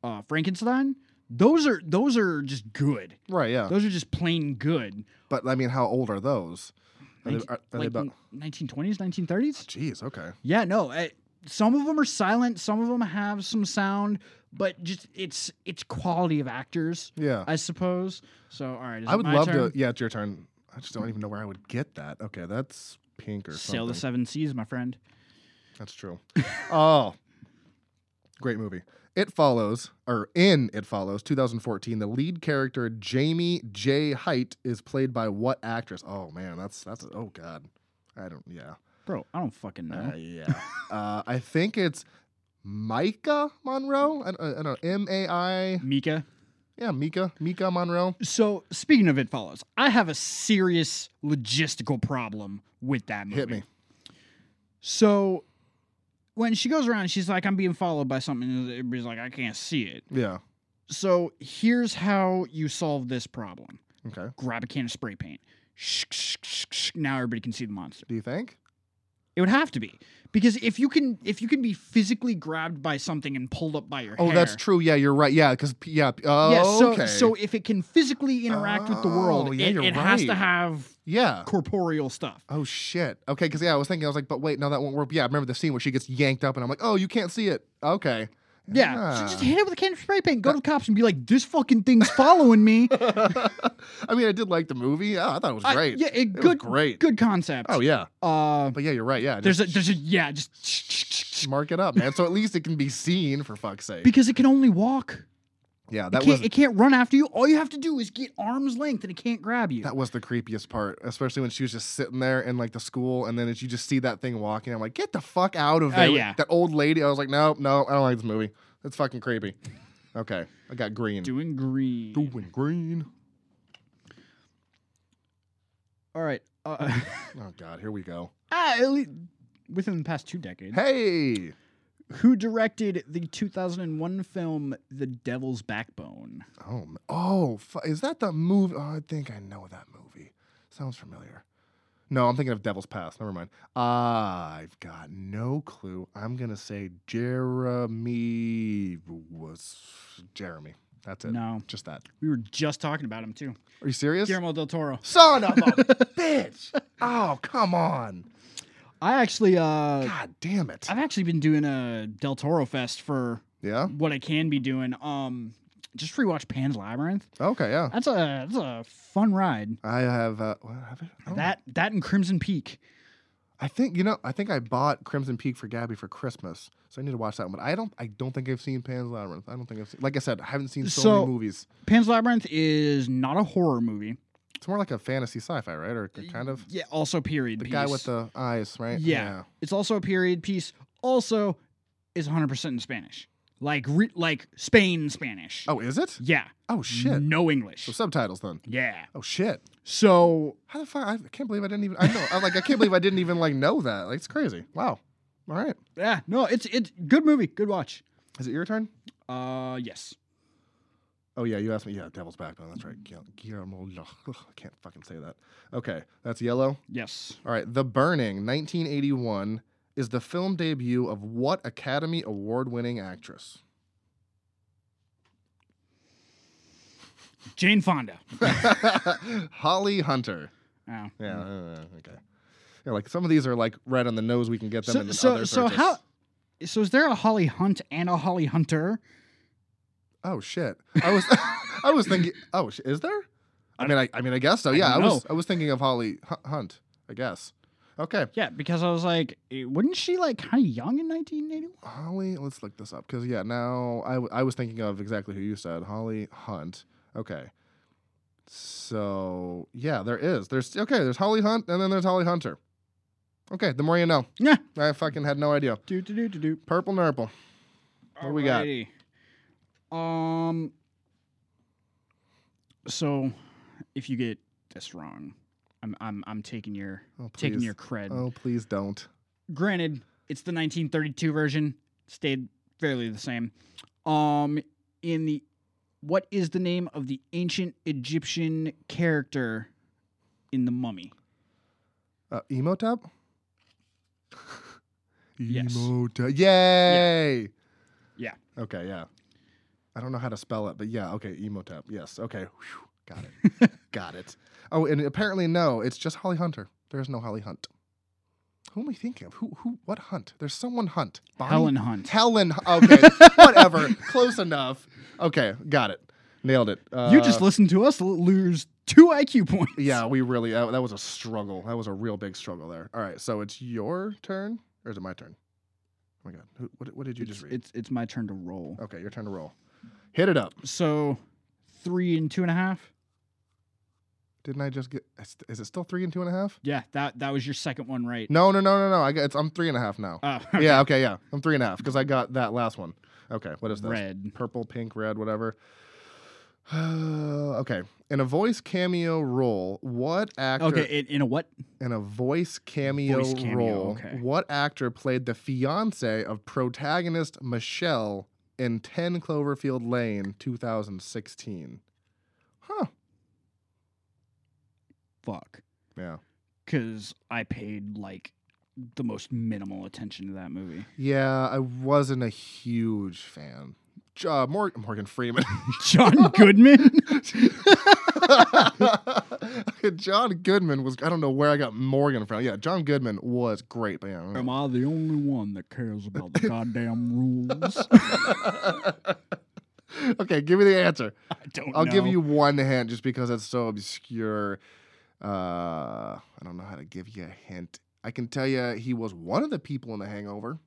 [SPEAKER 2] uh Frankenstein, those are those are just good.
[SPEAKER 1] right, yeah,
[SPEAKER 2] Those are just plain good.
[SPEAKER 1] but I mean, how old are those? Are they,
[SPEAKER 2] Nineteen-
[SPEAKER 1] are, are they
[SPEAKER 2] like
[SPEAKER 1] about?
[SPEAKER 2] nineteen twenties, nineteen thirties?
[SPEAKER 1] Jeez, okay.
[SPEAKER 2] Yeah, no. I, some of them are silent. Some of them have some sound, but just it's it's quality of actors,
[SPEAKER 1] Yeah,
[SPEAKER 2] I suppose. So, all right, is
[SPEAKER 1] I
[SPEAKER 2] it
[SPEAKER 1] would
[SPEAKER 2] my
[SPEAKER 1] love
[SPEAKER 2] turn?
[SPEAKER 1] to. Yeah, it's your turn. I just don't even know where I would get that. Okay, that's pink or
[SPEAKER 2] Sail
[SPEAKER 1] something.
[SPEAKER 2] the Seven Seas, my friend.
[SPEAKER 1] That's true. oh, great movie. It follows, or in It Follows, 2014. The lead character Jamie J. Height is played by what actress? Oh man, that's that's oh god, I don't yeah
[SPEAKER 2] Bro, I don't fucking know.
[SPEAKER 1] Uh, yeah. uh, I think it's Micah Monroe. I, I, I don't know M A I
[SPEAKER 2] Mika.
[SPEAKER 1] yeah Mika Mika Monroe.
[SPEAKER 2] So, speaking of It Follows, I have a serious logistical problem with that movie.
[SPEAKER 1] Hit me.
[SPEAKER 2] So, when she goes around, she's like, I'm being followed by something. And everybody's like, I can't see it.
[SPEAKER 1] Yeah.
[SPEAKER 2] So, here's how you solve this problem
[SPEAKER 1] Okay.
[SPEAKER 2] grab a can of spray paint. Shh, shh, shh, shh. Now everybody can see the monster.
[SPEAKER 1] Do you think?
[SPEAKER 2] It would have to be because if you can if you can be physically grabbed by something and pulled up by your
[SPEAKER 1] Oh, that's
[SPEAKER 2] hair-
[SPEAKER 1] true. Yeah, you're right. Yeah, because yeah. Oh,
[SPEAKER 2] Yeah, so
[SPEAKER 1] okay.
[SPEAKER 2] so if it can physically interact with the
[SPEAKER 1] Oh,
[SPEAKER 2] world,
[SPEAKER 1] yeah,
[SPEAKER 2] it,
[SPEAKER 1] you're
[SPEAKER 2] it has to
[SPEAKER 1] right.
[SPEAKER 2] have
[SPEAKER 1] yeah.
[SPEAKER 2] corporeal stuff.
[SPEAKER 1] Oh shit. Okay, because yeah, I was thinking, I was like, but wait, no, that won't work. Yeah, I remember the scene where she gets yanked up, and I'm like, oh, you can't see it. Okay.
[SPEAKER 2] Yeah, so
[SPEAKER 1] Ah.
[SPEAKER 2] just hit it with a can of spray paint. Go to the cops and be like, "This fucking thing's following me."
[SPEAKER 1] I mean, I did like the movie. Yeah, I thought it was
[SPEAKER 2] I-
[SPEAKER 1] great.
[SPEAKER 2] yeah, it,
[SPEAKER 1] it
[SPEAKER 2] good,
[SPEAKER 1] was great.
[SPEAKER 2] good concept.
[SPEAKER 1] Oh yeah,
[SPEAKER 2] uh,
[SPEAKER 1] but yeah, you're right. Yeah,
[SPEAKER 2] there's
[SPEAKER 1] just
[SPEAKER 2] a there's a yeah, just
[SPEAKER 1] mark it up, man. So at least it can be seen for fuck's sake.
[SPEAKER 2] because it can only walk.
[SPEAKER 1] yeah,
[SPEAKER 2] It
[SPEAKER 1] that
[SPEAKER 2] can't,
[SPEAKER 1] was
[SPEAKER 2] it can't run after you. All you have to do is get arm's length, and it can't grab you.
[SPEAKER 1] that was the creepiest part, especially when she was just sitting there in like the school, and then as you just see that thing walking, I'm like, get the fuck out of
[SPEAKER 2] Uh,
[SPEAKER 1] there.
[SPEAKER 2] yeah.
[SPEAKER 1] That old lady. I was like, no, no, I don't like this movie. It's fucking creepy. Okay, I got green.
[SPEAKER 2] Doing green.
[SPEAKER 1] Doing green.
[SPEAKER 2] All right. Uh,
[SPEAKER 1] Oh god, here we go.
[SPEAKER 2] ah, at least within the past two decades.
[SPEAKER 1] Hey.
[SPEAKER 2] who directed the 2001 film The Devil's Backbone?
[SPEAKER 1] Oh, m- oh, fu- is that the movie? Oh, I think I know that movie. Sounds familiar. No, I'm thinking of Devil's Pass. Never mind. I've got no clue. I'm gonna say Jeremy was Jeremy. That's it.
[SPEAKER 2] No,
[SPEAKER 1] Just that.
[SPEAKER 2] we were just talking about him too.
[SPEAKER 1] Are you serious?
[SPEAKER 2] Guillermo del Toro.
[SPEAKER 1] Son of a bitch! Oh, come on!
[SPEAKER 2] I actually, uh,
[SPEAKER 1] God damn it!
[SPEAKER 2] I've actually been doing a del Toro fest for
[SPEAKER 1] Yeah.
[SPEAKER 2] what I can be doing. Um, just rewatch Pan's Labyrinth.
[SPEAKER 1] Okay. Yeah.
[SPEAKER 2] That's a that's a fun ride.
[SPEAKER 1] I have. Uh, what have I? I don't-
[SPEAKER 2] That that and Crimson Peak.
[SPEAKER 1] I think you know. I think I bought Crimson Peak for Gabby for Christmas, so I need to watch that one. But I don't. I don't think I've seen Pan's Labyrinth. I don't think I've seen. Like I said, I haven't seen so,
[SPEAKER 2] So-
[SPEAKER 1] many movies.
[SPEAKER 2] Pan's Labyrinth is not a horror movie.
[SPEAKER 1] It's more like a fantasy sci-fi, right? Or kind of
[SPEAKER 2] Yeah, also period.
[SPEAKER 1] the guy
[SPEAKER 2] piece.
[SPEAKER 1] with the eyes, right?
[SPEAKER 2] Yeah. It's also a period piece. Also, is 100% in Spanish. Like re- like Spain Spanish.
[SPEAKER 1] Oh, is it?
[SPEAKER 2] Yeah.
[SPEAKER 1] Oh shit.
[SPEAKER 2] No
[SPEAKER 1] So
[SPEAKER 2] English.
[SPEAKER 1] subtitles then.
[SPEAKER 2] Yeah.
[SPEAKER 1] Oh shit.
[SPEAKER 2] So
[SPEAKER 1] How the fuck? I can't believe I didn't even. I know. I, like I can't believe I didn't even like know that. Like it's crazy. Wow. All right.
[SPEAKER 2] yeah, no, it's it's good movie, good watch.
[SPEAKER 1] Is it your turn?
[SPEAKER 2] Uh, yes.
[SPEAKER 1] Oh yeah, you asked me. Yeah, Devil's Backbone. That's right. Guil- Guillermo. Ugh, I can't fucking say that. Okay, that's yellow.
[SPEAKER 2] Yes.
[SPEAKER 1] All right, The Burning, 1981, is the film debut of what Academy Award winning actress?
[SPEAKER 2] Jane Fonda.
[SPEAKER 1] Holly Hunter.
[SPEAKER 2] Oh.
[SPEAKER 1] Yeah, uh, okay. Yeah, like some of these are like right on the nose we can get them and
[SPEAKER 2] So
[SPEAKER 1] then
[SPEAKER 2] so
[SPEAKER 1] others
[SPEAKER 2] so
[SPEAKER 1] are just-
[SPEAKER 2] how so is there a Holly Hunt and a Holly Hunter?
[SPEAKER 1] Oh shit! I was, I was thinking. Oh, sh- is there? I, mean, I, I mean, I guess so.
[SPEAKER 2] I
[SPEAKER 1] Yeah, I,
[SPEAKER 2] don't
[SPEAKER 1] was, I was thinking of Holly Hu- Hunt. I guess. Okay,
[SPEAKER 2] Yeah, because I was like, eh, wasn't she like kind of young in 1981?
[SPEAKER 1] Holly. Let's look this up because yeah, now I, w- I was thinking of exactly who you said, Holly Hunt. Okay. So yeah, there is. There's okay. There's Holly Hunt, and then there's Holly Hunter. Okay, the more you know.
[SPEAKER 2] Yeah.
[SPEAKER 1] I fucking had no idea.
[SPEAKER 2] Do do do do do.
[SPEAKER 1] Purple Nurple. What do we got?
[SPEAKER 2] Alrighty. Um. So, if you get this wrong, I'm I'm I'm taking your
[SPEAKER 1] Oh,
[SPEAKER 2] taking
[SPEAKER 1] please.
[SPEAKER 2] your cred.
[SPEAKER 1] Oh, please don't.
[SPEAKER 2] Granted, it's the 1932 version, stayed fairly the same. Um, in the what is the name of the ancient Egyptian character in the Mummy?
[SPEAKER 1] Uh, Emotep?
[SPEAKER 2] Yes.
[SPEAKER 1] Emotep. Yay!
[SPEAKER 2] Yeah.
[SPEAKER 1] Okay, yeah. I don't know how to spell it, but yeah, okay, Emotep. Yes, okay. Whew, got it. got it. Oh, and apparently, no, it's just Holly Hunter. There's no Holly Hunt. Who am I thinking of? Who, who, what Hunt? There's someone Hunt. Bonnie?
[SPEAKER 2] Helen Hunt.
[SPEAKER 1] Helen. Hu- Okay, whatever. Close enough. Okay, got it. Nailed it. Uh,
[SPEAKER 2] you just listened to us l- lose two IQ points.
[SPEAKER 1] yeah, we really that, that was a struggle. That was a real big struggle there. All right, so it's your turn, or is it my turn? Oh my god, Who, what, what did you
[SPEAKER 2] It's,
[SPEAKER 1] just read?
[SPEAKER 2] it's it's my turn to roll.
[SPEAKER 1] okay, your turn to roll. Hit it up.
[SPEAKER 2] So, three and two and a half.
[SPEAKER 1] Didn't I just get? Is, is it still three and two and a half?
[SPEAKER 2] Yeah, that that was your second one, right?
[SPEAKER 1] No, no, no, no, no. I got. It's, I'm three and a half now.
[SPEAKER 2] Uh,
[SPEAKER 1] Yeah, okay, yeah. I'm three and a half because I got that last one. Okay, what is this?
[SPEAKER 2] red.
[SPEAKER 1] Purple, pink, red, whatever. okay. In a voice cameo role, what actor?
[SPEAKER 2] Okay, in, in a what?
[SPEAKER 1] in a voice cameo,
[SPEAKER 2] Voice cameo,
[SPEAKER 1] role,
[SPEAKER 2] okay.
[SPEAKER 1] what actor played the fiance of protagonist Michelle in 10 Cloverfield Lane 2016? Huh.
[SPEAKER 2] Fuck.
[SPEAKER 1] Yeah.
[SPEAKER 2] Because I paid like the most minimal attention to that movie.
[SPEAKER 1] Yeah, I wasn't a huge fan. J- Uh, Mor- Morgan Freeman.
[SPEAKER 2] John Goodman.
[SPEAKER 1] John Goodman was, I don't know where I got Morgan from. Yeah, John Goodman was great, but yeah.
[SPEAKER 2] Am I the only one that cares about the goddamn rules?
[SPEAKER 1] okay, give me the answer.
[SPEAKER 2] I don't.
[SPEAKER 1] I'll give
[SPEAKER 2] know.
[SPEAKER 1] you one hint just because it's so obscure. Uh, I don't know how to give you a hint. I can tell you he was one of the people in The Hangover.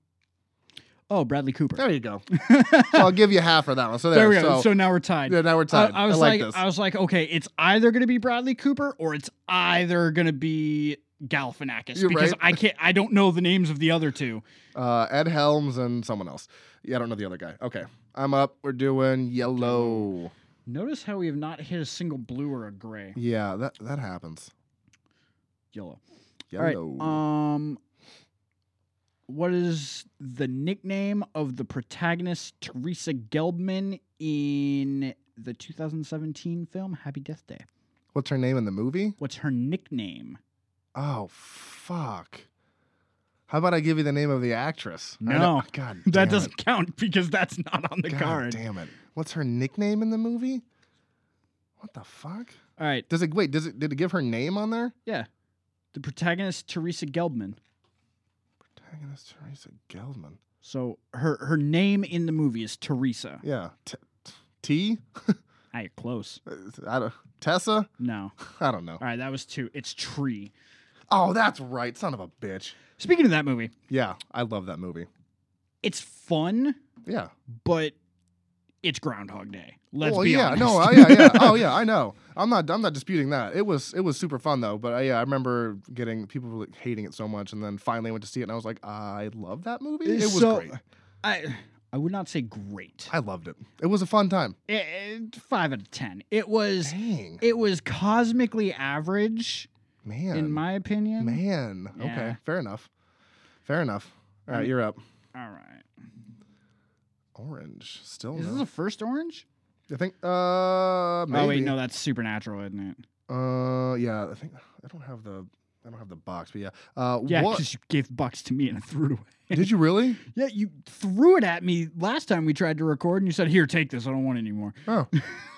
[SPEAKER 2] Oh, Bradley Cooper.
[SPEAKER 1] There you go. so I'll give you half for that one. So there,
[SPEAKER 2] There we go. So,
[SPEAKER 1] So,
[SPEAKER 2] now we're tied.
[SPEAKER 1] yeah, now we're
[SPEAKER 2] I,
[SPEAKER 1] tied.
[SPEAKER 2] I was
[SPEAKER 1] like, this.
[SPEAKER 2] I was like, okay, it's either gonna be Bradley Cooper or it's either gonna be Galifianakis
[SPEAKER 1] You're
[SPEAKER 2] because
[SPEAKER 1] right.
[SPEAKER 2] I can't. I don't know the names of the other two.
[SPEAKER 1] Uh, Ed Helms and someone else. Yeah, I don't know the other guy. Okay, I'm up. We're doing yellow.
[SPEAKER 2] Notice how we have not hit a single blue or a gray.
[SPEAKER 1] Yeah, that that happens.
[SPEAKER 2] Yellow.
[SPEAKER 1] Yellow.
[SPEAKER 2] Um, what is the nickname of the protagonist Teresa Gelbman in the 2017 film Happy Death Day?
[SPEAKER 1] What's her name in the movie?
[SPEAKER 2] What's her nickname?
[SPEAKER 1] Oh fuck. How about I give you the name of the actress? I
[SPEAKER 2] No.
[SPEAKER 1] don't- God. damn
[SPEAKER 2] that
[SPEAKER 1] it.
[SPEAKER 2] doesn't count because that's not on the
[SPEAKER 1] God
[SPEAKER 2] card.
[SPEAKER 1] damn it! What's her nickname in the movie? What the fuck?
[SPEAKER 2] All right,
[SPEAKER 1] Does it wait? Does it did it give her name on there?
[SPEAKER 2] yeah, the protagonist Teresa Gelbman.
[SPEAKER 1] Protagonist Teresa Geldman.
[SPEAKER 2] So her her name in the movie is Teresa.
[SPEAKER 1] Yeah. T. T?
[SPEAKER 2] Ah, you're close.
[SPEAKER 1] I don't. Tessa?
[SPEAKER 2] No.
[SPEAKER 1] I don't know.
[SPEAKER 2] All right, that was two. It's Tree.
[SPEAKER 1] Oh, that's right. Son of a bitch.
[SPEAKER 2] Speaking of that movie,
[SPEAKER 1] Yeah, I love that movie.
[SPEAKER 2] it's fun.
[SPEAKER 1] Yeah.
[SPEAKER 2] but it's Groundhog Day. Let's
[SPEAKER 1] well,
[SPEAKER 2] be
[SPEAKER 1] yeah.
[SPEAKER 2] honest.
[SPEAKER 1] No. I, yeah. Yeah. Oh, yeah. I know. I'm not. I'm not disputing that. It was. It was super fun though. But uh, yeah, I remember getting people were, like, hating it so much, and then finally I went to see it, and I was like, "Ah, I love that movie. It was
[SPEAKER 2] So-
[SPEAKER 1] great.
[SPEAKER 2] I I would not say great.
[SPEAKER 1] I loved it. It was a fun time.
[SPEAKER 2] Eh, eh, five out of ten. It was
[SPEAKER 1] Dang.
[SPEAKER 2] it was cosmically average
[SPEAKER 1] Man.
[SPEAKER 2] in my opinion.
[SPEAKER 1] Man.
[SPEAKER 2] Yeah. Mm.
[SPEAKER 1] Okay. Fair enough. Fair enough. All right,
[SPEAKER 2] I'm-
[SPEAKER 1] you're up.
[SPEAKER 2] All right.
[SPEAKER 1] Orange. Still
[SPEAKER 2] Is this
[SPEAKER 1] no.
[SPEAKER 2] the first orange?
[SPEAKER 1] I think uh maybe.
[SPEAKER 2] Oh wait, no, that's supernatural, isn't it?
[SPEAKER 1] Uh yeah, I think I don't have the I don't have the box, but yeah. Uh
[SPEAKER 2] Yeah,
[SPEAKER 1] what
[SPEAKER 2] because you gave bucks to me and I threw it away.
[SPEAKER 1] did you really?
[SPEAKER 2] Yeah, you threw it at me last time we tried to record, and you said, "Here, take this. I don't want it anymore."
[SPEAKER 1] Oh.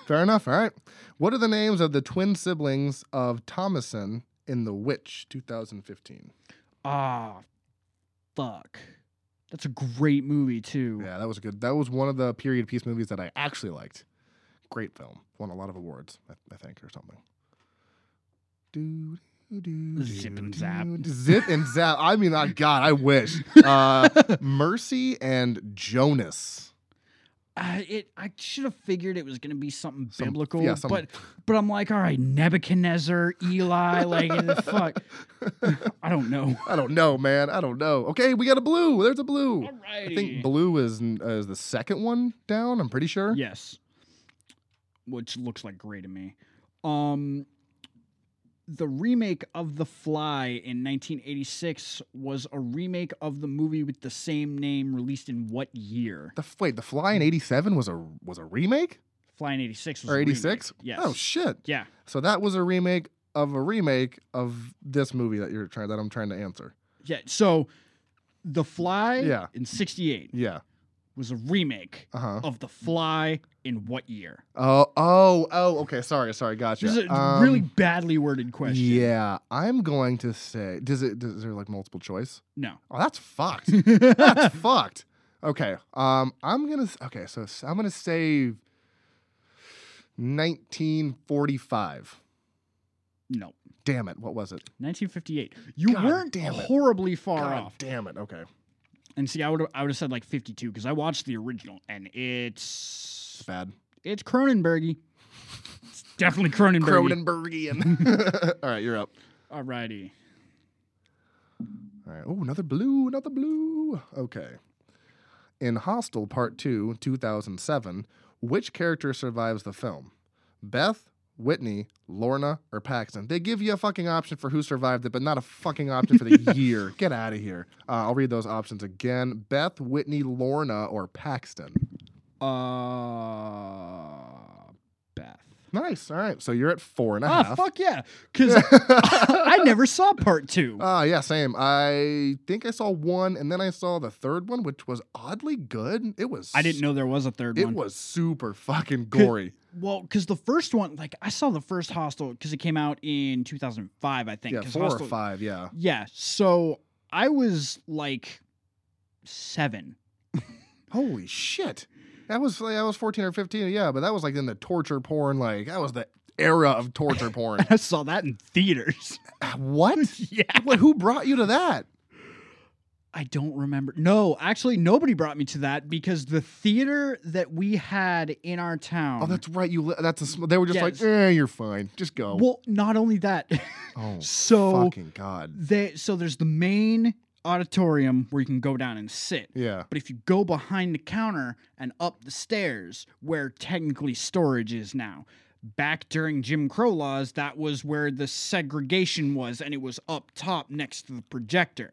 [SPEAKER 1] fair enough. All right. What are the names of the twin siblings of Thomason in The Witch 2015?
[SPEAKER 2] Ah, fuck. That's a great movie too.
[SPEAKER 1] Yeah, that was good. That was one of the period piece movies that I actually liked. Great film. Won a lot of awards, I, I think, or something. Do, do, do,
[SPEAKER 2] Zip and
[SPEAKER 1] do,
[SPEAKER 2] zap.
[SPEAKER 1] do. Zip and zap. I mean, I, God, I wish. Uh, Mercy and Jonas.
[SPEAKER 2] Uh, it I should have figured it was going to be something
[SPEAKER 1] Some-
[SPEAKER 2] biblical,
[SPEAKER 1] yeah, some-
[SPEAKER 2] but but I'm like, all right, Nebuchadnezzar, Eli, like the fuck, I don't know.
[SPEAKER 1] I don't know, man. I don't know. Okay, we got a blue. There's a blue.
[SPEAKER 2] Alrighty.
[SPEAKER 1] I think blue is uh, is the second one down. I'm pretty sure.
[SPEAKER 2] Yes. Which looks like gray to me. Um the remake of The Fly in 1986 was a remake of the movie with the same name released in what year?
[SPEAKER 1] The f- wait, the Fly in '87 was a was a remake
[SPEAKER 2] Fly in 86 was
[SPEAKER 1] or
[SPEAKER 2] a remake.
[SPEAKER 1] '86?
[SPEAKER 2] Yes.
[SPEAKER 1] Oh shit.
[SPEAKER 2] yeah.
[SPEAKER 1] So that was a remake of a remake of this movie that you're trying that I'm trying to answer.
[SPEAKER 2] Yeah. So The Fly
[SPEAKER 1] Yeah.
[SPEAKER 2] in 68
[SPEAKER 1] Yeah.
[SPEAKER 2] was a remake
[SPEAKER 1] Uh huh.
[SPEAKER 2] of The Fly in what year?
[SPEAKER 1] Oh oh oh. Okay. Sorry. Sorry. Gotcha.
[SPEAKER 2] This is a
[SPEAKER 1] Um,
[SPEAKER 2] really badly worded question.
[SPEAKER 1] Yeah. I'm going to say. Does it? Does is there like multiple choice?
[SPEAKER 2] No.
[SPEAKER 1] Oh, that's fucked. That's fucked. Okay. Um, I'm gonna. s- Okay, so s- I'm gonna save 1945.
[SPEAKER 2] no.
[SPEAKER 1] Damn it! What was it?
[SPEAKER 2] 1958. You
[SPEAKER 1] God
[SPEAKER 2] weren't
[SPEAKER 1] damn it.
[SPEAKER 2] horribly far
[SPEAKER 1] God
[SPEAKER 2] off.
[SPEAKER 1] damn it! Okay,
[SPEAKER 2] And see, I would I would have said like 52 because I watched the original and it's
[SPEAKER 1] it's bad.
[SPEAKER 2] it's Cronenbergy. It's definitely Cronenberg.
[SPEAKER 1] Cronenbergian. All right, you're up.
[SPEAKER 2] Alrighty.
[SPEAKER 1] All right. Oh, another blue, another blue. Okay. In Hostel Part 2, 2007, which character survives the film? Beth, Whitney, Lorna, or Paxton? They give you a fucking option for who survived it, but not a fucking option for the year. Get out of here. Uh, I'll read those options again Beth, Whitney, Lorna, or Paxton.
[SPEAKER 2] Uh, Beth.
[SPEAKER 1] Nice. All right. So you're at four and a
[SPEAKER 2] Ah,
[SPEAKER 1] half.
[SPEAKER 2] fuck yeah! Because I never saw part two.
[SPEAKER 1] Ah, yeah, same. I think I saw one, and then I saw the third one, which was oddly good. It was.
[SPEAKER 2] I didn't know there was a third
[SPEAKER 1] It
[SPEAKER 2] one.
[SPEAKER 1] was super fucking gory.
[SPEAKER 2] Well, because the first one, like I saw the first Hostel because it came out in 2005, I think.
[SPEAKER 1] Yeah,
[SPEAKER 2] 'cause
[SPEAKER 1] four
[SPEAKER 2] Hostel-
[SPEAKER 1] or five. Yeah.
[SPEAKER 2] Yeah, so I was like seven.
[SPEAKER 1] Holy shit. That was like, I was fourteen or fifteen. Yeah, but that was like in the torture porn. Like that was the era of torture porn.
[SPEAKER 2] I saw that in theaters.
[SPEAKER 1] what?
[SPEAKER 2] yeah.
[SPEAKER 1] What? Who brought you to that?
[SPEAKER 2] I don't remember. No, actually, nobody brought me to that because the theater that we had in our town.
[SPEAKER 1] Oh, that's right. You. Li- that's a. Sm- they were just like,
[SPEAKER 2] Yes.
[SPEAKER 1] eh, you're fine. Just go.
[SPEAKER 2] well, not only that.
[SPEAKER 1] oh,
[SPEAKER 2] so
[SPEAKER 1] fucking god.
[SPEAKER 2] they so there's the main auditorium where you can go down and sit.
[SPEAKER 1] Yeah.
[SPEAKER 2] But if you go behind the counter and up the stairs, where technically storage is now, back during Jim Crow laws, that was where the segregation was, and it was up top next to the projector.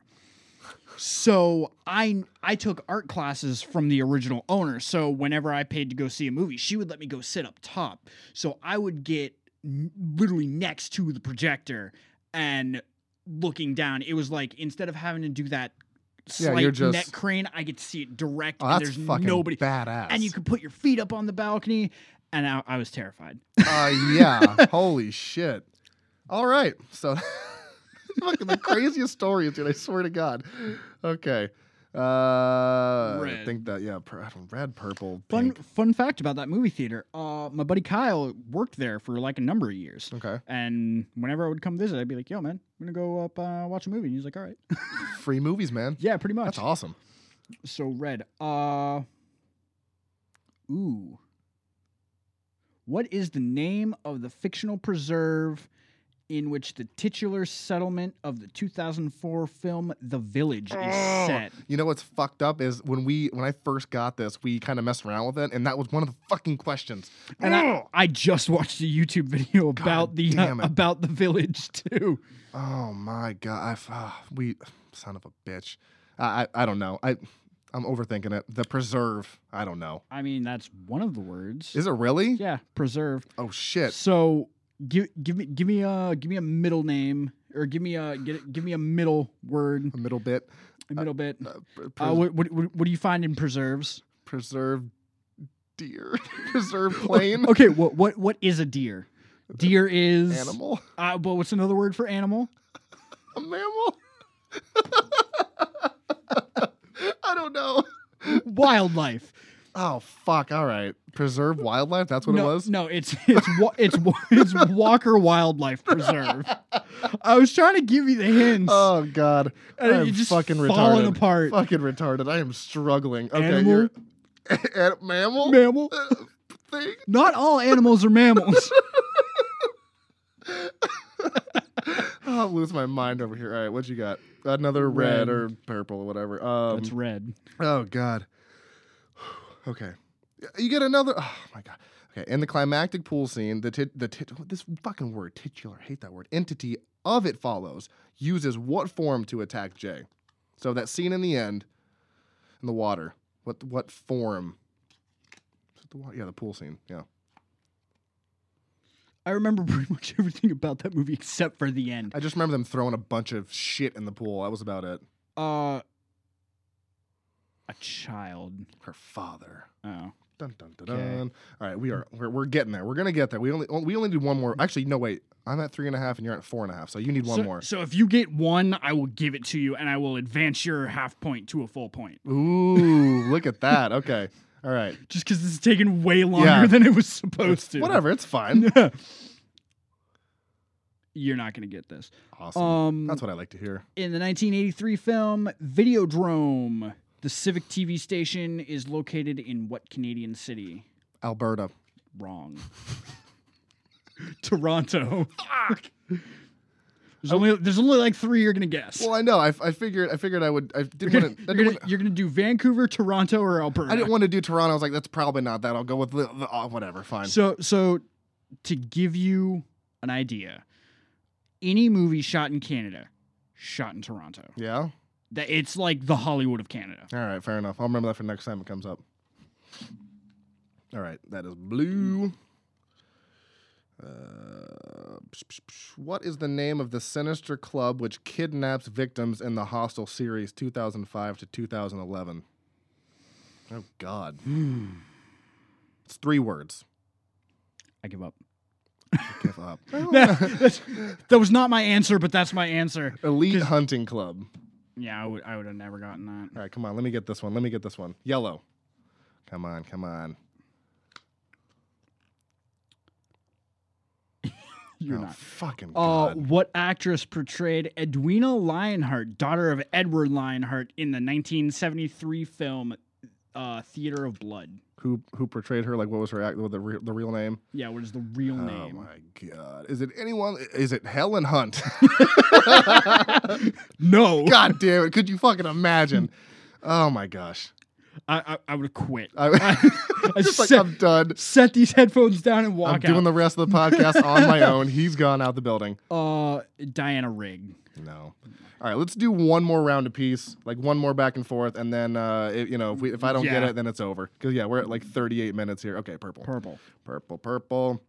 [SPEAKER 2] So I I took art classes from the original owner. So whenever I paid to go see a movie, she would let me go sit up top. So I would get n- literally next to the projector and looking down. It was like instead of having to do that
[SPEAKER 1] Yeah,
[SPEAKER 2] slight
[SPEAKER 1] you're
[SPEAKER 2] neck
[SPEAKER 1] just-
[SPEAKER 2] crane, I could see it direct
[SPEAKER 1] Oh,
[SPEAKER 2] and
[SPEAKER 1] that's
[SPEAKER 2] there's
[SPEAKER 1] fucking
[SPEAKER 2] nobody
[SPEAKER 1] badass.
[SPEAKER 2] and you could put your feet up on the balcony and I, I was terrified.
[SPEAKER 1] Uh, yeah. Holy shit. All right. So, fucking the craziest stories, dude. I swear to God. Okay. Uh, I
[SPEAKER 2] Red.
[SPEAKER 1] think that yeah, pur- I don't- red, purple,
[SPEAKER 2] Fun
[SPEAKER 1] pink.
[SPEAKER 2] fun fact about that movie theater. Uh my buddy Kyle worked there for like a number of years.
[SPEAKER 1] Okay.
[SPEAKER 2] And whenever I would come visit, I'd be like, "Yo, man, I'm gonna go up uh, watch a movie." And he's like, "All right,
[SPEAKER 1] Free movies, man.
[SPEAKER 2] yeah, pretty much."
[SPEAKER 1] That's awesome.
[SPEAKER 2] So red. Uh, ooh, what is the name of the fictional preserve in which the titular settlement of the 2004 film *The Village* is
[SPEAKER 1] Oh.
[SPEAKER 2] set?
[SPEAKER 1] You know what's fucked up is when we when I first got this, we kind of messed around with it, and that was one of the fucking questions.
[SPEAKER 2] And I, I just watched a YouTube video about the uh,
[SPEAKER 1] Oh. damn it.
[SPEAKER 2] about *The Village* too.
[SPEAKER 1] Oh my god! I f- ah, we son of a bitch. I, I I don't know. I I'm overthinking it. The preserve. I don't know.
[SPEAKER 2] I mean, that's one of the words.
[SPEAKER 1] Is it really?
[SPEAKER 2] yeah, preserve.
[SPEAKER 1] Oh shit.
[SPEAKER 2] So give give me give me a give me a middle name or give me a get, give me a middle word,
[SPEAKER 1] A middle bit.
[SPEAKER 2] a middle bit.
[SPEAKER 1] Uh, pr- pres-
[SPEAKER 2] Uh, what, what what what do you find in preserves?
[SPEAKER 1] preserve deer. preserve plane.
[SPEAKER 2] Okay, what what what is a deer? Deer is
[SPEAKER 1] Animal.
[SPEAKER 2] Uh, but what's another word for animal?
[SPEAKER 1] A mammal. I don't don't know.
[SPEAKER 2] wildlife.
[SPEAKER 1] Oh fuck! All right, preserve wildlife. That's what
[SPEAKER 2] no,
[SPEAKER 1] it was.
[SPEAKER 2] No, it's it's wa- it's wa- it's Walker Wildlife Preserve. I was trying to give you the hints.
[SPEAKER 1] Oh god,
[SPEAKER 2] And
[SPEAKER 1] I'm
[SPEAKER 2] you're Uh, just
[SPEAKER 1] fucking
[SPEAKER 2] falling
[SPEAKER 1] retarded.
[SPEAKER 2] apart.
[SPEAKER 1] Fucking retarded. I am struggling. Okay,
[SPEAKER 2] Animal?
[SPEAKER 1] you're An- mammal
[SPEAKER 2] mammal.
[SPEAKER 1] Uh, thing.
[SPEAKER 2] Not all animals are mammals.
[SPEAKER 1] I'll lose my mind over here. All right, what you got? Another red,
[SPEAKER 2] Red.
[SPEAKER 1] or purple or whatever. Um,
[SPEAKER 2] That's red.
[SPEAKER 1] Oh God. Okay. You get another. Oh my God. Okay. In the climactic pool scene, the tit, the tit, this fucking word titular. I hate that word. Entity of it follows uses what form to attack Jay? So that scene in the end, in the water. What what form? Is it the water? Yeah, the pool scene. Yeah.
[SPEAKER 2] I remember pretty much everything about that movie except for the end.
[SPEAKER 1] I just remember them throwing a bunch of shit in the pool. That was about it.
[SPEAKER 2] Uh, a child.
[SPEAKER 1] Her father.
[SPEAKER 2] Oh,
[SPEAKER 1] Dun dun dun.
[SPEAKER 2] Okay.
[SPEAKER 1] dun. All right, we are we're, we're getting there. We're gonna get there. We only oh, we only need one more. Actually, no wait. I'm at three and a half, and you're at four and a half. So you need one
[SPEAKER 2] so,
[SPEAKER 1] more.
[SPEAKER 2] So if you get one, I will give it to you, and I will advance your half point to a full point.
[SPEAKER 1] Ooh, look at that. Okay. All right.
[SPEAKER 2] Just because this is taking way longer
[SPEAKER 1] Yeah.
[SPEAKER 2] than it was supposed to.
[SPEAKER 1] Whatever. It's fine.
[SPEAKER 2] You're not gonna get this.
[SPEAKER 1] Awesome.
[SPEAKER 2] Um,
[SPEAKER 1] That's what I like to hear.
[SPEAKER 2] in the 1983 film Videodrome, the Civic TV station is located in what Canadian city?
[SPEAKER 1] Alberta.
[SPEAKER 2] Wrong. Toronto. There's only there's only like three you're gonna guess.
[SPEAKER 1] Well, I know. I, I figured I figured I would. I didn't
[SPEAKER 2] You're gonna,
[SPEAKER 1] want to.
[SPEAKER 2] you're gonna- you're gonna do Vancouver, Toronto, or Alberta.
[SPEAKER 1] I didn't want to do Toronto. I was like, that's probably not that. I'll go with the, the oh, whatever. Fine.
[SPEAKER 2] So so to give you an idea, any movie shot in Canada, shot in Toronto.
[SPEAKER 1] yeah.
[SPEAKER 2] That it's like the Hollywood of Canada.
[SPEAKER 1] All right. Fair enough. I'll remember that for next time it comes up. All right. That is blue. Uh, psh, psh, psh. what is the name of the sinister club which kidnaps victims in the Hostel series 2005 to 2011? Oh, God.
[SPEAKER 2] Hmm.
[SPEAKER 1] It's three words.
[SPEAKER 2] I give up.
[SPEAKER 1] Give up.
[SPEAKER 2] That's- that was not my answer, but that's my answer.
[SPEAKER 1] Elite Hunting Club.
[SPEAKER 2] Yeah, I would I would have never gotten that.
[SPEAKER 1] All right, come on. Let me get this one. Let me get this one. Yellow. Come on, come on.
[SPEAKER 2] You're
[SPEAKER 1] Oh,
[SPEAKER 2] not.
[SPEAKER 1] Fucking
[SPEAKER 2] Uh,
[SPEAKER 1] God.
[SPEAKER 2] what actress portrayed Edwina Lionheart, daughter of Edward Lionheart, in the 1973 film uh, Theater of Blood?
[SPEAKER 1] who who portrayed her? Like, what was her act? What the re- the real name?
[SPEAKER 2] Yeah, what is the real
[SPEAKER 1] Oh
[SPEAKER 2] name?
[SPEAKER 1] my god! Is it anyone? Is it Helen Hunt?
[SPEAKER 2] No,
[SPEAKER 1] god damn it! Could you fucking imagine? Oh my gosh!
[SPEAKER 2] I, I, I would quit.
[SPEAKER 1] I, just like
[SPEAKER 2] said-
[SPEAKER 1] I'm done.
[SPEAKER 2] Set these headphones down and walk
[SPEAKER 1] I'm doing
[SPEAKER 2] out.
[SPEAKER 1] the rest of the podcast on my own. He's gone out the building.
[SPEAKER 2] uh, Diana Rigg.
[SPEAKER 1] No. All right, let's do one more round apiece, like one more back and forth, and then uh, it, you know if, we, if I don't get
[SPEAKER 2] Yeah.
[SPEAKER 1] it, then it's over. Because yeah, we're at like 38 minutes here. Okay, purple.
[SPEAKER 2] Purple.
[SPEAKER 1] Purple, purple.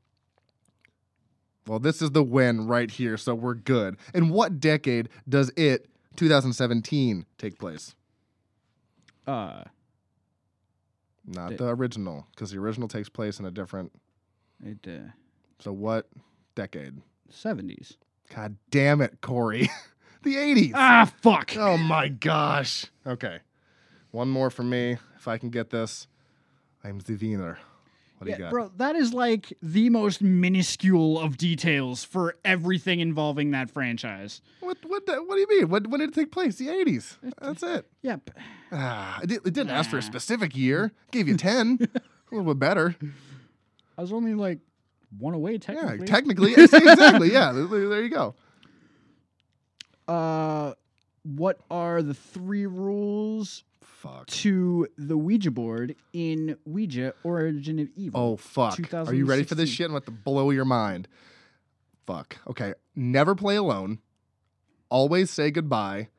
[SPEAKER 1] Well, this is the win right here, so we're good. In what decade does it, 2017, take place?
[SPEAKER 2] Uh,
[SPEAKER 1] Not
[SPEAKER 2] Da-
[SPEAKER 1] the original, because the original takes place in a different.
[SPEAKER 2] it, uh,
[SPEAKER 1] So what decade?
[SPEAKER 2] 70s.
[SPEAKER 1] God damn it, Corey. the 80s.
[SPEAKER 2] Ah, fuck.
[SPEAKER 1] Oh my gosh. Okay. One more for me. If I can get this, I'm the winner. What do
[SPEAKER 2] Yeah,
[SPEAKER 1] you got?
[SPEAKER 2] bro, that is like the most minuscule of details for everything involving that franchise.
[SPEAKER 1] What, what, the, what do you mean? What, when did it take place? The 80s. That's it.
[SPEAKER 2] Yeah, b-
[SPEAKER 1] Ah, it, di- it didn't ask for a
[SPEAKER 2] Nah.
[SPEAKER 1] specific year. Gave you 10. a little bit better.
[SPEAKER 2] I was only like one away
[SPEAKER 1] Yeah,
[SPEAKER 2] technically.
[SPEAKER 1] technically. yes, exactly. Yeah, th- th- there you go.
[SPEAKER 2] uh, what are the three rules
[SPEAKER 1] Fuck.
[SPEAKER 2] to the Ouija board in Ouija Origin of Evil?
[SPEAKER 1] Oh, fuck. Are you ready for this
[SPEAKER 2] 2016.
[SPEAKER 1] shit? I'm about to blow your mind. Fuck. Okay. Never play alone. Always say goodbye.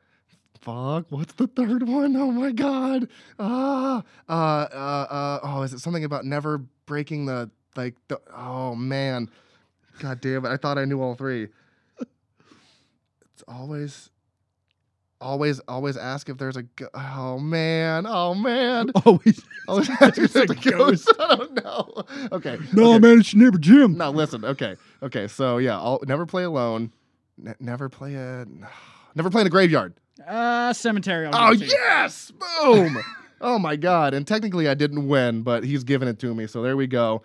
[SPEAKER 1] Fuck. What's the third one? Oh, my God. Ah. Uh, uh, uh, oh, is it something about never breaking the, like, the, oh, man. God damn it. I thought I knew all three. It's always. Always, always ask if there's a. Go- oh man! Oh man!
[SPEAKER 2] Always.
[SPEAKER 1] Oh, is that just
[SPEAKER 2] It's
[SPEAKER 1] a
[SPEAKER 2] a
[SPEAKER 1] ghost? I don't know. Okay.
[SPEAKER 2] no,
[SPEAKER 1] okay.
[SPEAKER 2] man, it's your neighbor Jim.
[SPEAKER 1] No, listen. Okay. Okay. So yeah, I'll never play alone. Ne- never play a. Never play in a graveyard.
[SPEAKER 2] Uh, cemetery. I'll
[SPEAKER 1] Oh
[SPEAKER 2] give it to you.
[SPEAKER 1] yes! Boom! oh my god! And technically, I didn't win, but he's giving it to me. So there we go.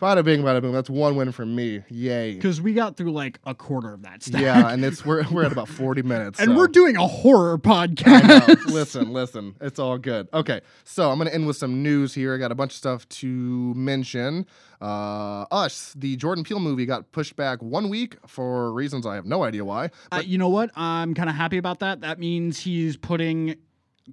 [SPEAKER 1] Bada bing, bada boom. That's one win for me. Yay!
[SPEAKER 2] Because we got through like a quarter of that stuff.
[SPEAKER 1] Yeah, and it's we're we're at about forty minutes.
[SPEAKER 2] And
[SPEAKER 1] so-
[SPEAKER 2] we're doing a horror
[SPEAKER 1] I know.
[SPEAKER 2] podcast.
[SPEAKER 1] listen, listen. It's all good. Okay, so I'm gonna end with some news here. I got a bunch of stuff to mention. Uh, Us, the Jordan Peele movie, got pushed back one week for reasons I have no idea why.
[SPEAKER 2] Uh, you know what? I'm kind of happy about that. That means he's putting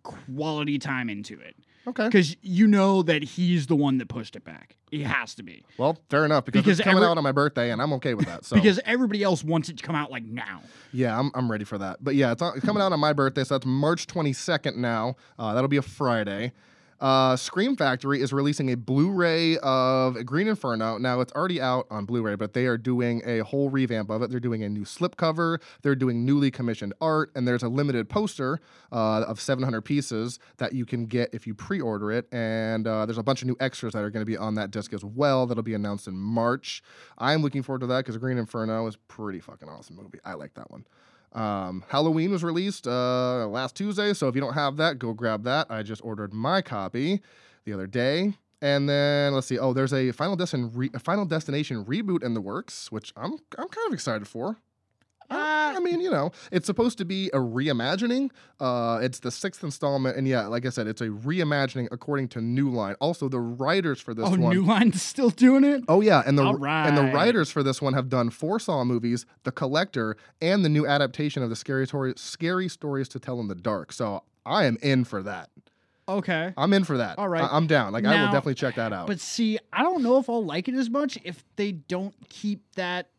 [SPEAKER 2] quality time into it.
[SPEAKER 1] Okay,
[SPEAKER 2] Because you know that he's the one that pushed it back. He has to be.
[SPEAKER 1] well, fair enough because,
[SPEAKER 2] Because
[SPEAKER 1] it's coming
[SPEAKER 2] every-
[SPEAKER 1] out on my birthday, and I'm okay with that. So
[SPEAKER 2] Because everybody else wants it to come out like now.
[SPEAKER 1] Yeah, I'm, I'm ready for that. But yeah, it's, on, it's coming out on my birthday, so that's March 22nd now. Uh, that'll be a Friday. Uh, Scream Factory is releasing a Blu ray of Green Inferno. Now, it's already out on Blu ray, but they are doing a whole revamp of it. They're doing a new slipcover, they're doing newly commissioned art, and there's a limited poster uh, of 700 pieces that you can get if you pre order it. And uh, there's a bunch of new extras that are going to be on that disc as well. That'll be announced in March. I'm looking forward to that because Green Inferno is a pretty fucking awesome movie. I like that one. Um, Halloween was released uh, last Tuesday, so if you don't have that, go grab that. I just ordered my copy the other day. And then let's see. Oh, there's a Final Destin re- a Final Destination reboot in the works, which I'm I'm kind of excited for. I,
[SPEAKER 2] Uh,
[SPEAKER 1] I mean, you know, it's supposed to be a reimagining. Uh, it's the sixth installment, and yeah, like I said, it's a reimagining according to New Line. Also, the writers for this
[SPEAKER 2] Oh,
[SPEAKER 1] one.
[SPEAKER 2] New Line's still doing it?
[SPEAKER 1] Oh yeah, and the
[SPEAKER 2] All
[SPEAKER 1] and the
[SPEAKER 2] right.
[SPEAKER 1] writers for this one have done four Saw movies, The Collector, and the new adaptation of the scary story, scary stories to tell in the dark. So I am in for that. Oh.
[SPEAKER 2] Okay.
[SPEAKER 1] I'm in for that.
[SPEAKER 2] All right.
[SPEAKER 1] I, am down. Like I will
[SPEAKER 2] Now-
[SPEAKER 1] definitely check that out.
[SPEAKER 2] But see, I don't know if I'll like it as much if they don't keep that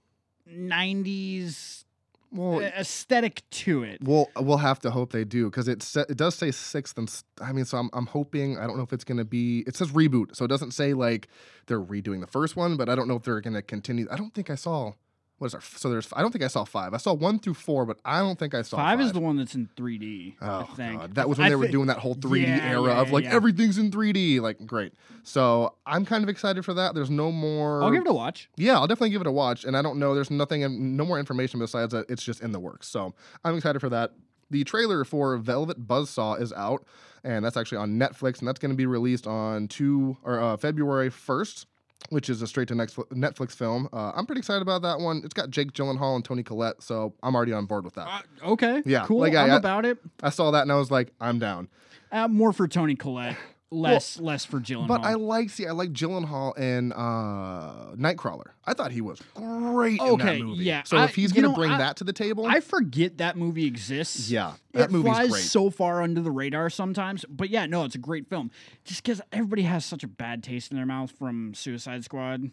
[SPEAKER 2] 90s
[SPEAKER 1] well,
[SPEAKER 2] uh, aesthetic to it.
[SPEAKER 1] we'll we'll have to hope they do because it sa- it does say sixth and s- I mean so I'm I'm hoping I don't know if it's gonna be it says reboot so it doesn't say like they're redoing the first one but I don't know if they're gonna continue. I don't think I saw. What is there? So there's. I don't think I saw five. I saw one through four, but I don't think I saw
[SPEAKER 2] Five,
[SPEAKER 1] five.
[SPEAKER 2] is the one that's in 3D. I
[SPEAKER 1] Oh
[SPEAKER 2] think.
[SPEAKER 1] god, that was when
[SPEAKER 2] I
[SPEAKER 1] they were
[SPEAKER 2] thi-
[SPEAKER 1] doing that whole 3D
[SPEAKER 2] Yeah,
[SPEAKER 1] era
[SPEAKER 2] yeah,
[SPEAKER 1] of like
[SPEAKER 2] yeah.
[SPEAKER 1] everything's in 3D. Like great. So I'm kind of excited for that. There's no more.
[SPEAKER 2] I'll give it a watch.
[SPEAKER 1] yeah, I'll definitely give it a watch. And I don't know. There's nothing, no more information besides that it's just in the works. So I'm excited for that. The trailer for Velvet Buzzsaw is out, and that's actually on Netflix, and that's going to be released on two or uh, February 1st. Which is a straight to next Netflix film. Uh, I'm pretty excited about that one. It's got Jake Gyllenhaal and Tony Collette, so I'm already on board with that.
[SPEAKER 2] Uh, okay.
[SPEAKER 1] Yeah,
[SPEAKER 2] Cool.
[SPEAKER 1] like, I-
[SPEAKER 2] I'm
[SPEAKER 1] I-
[SPEAKER 2] about it.
[SPEAKER 1] I saw that and I was like, I'm down.
[SPEAKER 2] Uh, more for Tony Collette, less less for Gyllenhaal.
[SPEAKER 1] But I like see I like Gyllenhaal in uh, Nightcrawler. I thought he was great in that
[SPEAKER 2] Okay,
[SPEAKER 1] movie.
[SPEAKER 2] yeah,
[SPEAKER 1] So
[SPEAKER 2] I-
[SPEAKER 1] if he's
[SPEAKER 2] you
[SPEAKER 1] gonna
[SPEAKER 2] know,
[SPEAKER 1] bring
[SPEAKER 2] I-
[SPEAKER 1] that to the table,
[SPEAKER 2] I forget that movie exists.
[SPEAKER 1] yeah,
[SPEAKER 2] it
[SPEAKER 1] that movie's
[SPEAKER 2] flies
[SPEAKER 1] great.
[SPEAKER 2] so far under the radar sometimes. But yeah, no, it's a great film. Just because everybody has such a bad taste in their mouth from Suicide Squad.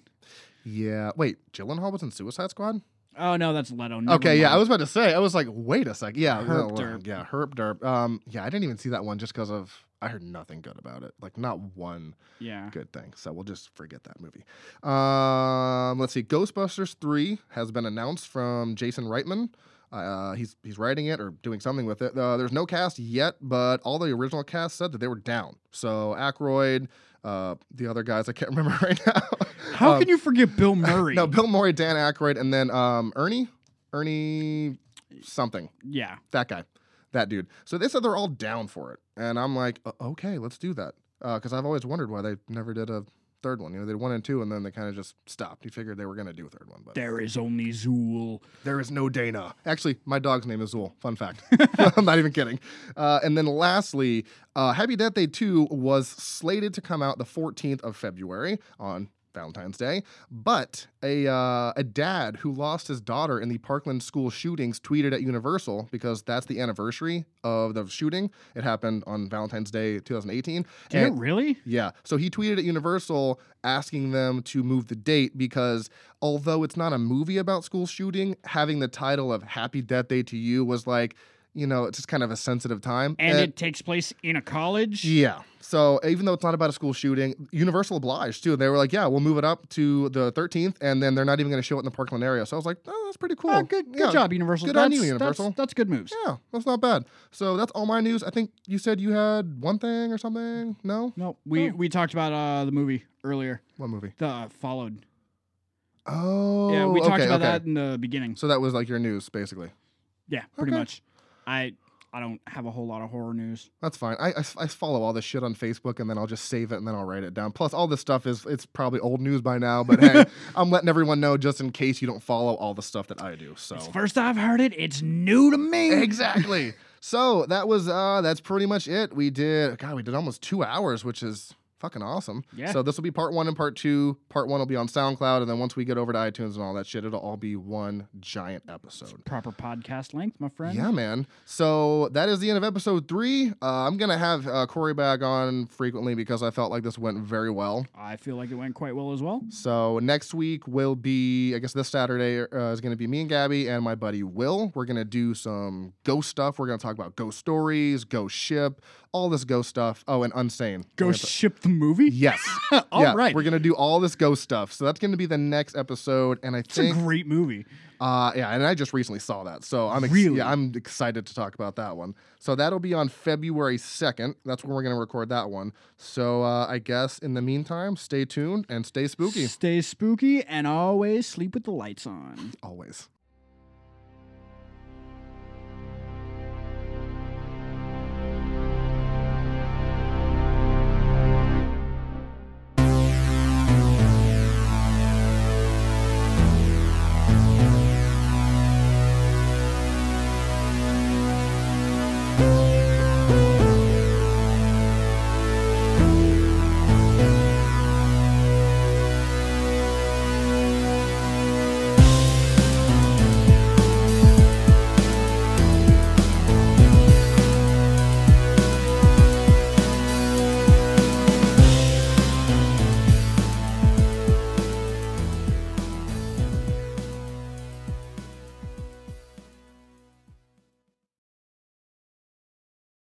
[SPEAKER 1] yeah. Wait, Gyllenhaal was in Suicide Squad.
[SPEAKER 2] Oh no, that's Leto. Never
[SPEAKER 1] Okay, yeah. I
[SPEAKER 2] mind.
[SPEAKER 1] was about to say. I was like, wait a sec. Yeah,
[SPEAKER 2] Herp
[SPEAKER 1] uh,
[SPEAKER 2] derp.
[SPEAKER 1] yeah, herp derp. Um, yeah, I didn't even see that one just because of I heard nothing good about it. Like not one
[SPEAKER 2] yeah.
[SPEAKER 1] good thing. So we'll just forget that movie. Um, let's see. Ghostbusters three has been announced from Jason Reitman. Uh, he's he's writing it or doing something with it. Uh, there's no cast yet, but all the original cast said that they were down. So Aykroyd, uh, the other guys I can't remember right now.
[SPEAKER 2] How
[SPEAKER 1] Um,
[SPEAKER 2] can you forget Bill Murray?
[SPEAKER 1] no Bill Murray, Dan Aykroyd, and then um, Ernie, Ernie, something
[SPEAKER 2] Yeah.
[SPEAKER 1] that guy, that dude. So they said they're all down for it, and I'm like, "O- okay, let's do that, because I've always wondered why they never did a third one. You know, they did one and two, and then they kind of just stopped. You figured they were gonna do a third one, but
[SPEAKER 2] There is only Zool.
[SPEAKER 1] there is no Dana. Actually, my dog's name is Zool. Fun fact. I'm not even kidding. Uh, and then lastly, uh, Happy Death Day 2 was slated to come out the 14th of February on Valentine's Day, but a uh, a dad who lost his daughter in the Parkland school shootings tweeted at Universal because that's the anniversary of the shooting. It happened on Valentine's Day 2018.
[SPEAKER 2] Did
[SPEAKER 1] And-
[SPEAKER 2] it really?
[SPEAKER 1] yeah. So he tweeted at Universal asking them to move the date because although it's not a movie about school shooting, having the title of Happy Death Day to You was like, you know, it's just kind of a sensitive time.
[SPEAKER 2] And it takes place in a college.
[SPEAKER 1] yeah. So even though it's not about a school shooting, Universal obliged too. They were like, yeah, we'll move it up to the 13th, and then they're not even going to show it in the Parkland area. So I was like, oh, that's pretty cool.
[SPEAKER 2] Oh, good, good
[SPEAKER 1] Yeah.
[SPEAKER 2] job, Universal.
[SPEAKER 1] Good on
[SPEAKER 2] That's-
[SPEAKER 1] you,
[SPEAKER 2] that's-
[SPEAKER 1] Universal.
[SPEAKER 2] That's, good moves.
[SPEAKER 1] Yeah, that's not bad. So that's all my news. I think you said you had one thing or something. No,
[SPEAKER 2] No, we
[SPEAKER 1] Oh.
[SPEAKER 2] we talked about uh, the movie earlier.
[SPEAKER 1] what movie?
[SPEAKER 2] The uh, followed.
[SPEAKER 1] Oh,
[SPEAKER 2] yeah, we talked
[SPEAKER 1] okay,
[SPEAKER 2] about
[SPEAKER 1] okay.
[SPEAKER 2] that in the beginning.
[SPEAKER 1] So that was like your news, basically.
[SPEAKER 2] Yeah, pretty
[SPEAKER 1] Okay.
[SPEAKER 2] much. I I don't have a whole lot of horror news.
[SPEAKER 1] That's fine. I, I, I follow all this shit on Facebook and then I'll just save it and then I'll write it down. Plus, all this stuff is it's probably old news by now, but hey, I'm letting everyone know just in case you don't follow all the stuff that I do. So
[SPEAKER 2] It's first I've heard it. It's new to me.
[SPEAKER 1] exactly. so that was uh that's pretty much it. We did God, we did almost two hours, which is fucking awesome.
[SPEAKER 2] Yeah.
[SPEAKER 1] So this will be part one and part two. Part one will be on SoundCloud, and then once we get over to iTunes and all that shit, it'll all be one giant episode.
[SPEAKER 2] Proper podcast length, my friend.
[SPEAKER 1] Yeah, man. So that is the end of episode three. Uh, I'm gonna have uh, Corey back on frequently because I felt like this went very well.
[SPEAKER 2] I feel like it went quite well as well.
[SPEAKER 1] So next week will be, I guess this Saturday uh, is gonna be me and Gabby and my buddy Will. We're gonna do some ghost stuff. We're gonna talk about ghost stories, ghost ship, all this ghost stuff. Oh, and Unsane. We're gonna
[SPEAKER 2] Ghost Ship the movie.
[SPEAKER 1] Yes.
[SPEAKER 2] All
[SPEAKER 1] yeah,
[SPEAKER 2] right.
[SPEAKER 1] We're gonna do all this ghost stuff. So that's gonna be the next episode, and I
[SPEAKER 2] It's a
[SPEAKER 1] think
[SPEAKER 2] great movie.
[SPEAKER 1] uh, yeah, and I just recently saw that, so I'm ex-
[SPEAKER 2] Really?
[SPEAKER 1] yeah, I'm excited to talk about that one. So that'll be on February second. That's when we're gonna record that one. So uh, I guess in the meantime, stay tuned and stay spooky
[SPEAKER 2] Stay spooky and always sleep with the lights on.
[SPEAKER 1] always.